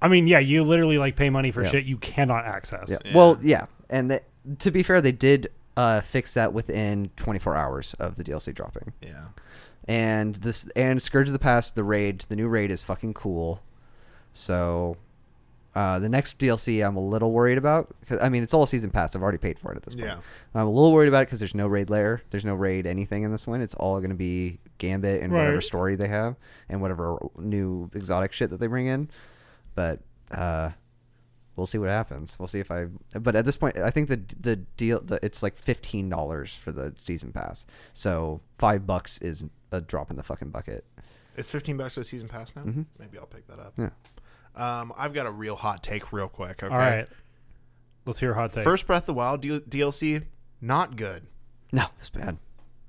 C: I mean, yeah, you literally like pay money for
B: Yeah.
C: shit you cannot access.
B: yeah. Well, yeah. And th- to be fair, they did uh, fix that within 24 hours of the DLC dropping.
A: Yeah.
B: And this and Scourge of the Past, the raid, the new raid is fucking cool. So uh, the next DLC, I'm a little worried about. 'cause- I mean, it's all season pass. I've already paid for it at this point.
A: Yeah.
B: I'm a little worried about it because there's no raid layer. There's no raid anything in this one. It's all going to be Gambit and whatever
C: Right.
B: story they have and whatever new exotic shit that they bring in. But uh, we'll see what happens. We'll see if I. But at this point, I think the the deal the, it's like fifteen dollars for the season pass. So five bucks is a drop in the fucking bucket.
A: It's 15 bucks for the season pass now. Maybe I'll pick that up.
B: Mm-hmm. Yeah.
A: Um, I've got a real hot take, real quick. Okay.
C: All right. Let's hear a hot take.
A: First Breath of the Wild D- DLC, not good.
B: No, it's bad.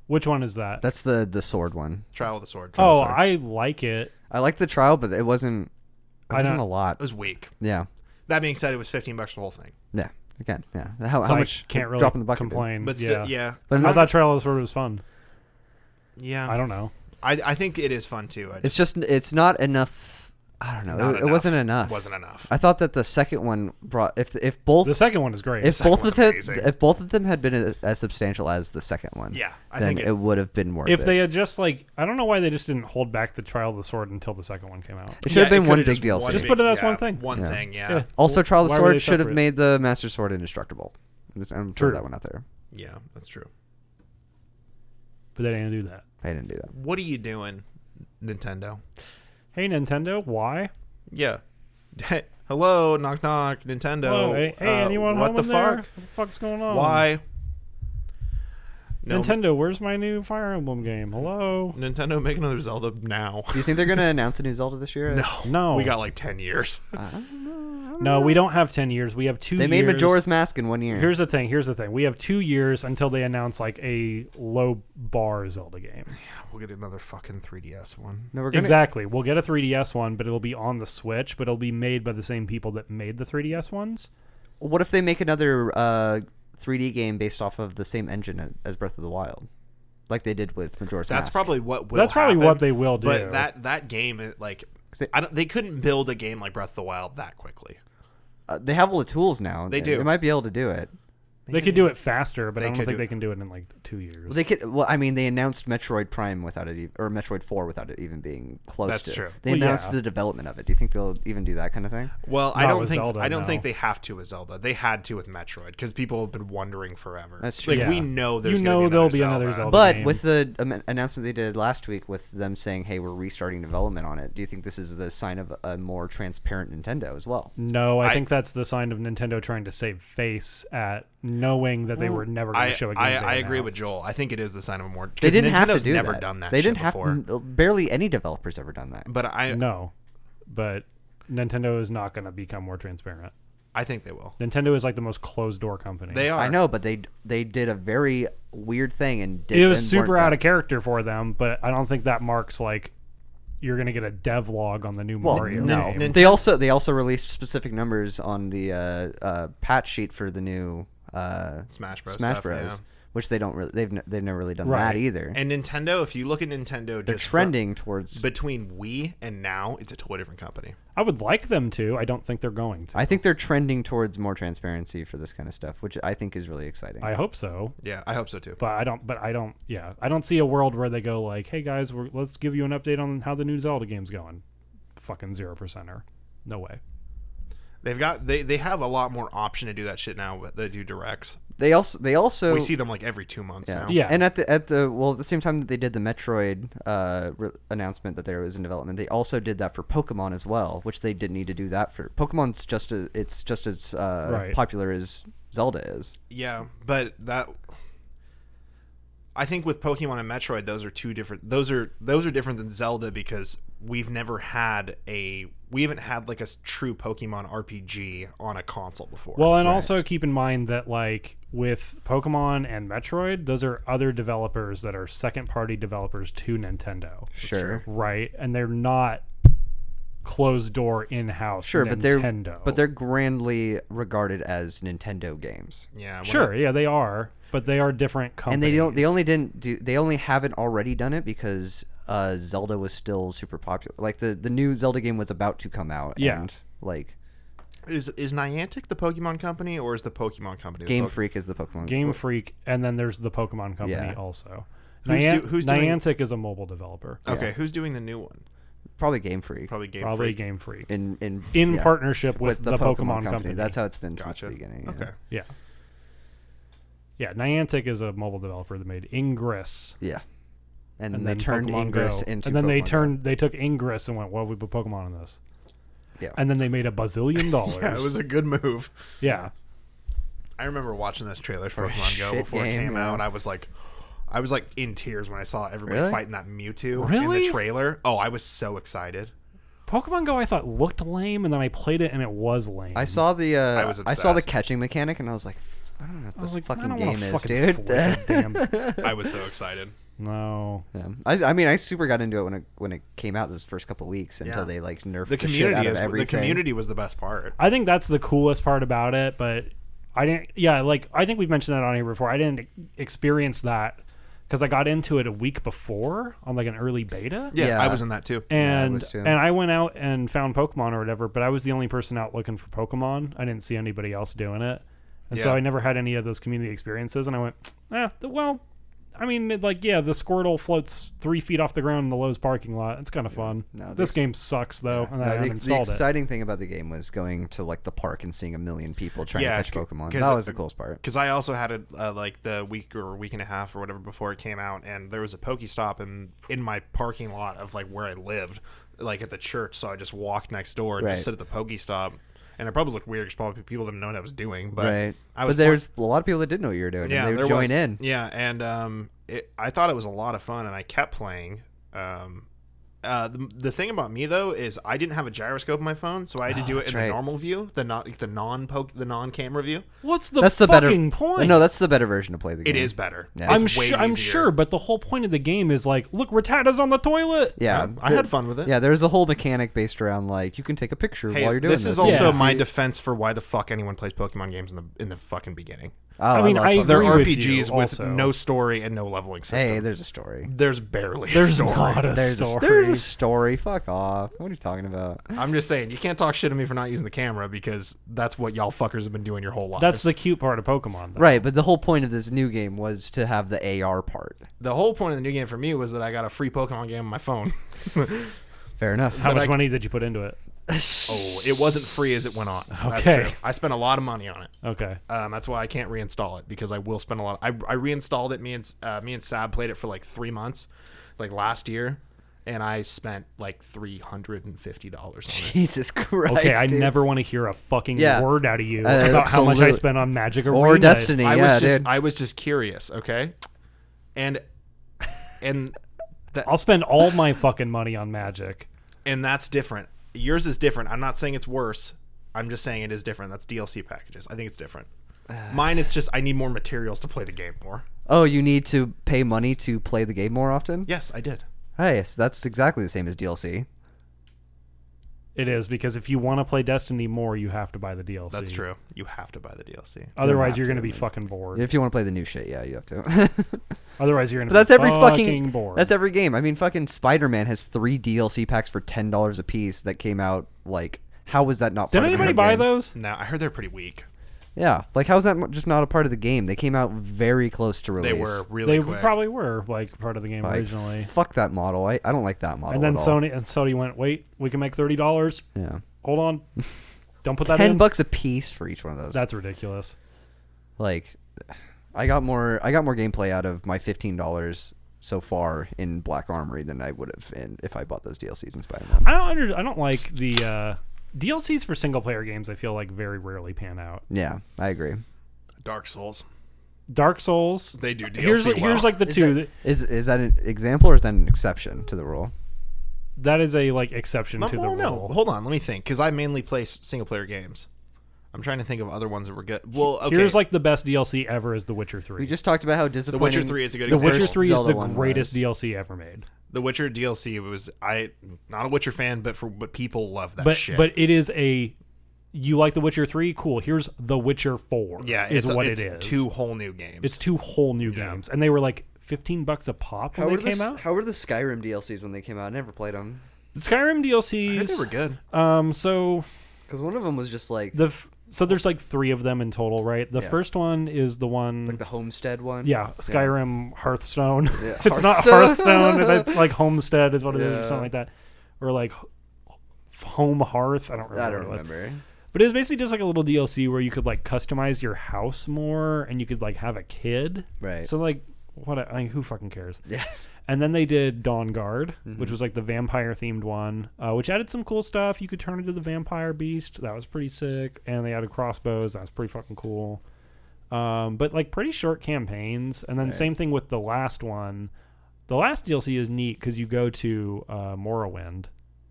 C: Which one is that?
B: That's the the sword one.
A: Trial of the Sword.
C: oh,
A: it
C: I like it.
B: I liked the trial, but it wasn't. It
C: I
B: wasn't
C: don't-
B: a lot.
A: was weak.
B: Yeah,
A: That being said, it was 15 bucks for the whole thing.
B: yeah. Again, yeah. How,
C: So
B: how
C: I
B: much
C: can't really
B: drop in the bucket? dude.
C: complain.
A: But
C: yeah.
A: still, yeah,
B: But
C: I
B: not-
C: thought Trail of the Sword was fun.
A: yeah.
C: I don't know.
A: I, I think it is fun too. I
B: It's
A: just,
B: just it's not enough. I don't know.
A: not
B: it, it wasn't enough.
A: Wasn't enough.
B: I thought that the second one brought if if both
C: The second one is great.
B: if
A: second
B: both of
A: one's
B: them
A: amazing.
B: if both of them had been a- as substantial as the second one,
A: Yeah, I
B: then
A: think
B: it,
A: it-
B: would have been worth
C: if
B: it.
C: they had just like, I don't know why they just didn't hold back the Trial of the Sword until the second one came out.
B: it should have
A: Yeah,
B: been one
A: could've
B: big DLC.
C: Just put it as
A: yeah,
C: one thing.
A: One
B: Yeah.
A: thing. Yeah.
C: Yeah.
A: Yeah.
B: also, Trial of the
C: Why were they
B: Sword should have
C: separate?
B: made the Master Sword indestructible. I'm just- I'm
C: True.
B: throwing that one out there.
A: That's true.
C: But they didn't do that.
B: I didn't do that.
A: What are you doing, Nintendo?
C: Hey Nintendo, why?
A: Yeah.
F: hello, knock knock, Nintendo.
C: Whoa, hey, hey,
F: uh,
C: anyone
F: What
C: home
F: the
C: in there?
F: fuck?
C: What the fuck's going on?
F: Why? No,
C: Nintendo, where's my new Fire Emblem game? Hello?
F: Nintendo make another Zelda now.
B: Do you think they're gonna announce a new Zelda this year? No.
C: No.
F: We got like ten years.
A: Ah,
C: No, we don't have 10 years. We have 2
B: They
C: years.
B: made Majora's Mask in one year.
C: Here's the thing. Here's the thing. We have 2 years until they announce like a low bar Zelda game.
F: we'll get another fucking 3DS one.
B: no, we're gonna.
C: Exactly. We'll get a 3DS one, but it'll be on the Switch, but it'll be made by the same people that made the 3DS ones.
B: What if they make another uh, 3D game based off of the same engine a- as Breath of the Wild, like they did with Majora's
A: That's
B: Mask?
A: probably what will
C: That's probably
A: happen,
C: what they will do.
A: But that that game is like
B: 'Cause they-
A: I don't they couldn't build a game like Breath of the Wild that quickly.
B: Uh, they have all the tools now.
A: They do.
B: They might be able to do it.
C: they could do it faster, but
A: They
C: I don't
A: could
C: think
A: do
C: they
A: it.
C: can do it in like 2 years.
B: Well, they could. Well, I mean, they announced Metroid Prime without it, e- or Metroid Four without it even being close.
F: That's
B: to.
F: true.
B: They
C: Well,
B: announced
C: yeah.
B: the development of it. Do you think they'll even do that kind of thing?
F: Well, I
C: Not
F: don't
C: with
F: think
C: Zelda,
F: I don't
C: no.
F: think they have to with Zelda. They had to with Metroid because people have been wondering forever.
B: That's true.
F: Like
C: Yeah.
F: we know there's
C: You
F: gonna
C: know
F: be
C: there'll be another Zelda.
B: But
C: game.
B: with the am- announcement they did last week, with them saying, "Hey, we're restarting development on it," do you think this is the sign of a more transparent Nintendo as well?
C: no, I,
A: I-
C: think that's the sign of Nintendo trying to save face at knowing that they were never going
A: I,
C: to show a game.
A: I,
C: they
A: I agree with
C: announced.
A: Joel. I think it is the sign of a more.
B: They didn't
A: Nintendo's
B: have to do
A: never
B: that.
A: done that.
B: They didn't
A: shit
B: have
A: before.
B: n- barely any developers ever done that.
A: but I
C: No, but Nintendo is not going to become more transparent.
A: I think they will.
C: Nintendo is like the most closed door company.
A: They are.
B: I know, but they they did a very weird thing and did,
C: it was
B: and
C: super
B: weren't
C: out
B: done.
C: of character for them, but I don't think that marks like you're going to get a devlog on the new
B: Well,
C: Mario.
B: no.
C: game.
B: They also they also released specific numbers on the uh, uh, patch sheet for the new uh,
A: Smash Bros.
B: Smash
A: stuff,
B: Bros.
A: yeah.
B: Which they don't really they've n- they've never really done
C: Right.
B: that either.
A: And Nintendo, if you look at Nintendo,
B: They're
A: just from-
B: trending towards.
A: between Wii and now, it's a totally different company.
C: I would like them to. I don't think they're going to.
B: I think they're trending towards more transparency for this kind of stuff, which I think is really exciting.
C: I hope so,
A: Yeah, I hope so too.
C: but I don't. But I don't. Yeah, I don't see a world where they go like, "Hey guys, we're, let's give you an update on how the new Zelda game's going." Fucking zero percenter. No way.
A: They've got they they have a lot more option to do that shit now. They do directs.
B: they also they also
A: We see them like every two months now.
C: Yeah.
B: And at the at the well, at the same time that they did the Metroid uh, re- announcement that there was in development, they also did that for Pokemon as well, which they didn't need to do that for Pokemon's just a, it's just as uh,
C: Right.
B: popular as Zelda is.
A: Yeah, but that I think with Pokemon and Metroid, those are two different. Those are those are different than Zelda because we've never had a we haven't had like a s- true Pokemon RPG on a console before.
C: Well, and also keep in mind that like with Pokemon and Metroid, those are other developers that are second party developers to Nintendo.
B: Sure.
C: Right? And they're not closed door in house.
B: Sure,
C: Nintendo.
B: but they're but they're grandly regarded as Nintendo games.
A: yeah, when-
C: sure, yeah, they are. But they are different companies.
B: And they don't. They only didn't do. They only haven't already done it because uh, Zelda was still super popular. Like the the new Zelda game was about to come out.
C: Yeah.
B: And, like
A: Is is Niantic the Pokemon company or is the Pokemon company the
B: Game
A: Poke-
B: Freak is the Pokemon
C: Oh, Game Freak and then there's the Pokemon company
B: Yeah.
C: also.
A: Who's
C: Nian-
A: do- who's doing-
C: Niantic is a mobile developer.
A: Okay, who's doing the new one?
B: Probably Game Freak.
A: Probably Game
C: probably
A: Freak.
C: Game Freak.
B: in in
C: in
B: yeah,
C: partnership with, the, Pokemon, company.
B: That's how it's been
A: Gotcha.
B: since the beginning. yeah.
A: Okay.
C: Yeah. Yeah, Niantic is a mobile developer that made Ingress.
B: Yeah. And, then they turned
C: Pokemon
B: Ingress
C: Go.
B: into
C: And then they
B: Pokemon Go.
C: turned they took Ingress and went, Well, we put Pokemon on this.
B: Yeah.
C: And then they made a bazillion dollars.
A: Yeah, it was a good move.
C: Yeah.
A: I remember watching this trailer for
B: a
A: Pokemon Go
B: shit
A: before
B: game,
A: it came
B: yeah.
A: out. I was like, I was like in tears when I saw everybody
B: Really?
A: fighting that Mewtwo in
C: Really?
A: the trailer. Oh, I was so excited.
C: Pokemon Go I thought looked lame and then I played it and it was lame.
B: I saw the uh, I,
A: was
B: saw the
A: obsessed.
B: catching mechanic and I was like, I don't know what
C: I was
B: this
C: like, I
B: fucking
C: don't
B: game
C: wanna
B: is,
C: fucking
B: dude.
C: flip a damn-
A: I was so excited.
C: no.
B: yeah. I, I mean, I super got into it when it when it came out those first couple weeks until
A: Yeah.
B: they like nerfed
A: The
B: the, shit out
A: community
B: of
A: is the
B: everything.
A: community was the best part.
C: I think that's the coolest part about it, but I didn't yeah, like I think we've mentioned that on here before. I didn't experience that because I got into it a week before on like an early beta.
A: Yeah,
B: Yeah.
A: I was in that too.
B: I
C: and
B: was too.
C: and I went out and found Pokemon or whatever, but I was the only person out looking for Pokemon. I didn't see anybody else doing it, and so
A: Yeah.
C: I never had any of those community experiences. And I went, eh, th- well, I mean, it, like yeah, the Squirtle floats three feet off the ground in the Lowe's parking lot. It's kind of fun.
B: No,
C: this
B: this-
C: game sucks though, and I
B: No,
C: haven't
B: the, the
C: installed it.
B: exciting thing about the game was going to like the park and seeing a million people trying
A: Yeah,
B: to catch
A: c-
B: Pokemon.
A: 'cause
B: That
A: it-
B: was the coolest part.
A: Because I also had it uh, like the week or week and a half or whatever before it came out, and there was a Pokestop in in my parking lot of like where I lived, like at the church. So I just walked next door and
B: Right.
A: just sit at the Pokestop. and I probably looked weird because probably people didn't know what I was doing. But
B: right.
A: I was
B: but there's a lot of people that didn't know what you were doing.
A: yeah,
B: and they
A: there
B: would join
A: was,
B: in.
A: Yeah, and um, it, I thought it was a lot of fun, and I kept playing. Um, uh, the, the thing about me though is I didn't have a gyroscope in my phone, so I had to
B: Oh,
A: do it
B: that's
A: in
B: right.
A: the normal view, the not the non poke, the non camera view.
C: What's the
B: That's the better
C: fucking point?
B: No, that's the better version to play the game.
A: It is better.
B: Yeah.
C: I'm
A: It's way
C: sure. I'm
A: easier.
C: sure, but the whole point of the game is like, look, Rattata's on the toilet.
B: Yeah,
A: I
B: the-
A: had fun with it.
B: Yeah, there's a whole mechanic based around like you can take a picture
A: Hey,
B: while you're doing this.
A: this is also
C: Yeah.
A: my defense for why the fuck anyone plays Pokemon games in the in the fucking beginning.
B: Oh,
C: I mean,
B: love
C: I
B: Pokemon.
A: They're
C: agree with you
A: RPGs with
C: also.
A: no story and no leveling system.
B: Hey, there's a story.
A: there's barely a
C: There's
A: story.
C: not a
B: There's a,
C: story.
B: there's a story. Fuck off. What are you talking about?
A: I'm just saying, you can't talk shit to me for not using the camera because that's what y'all fuckers have been doing your whole life.
C: That's the cute part of Pokemon. Though.
B: Right, but the whole point of this new game was to have the AR part.
A: the whole point of the new game for me was that I got a free Pokemon game on my phone.
B: Fair enough.
C: How
A: But
C: much
A: I-
C: money did you put into it?
A: oh, it wasn't free as it went on.
C: Okay.
A: That's true. I spent a lot of money on it.
C: Okay.
A: Um, that's why I can't reinstall it because I will spend a lot. I, I reinstalled it. Me and S- uh, me and Sab played it for like three months, like last year, and I spent like three hundred and fifty dollars on it.
B: Jesus Christ.
C: Okay, I
B: dude.
C: never want to hear a fucking
B: Yeah.
C: word out of you
B: Uh,
C: about how much I
B: absolutely.
C: spent on Magic Arena.
B: Or Destiny.
A: I
B: yeah,
A: was just
B: dude.
A: I was just curious, okay, and and that
C: I'll spend all my fucking money on Magic.
A: and that's different. Yours is different. I'm not saying it's worse. I'm just saying it is different. That's DLC packages. I think it's different. Mine, it's just I need more materials to play the game more.
B: Oh, you need to pay money to play the game more often?
A: Yes, I did.
B: Hey, so that's exactly the same as DLC.
C: It is because if you want to play Destiny more, you have to buy the DLC.
A: That's true. You have to buy the DLC.
C: Otherwise, you're
B: have
C: going to
B: to,
C: be fucking bored.
B: If you want to play the new shit, yeah, you have to.
C: Otherwise, you're going to.
B: but that's
C: be
B: every fucking,
C: bored.
B: That's every game. I mean, fucking Spider-Man has 3 DLC packs for $10 a piece that came out like how was that not
C: Did
B: part
C: anybody
B: of the main
C: buy
B: game?
C: those?
A: No, I heard they're pretty weak.
B: Yeah. Like how's that mo- just not a part of the game? They came out very close to release.
A: They were really
C: they
A: quick.
C: probably were like part of the game
B: Like,
C: originally.
B: Fuck that model. I, I don't like that model.
C: And then
B: at all.
C: Sony and Sony went, wait, we can make thirty dollars.
B: Yeah.
C: Hold on, don't put that
B: Ten
C: in.
B: bucks a piece for each one of those.
C: That's ridiculous.
B: like I got more I got more gameplay out of my fifteen dollars so far in Black Armory than I would have in if I bought those DLCs in Spider Man.
C: I don't under, I don't like the uh, DLCs for single player games. I feel like very rarely pan out.
B: Yeah, I agree.
A: Dark Souls.
C: Dark Souls. uh,
A: They do DLC
C: here's like,
A: well.
C: here's like the
B: Is
C: two.
B: that- is is that an example or is that an exception to the rule?
C: that is a like exception to the
A: well,
C: rule.
A: no, hold on. Let me think, because I mainly play single player games. I'm trying to think of other ones that were good. Well, okay.
C: Here's like the best DLC ever is The Witcher Three.
B: We just talked about how disappointing.
A: Witcher 3 is a good
C: the
A: example.
C: Witcher
A: first
C: Three is
B: Zelda
C: the
B: one
C: greatest
B: was.
C: DLC ever made,
A: The Witcher DLC was I not a Witcher fan, but for but people love that
C: but
A: shit.
C: but it is a. You like The Witcher Three? Cool. Here's The Witcher Four.
A: yeah,
C: is
A: it's,
C: what
A: it's
C: it is.
A: Two whole new games.
C: It's two whole new games, and they were like fifteen bucks a pop when they came out.
B: how were the Skyrim DLCs when they came out? I never played them
C: The Skyrim
A: I heard they were
C: DLCs.
A: good.
C: Um, so
B: because one of them was just like
C: the f- so there's like three of them in total, right? The
B: Yeah.
C: first one is the one.
B: the Homestead one.
C: yeah, Skyrim Hearthstone.
B: Yeah,
C: it's not
B: Hearthstone.
C: Hearthstone. it's like Homestead is what it is, or
B: Yeah.
C: something like that, or like h- Home Hearth. I don't remember.
B: I don't
C: what it was.
B: remember.
C: But it was basically just like a little DLC where you could like customize your house more, and you could like have a kid.
B: Right.
C: So like, what? I mean, who fucking cares?
B: Yeah.
C: And then they did Dawn Guard,
D: Mm-hmm.
C: which was like the vampire themed one, uh, which added some cool stuff. You could turn into the vampire beast. That was pretty sick. And they added crossbows. That was pretty fucking cool. Um, but like pretty short campaigns. And then same thing with the last one. The last DLC is neat because you go to uh, Morrowind.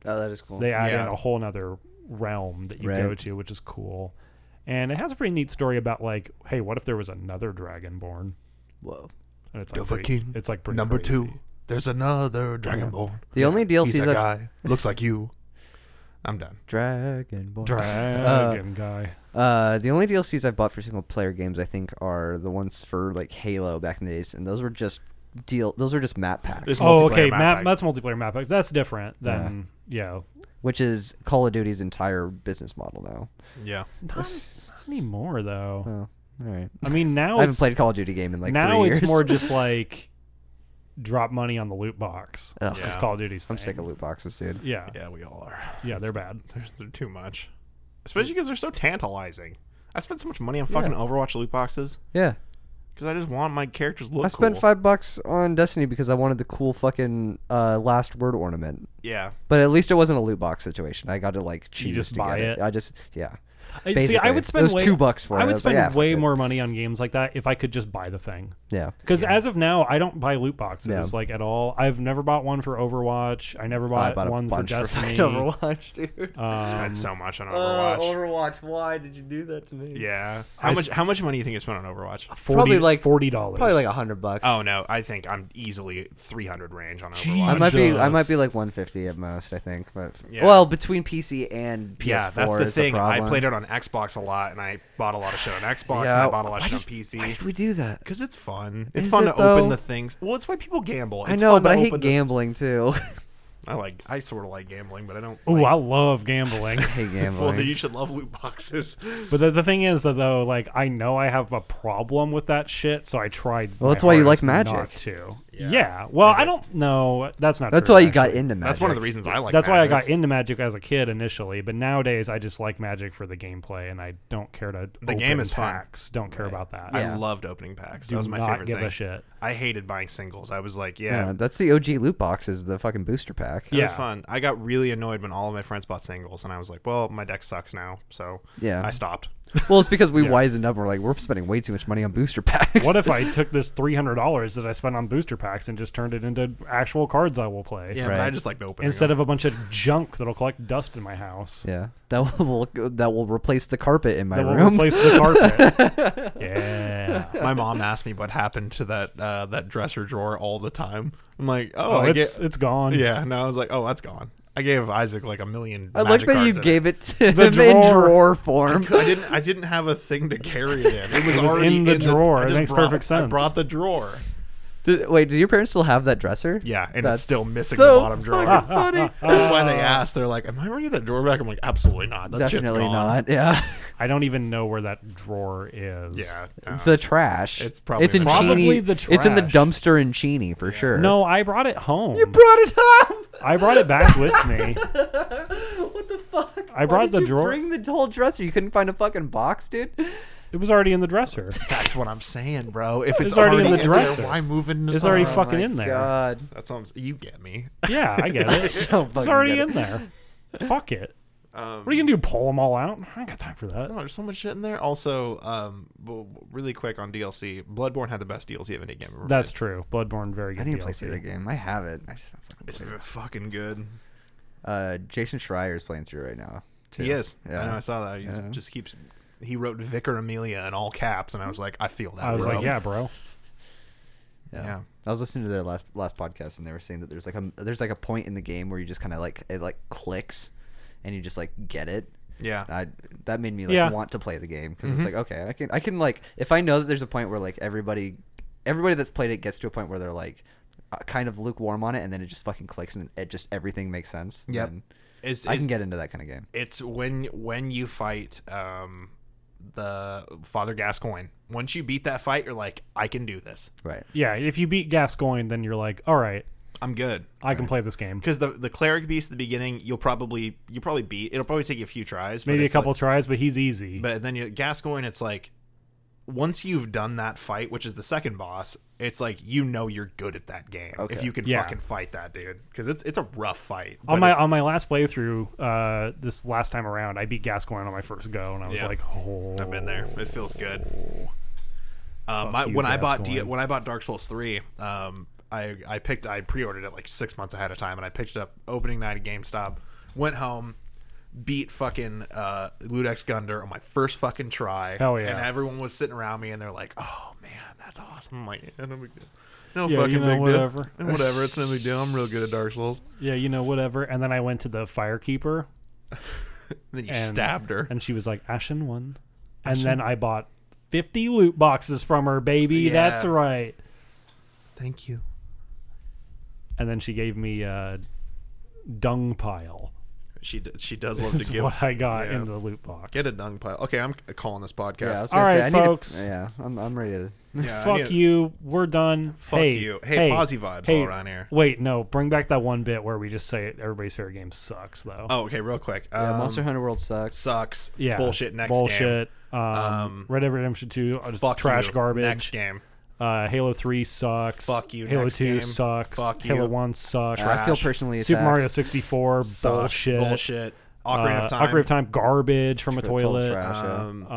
B: Oh, that is cool.
C: They add in
A: Yeah.
C: a whole nother realm that you go
B: Right.
C: to, which is cool. And it has a pretty neat story about like, hey, what if there was another Dragonborn?
B: Whoa.
C: And it's like pretty,
D: Dovahkiin,
C: it's like pretty
D: Number
C: crazy.
D: two, there's another Dragonborn.
B: The only
D: He's
B: DLCs
D: a
B: that
D: guy. Looks like you.
A: I'm done.
B: Dragonborn.
C: Dragon guy.
B: Uh, the only DLCs I've bought for single player games, I think, are the ones for like Halo back in the days, and those were just deal. Those were just map packs,
A: There's
C: Oh,
A: multiplayer
C: okay.
A: map
C: Map,
A: pack.
C: that's multiplayer map packs. That's different than yeah.
B: which is Call of Duty's entire business model now.
A: Yeah.
C: Not, not anymore though.
B: Oh, all right.
C: I mean now
B: I haven't
C: it's
B: played a Call of Duty game in like
C: now
B: three
C: it's
B: years.
C: more just like drop money on the loot box.
B: Ugh.
C: It's
A: Yeah.
C: Call of Duty's.
B: I'm
C: thing.
B: sick of loot boxes, dude.
C: Yeah, yeah,
A: Yeah, we all are.
C: they're bad.
A: They're, they're too much, especially because they're so tantalizing. I spent so much money on fucking Overwatch loot boxes
B: Yeah,
A: because I just want my characters to look.
B: I spent
A: cool.
B: five bucks on Destiny because I wanted the cool fucking uh, last word ornament.
A: Yeah.
B: But at least it wasn't a loot box situation. I got to like choose
C: just
B: to
C: buy
B: get it.
C: it?
B: I just yeah.
C: I- See, I
B: basically.
C: would
B: It
C: spend
B: was
C: way,
B: two bucks for it.
C: I
B: I
C: would
B: was like,
C: spend
B: yeah, fuck
C: way
B: it.
C: more money on games like that if I could just buy the thing.
B: Yeah.
C: Because as of now, I don't buy loot boxes
B: Yeah.
C: like at all. I've never bought one for Overwatch. I never bought,
B: I bought a
C: one for
B: bunch for fucking
C: Destiny. Uh,
B: Overwatch, dude.
A: spent so much on Uh, Overwatch.
B: Uh, Overwatch, why did you do that to me?
A: yeah. How much? How much money do you think you spent on Overwatch?
C: 40,
B: Probably like-
C: forty dollars.
B: Probably like a hundred bucks.
A: Oh no, I think I'm easily 300 range on Overwatch.
B: I might be I
C: Jesus.
B: might be like 150 at most, I think. But
A: Yeah.
B: well, between PC and PS4
A: yeah, that's the
B: is
A: thing. I
B: problem.
A: played it on Xbox a lot, and I bought a lot of shit on Xbox, and
B: Yeah,
A: I bought a lot of
B: why
A: shit on
B: did- Why
A: PC.
B: did we do that?
A: Because it's fun. It's
B: Is
A: fun to
B: it,
A: open
B: though?
A: the things. Well, it's why people gamble.
B: I
A: It's
B: know,
A: fun
B: but
A: to
B: I hate
A: open the-
B: gambling too.
A: I like. I sort of like gambling, but I don't.
C: Ooh,
A: like-
C: I love gambling.
B: I hate
A: well, then you
B: gambling.
A: should love loot boxes.
C: but the, the thing is that though, like I know I have a problem with that shit, so I tried.
B: Well,
C: my
B: that's why you like
C: hardest not
B: Magic.
C: to. Yeah. Well, I don't know. That's not.
B: That's
C: true,
B: why you got
C: actually.
B: into Magic.
A: That's one of the reasons I like.
C: That's why I
A: Magic.
C: got into Magic as a kid initially, but nowadays I just like Magic for the gameplay, and I don't care to.
A: The game
C: open
A: is fun.
C: packs. Don't care about that.
A: I
C: I
B: Yeah.
A: loved opening packs.
C: do
A: that was my
C: not
A: favorite
C: give
A: thing.
C: a shit.
A: I hated buying singles. I was like, yeah,
B: Yeah, Uh, that's the OG loot box is the fucking booster pack.
A: It
C: Yeah.
A: was fun. I got really annoyed when all of my friends bought singles, and I was like, "Well, my deck sucks now," so
B: Yeah.
A: I stopped.
B: Well, it's because we wisened up. We're like, we're spending way too much money on booster packs.
C: What if I took this three hundred dollars that I spent on booster packs and just turned it into actual cards I will play?
A: Yeah,
B: but
A: but
B: I
A: I
B: Right.
A: just liked opening
C: Instead of a bunch of junk that'll collect dust in my house.
B: Yeah, that will that will replace the carpet in my
C: That will
B: room.
C: replace the carpet. yeah.
A: of my mom asked me what happened to that uh, that dresser drawer all the time. I'm like, "Oh,
C: Oh,
A: I
C: it's
A: get
C: it's gone.
A: yeah." And I was like, "Oh, that's gone." I gave Isaac like a million.
B: I like
A: magic
B: that you
A: cards in
B: gave it to
C: The
B: him in
C: drawer.
B: drawer
A: it.
B: form.
A: I didn't. I didn't have a thing to carry it in. It was,
C: It was
A: already
C: in the drawer.
A: I
C: It
A: just
C: makes
A: brought-
C: perfect
A: I
C: sense.
A: brought the drawer.
B: Did, wait, do your parents still have that dresser?
A: Yeah, and
B: That's
A: it's still missing
B: so
A: the bottom drawer.
B: fucking funny.
A: That's why they asked. They're like, "Am I bringing that drawer back?" I'm like, "Absolutely not. That shit's
B: Definitely
A: gone."
B: not. Yeah,
C: I don't even know where that drawer is.
A: Yeah, no.
B: it's the trash.
A: It's probably
B: it's in
A: the trash.
C: Probably
B: Cheney.
C: the
B: It's in the
C: trash.
B: dumpster in Cheney for sure.
C: No, I brought it home.
B: brought it home.
C: I brought it back with me.
B: What the fuck?
C: I brought the
B: did you
C: drawer-
B: Bring the whole dresser. You couldn't find a fucking box, dude.
C: It was already in the dresser.
A: That's what I'm saying, bro. If it's,
C: It's already in the
A: there,
C: dresser.
A: why move into
C: It's already
A: something?
C: Oh fucking in there.
B: God.
A: That's what I'm, s- you get me.
C: Yeah, I get it.
B: Don't
C: It's
B: fucking
C: already
B: get it.
C: in there. Fuck it.
A: Um,
C: what are you gonna do? Pull them all out? I ain't got time for that.
A: Oh, there's so much shit in there. Also, um, well, really quick on DLC, Bloodborne had the best DLC of any game ever.
C: That's true. Bloodborne, very good.
B: I need to play
C: DLC.
B: through the game. I have it. I just don't fucking
A: made.
B: play it.
A: It's fucking good.
B: Uh, Jason Schreier is playing through right now. too.
A: He is.
B: Yeah.
A: I know. I saw that. He just- just keeps. He wrote Vicar Amelia in all caps, and I was like, I feel that.
C: I was
A: bro.
C: like, yeah, bro.
B: Yeah.
A: Yeah.
B: I was listening to their last last podcast, and they were saying that there's like a there's like a point in the game where you just kind of like it like clicks, and you just like get it.
A: Yeah.
B: I, that made me like
C: Yeah. Mm-hmm.
B: want to play the game because it's like okay, I can I can like if I know that there's a point where like everybody everybody that's played it gets to a point where they're like uh, kind of lukewarm on it, and then it just fucking clicks, and it just everything makes sense.
A: Yep.
B: then
A: It's,
B: I
A: it's-
B: can get into that kind of game.
A: it's when when you fight um the Father Gascoigne. Once you beat that fight, you're like, I can do this.
B: Right.
C: Yeah, if you beat Gascoigne, then you're like, all right,
A: I'm good.
C: I can play this game.
A: because the the cleric beast at the beginning you'll probably you probably beat it'll probably take you a few tries but
C: Maybe a
A: it's
C: couple
A: like,
C: tries, but he's easy.
A: but then you gascoigne it's like once you've done that fight which is the second boss it's like you know you're good at that game if
B: Okay.
A: you can
C: Yeah.
A: fucking fight that dude because it's it's a rough fight but
C: on my
A: it's-
C: on my last playthrough, uh, this last time around, I beat Gascoigne on my first go, and I was
A: Yeah.
C: like, oh,
A: I've been there. It feels good. Um, my,
C: you,
A: when I bought D-
C: Gascoigne.
A: when I bought Dark Souls three, um, I I picked I pre-ordered it like six months ahead of time, and I picked it up opening night at GameStop. Went home, beat fucking uh, Ludex Gunder on my first fucking try.
C: Hell yeah.
A: And everyone was sitting around me, and they're like, "Oh man, that's awesome!" I'm like, "Yeah, "No big deal." No
C: Yeah,
A: fucking
C: you know,
A: big
C: whatever.
A: deal. Whatever. It's no big deal. I'm real good at Dark Souls.
C: yeah, you know, whatever. And then I went to the firekeeper,
A: And then you
C: And-
A: stabbed her.
C: and she was like, Ashen one, and then I bought fifty loot boxes from her, baby. That's
A: Yeah.
C: right.
A: Thank you.
C: And then she gave me a dung pile.
A: She d- she does love
C: Is
A: to give.
C: what I got
A: yeah.
C: in the loot box.
A: Get a dung pile. Okay, I'm c- calling this podcast.
B: Yeah, I was
C: All
B: gonna say,
C: right,
B: I need to-
C: folks. Um,
B: yeah, I'm, I'm ready to.
A: Yeah, I
C: Fuck
A: need-
C: you. We're done.
A: Fuck
C: hey,
A: you. Hey, posy vibes all around here.
C: Wait, no. Bring back that one bit where we just say it, everybody's favorite game sucks, though.
A: Oh, okay, real quick.
B: Yeah,
A: Um,
B: Monster Hunter World sucks.
A: sucks.
C: yeah.
A: Bullshit. Next
C: Bullshit. Um,
A: Um,
C: Red Dead Redemption 2, uh,
A: game. Fuck
C: trash
A: you.
C: garbage.
A: Next game.
C: Uh, Halo 3 sucks.
A: Fuck you.
C: Halo
A: Next
C: 2
A: game.
C: sucks.
A: Fuck
C: Halo
A: you.
C: 1 sucks.
B: I feel
A: trash.
B: personally
C: Super Mario
B: attacked.
C: 64,
A: Sucks.
C: bullshit.
A: Bullshit. Ocarina
C: uh,
A: of Time,
C: Ocarina of Time, garbage from a
B: Total
C: toilet,
B: trash, yeah.
A: um,
C: um,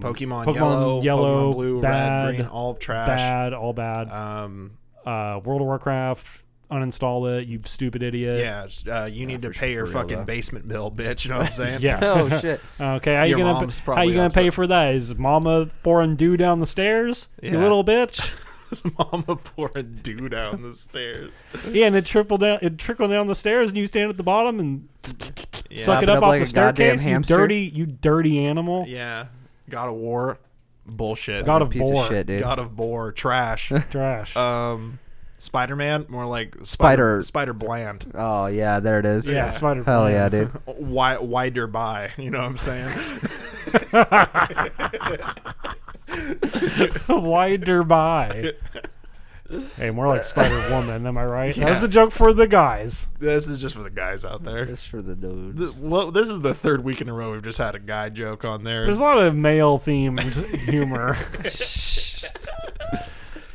A: Pokemon,
C: Pokemon
A: Yellow,
C: Yellow,
A: Pokemon Blue,
C: bad,
A: Red, Green, all trash.
C: bad, all bad.
A: Um,
C: uh, World of Warcraft, uninstall it, you stupid idiot.
A: yeah, it's, uh, you need to
B: for-
A: pay your
B: for real,
A: fucking
B: though.
A: basement bill, bitch. You know what I'm saying?
C: Yeah.
B: oh shit.
C: Okay. How you
A: Your
C: gonna
A: mom's
C: how
A: probably
C: you gonna pay
A: upset.
C: for that? Is mama pouring dew down the stairs? You
A: Yeah.
C: little bitch.
A: Mama pouring dew down the stairs.
C: yeah, and it triple down. It trickled down the stairs, and you stand at the bottom and suck
B: Wrap it
C: it up,
B: up
C: off
B: like
C: the
B: a goddamn
C: staircase. You
B: hamster.
C: dirty, you dirty animal.
A: Yeah, God of War, bullshit.
C: God of
B: Piece
C: Boar.
B: of shit, dude.
A: God of War, trash.
C: Trash.
A: um, Spider Man, more like
B: Spider-
A: spider, spider bland.
B: Oh yeah, there it is.
C: yeah, Spider.
B: Hell yeah, dude.
A: Why, wider by? You know what I'm saying?
C: Wider by. Hey, more like Spider Woman. Am I right? That's
A: Yeah.
C: a joke for the guys.
A: this is just for the guys out there.
B: Just for the
A: This,
B: dudes.
A: well, this is the third week in a row we've just had a guy joke on there.
C: There's a lot of male themed humor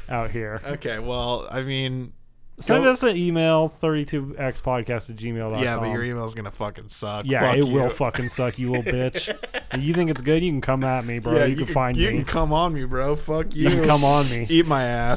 C: out here.
A: Okay, well, I mean,
C: Send
A: Uh, Go-
C: us an email, 32xpodcast at gmail.com.
A: yeah, but your email's gonna fucking suck.
C: Yeah,
A: Fuck you.
C: it will fucking suck, you little bitch. If you think it's good, you can come at me, bro.
A: Yeah,
C: you, can, find
A: you
C: me.
A: can come on me, bro. Fuck you.
C: You can come on me.
A: Eat my ass,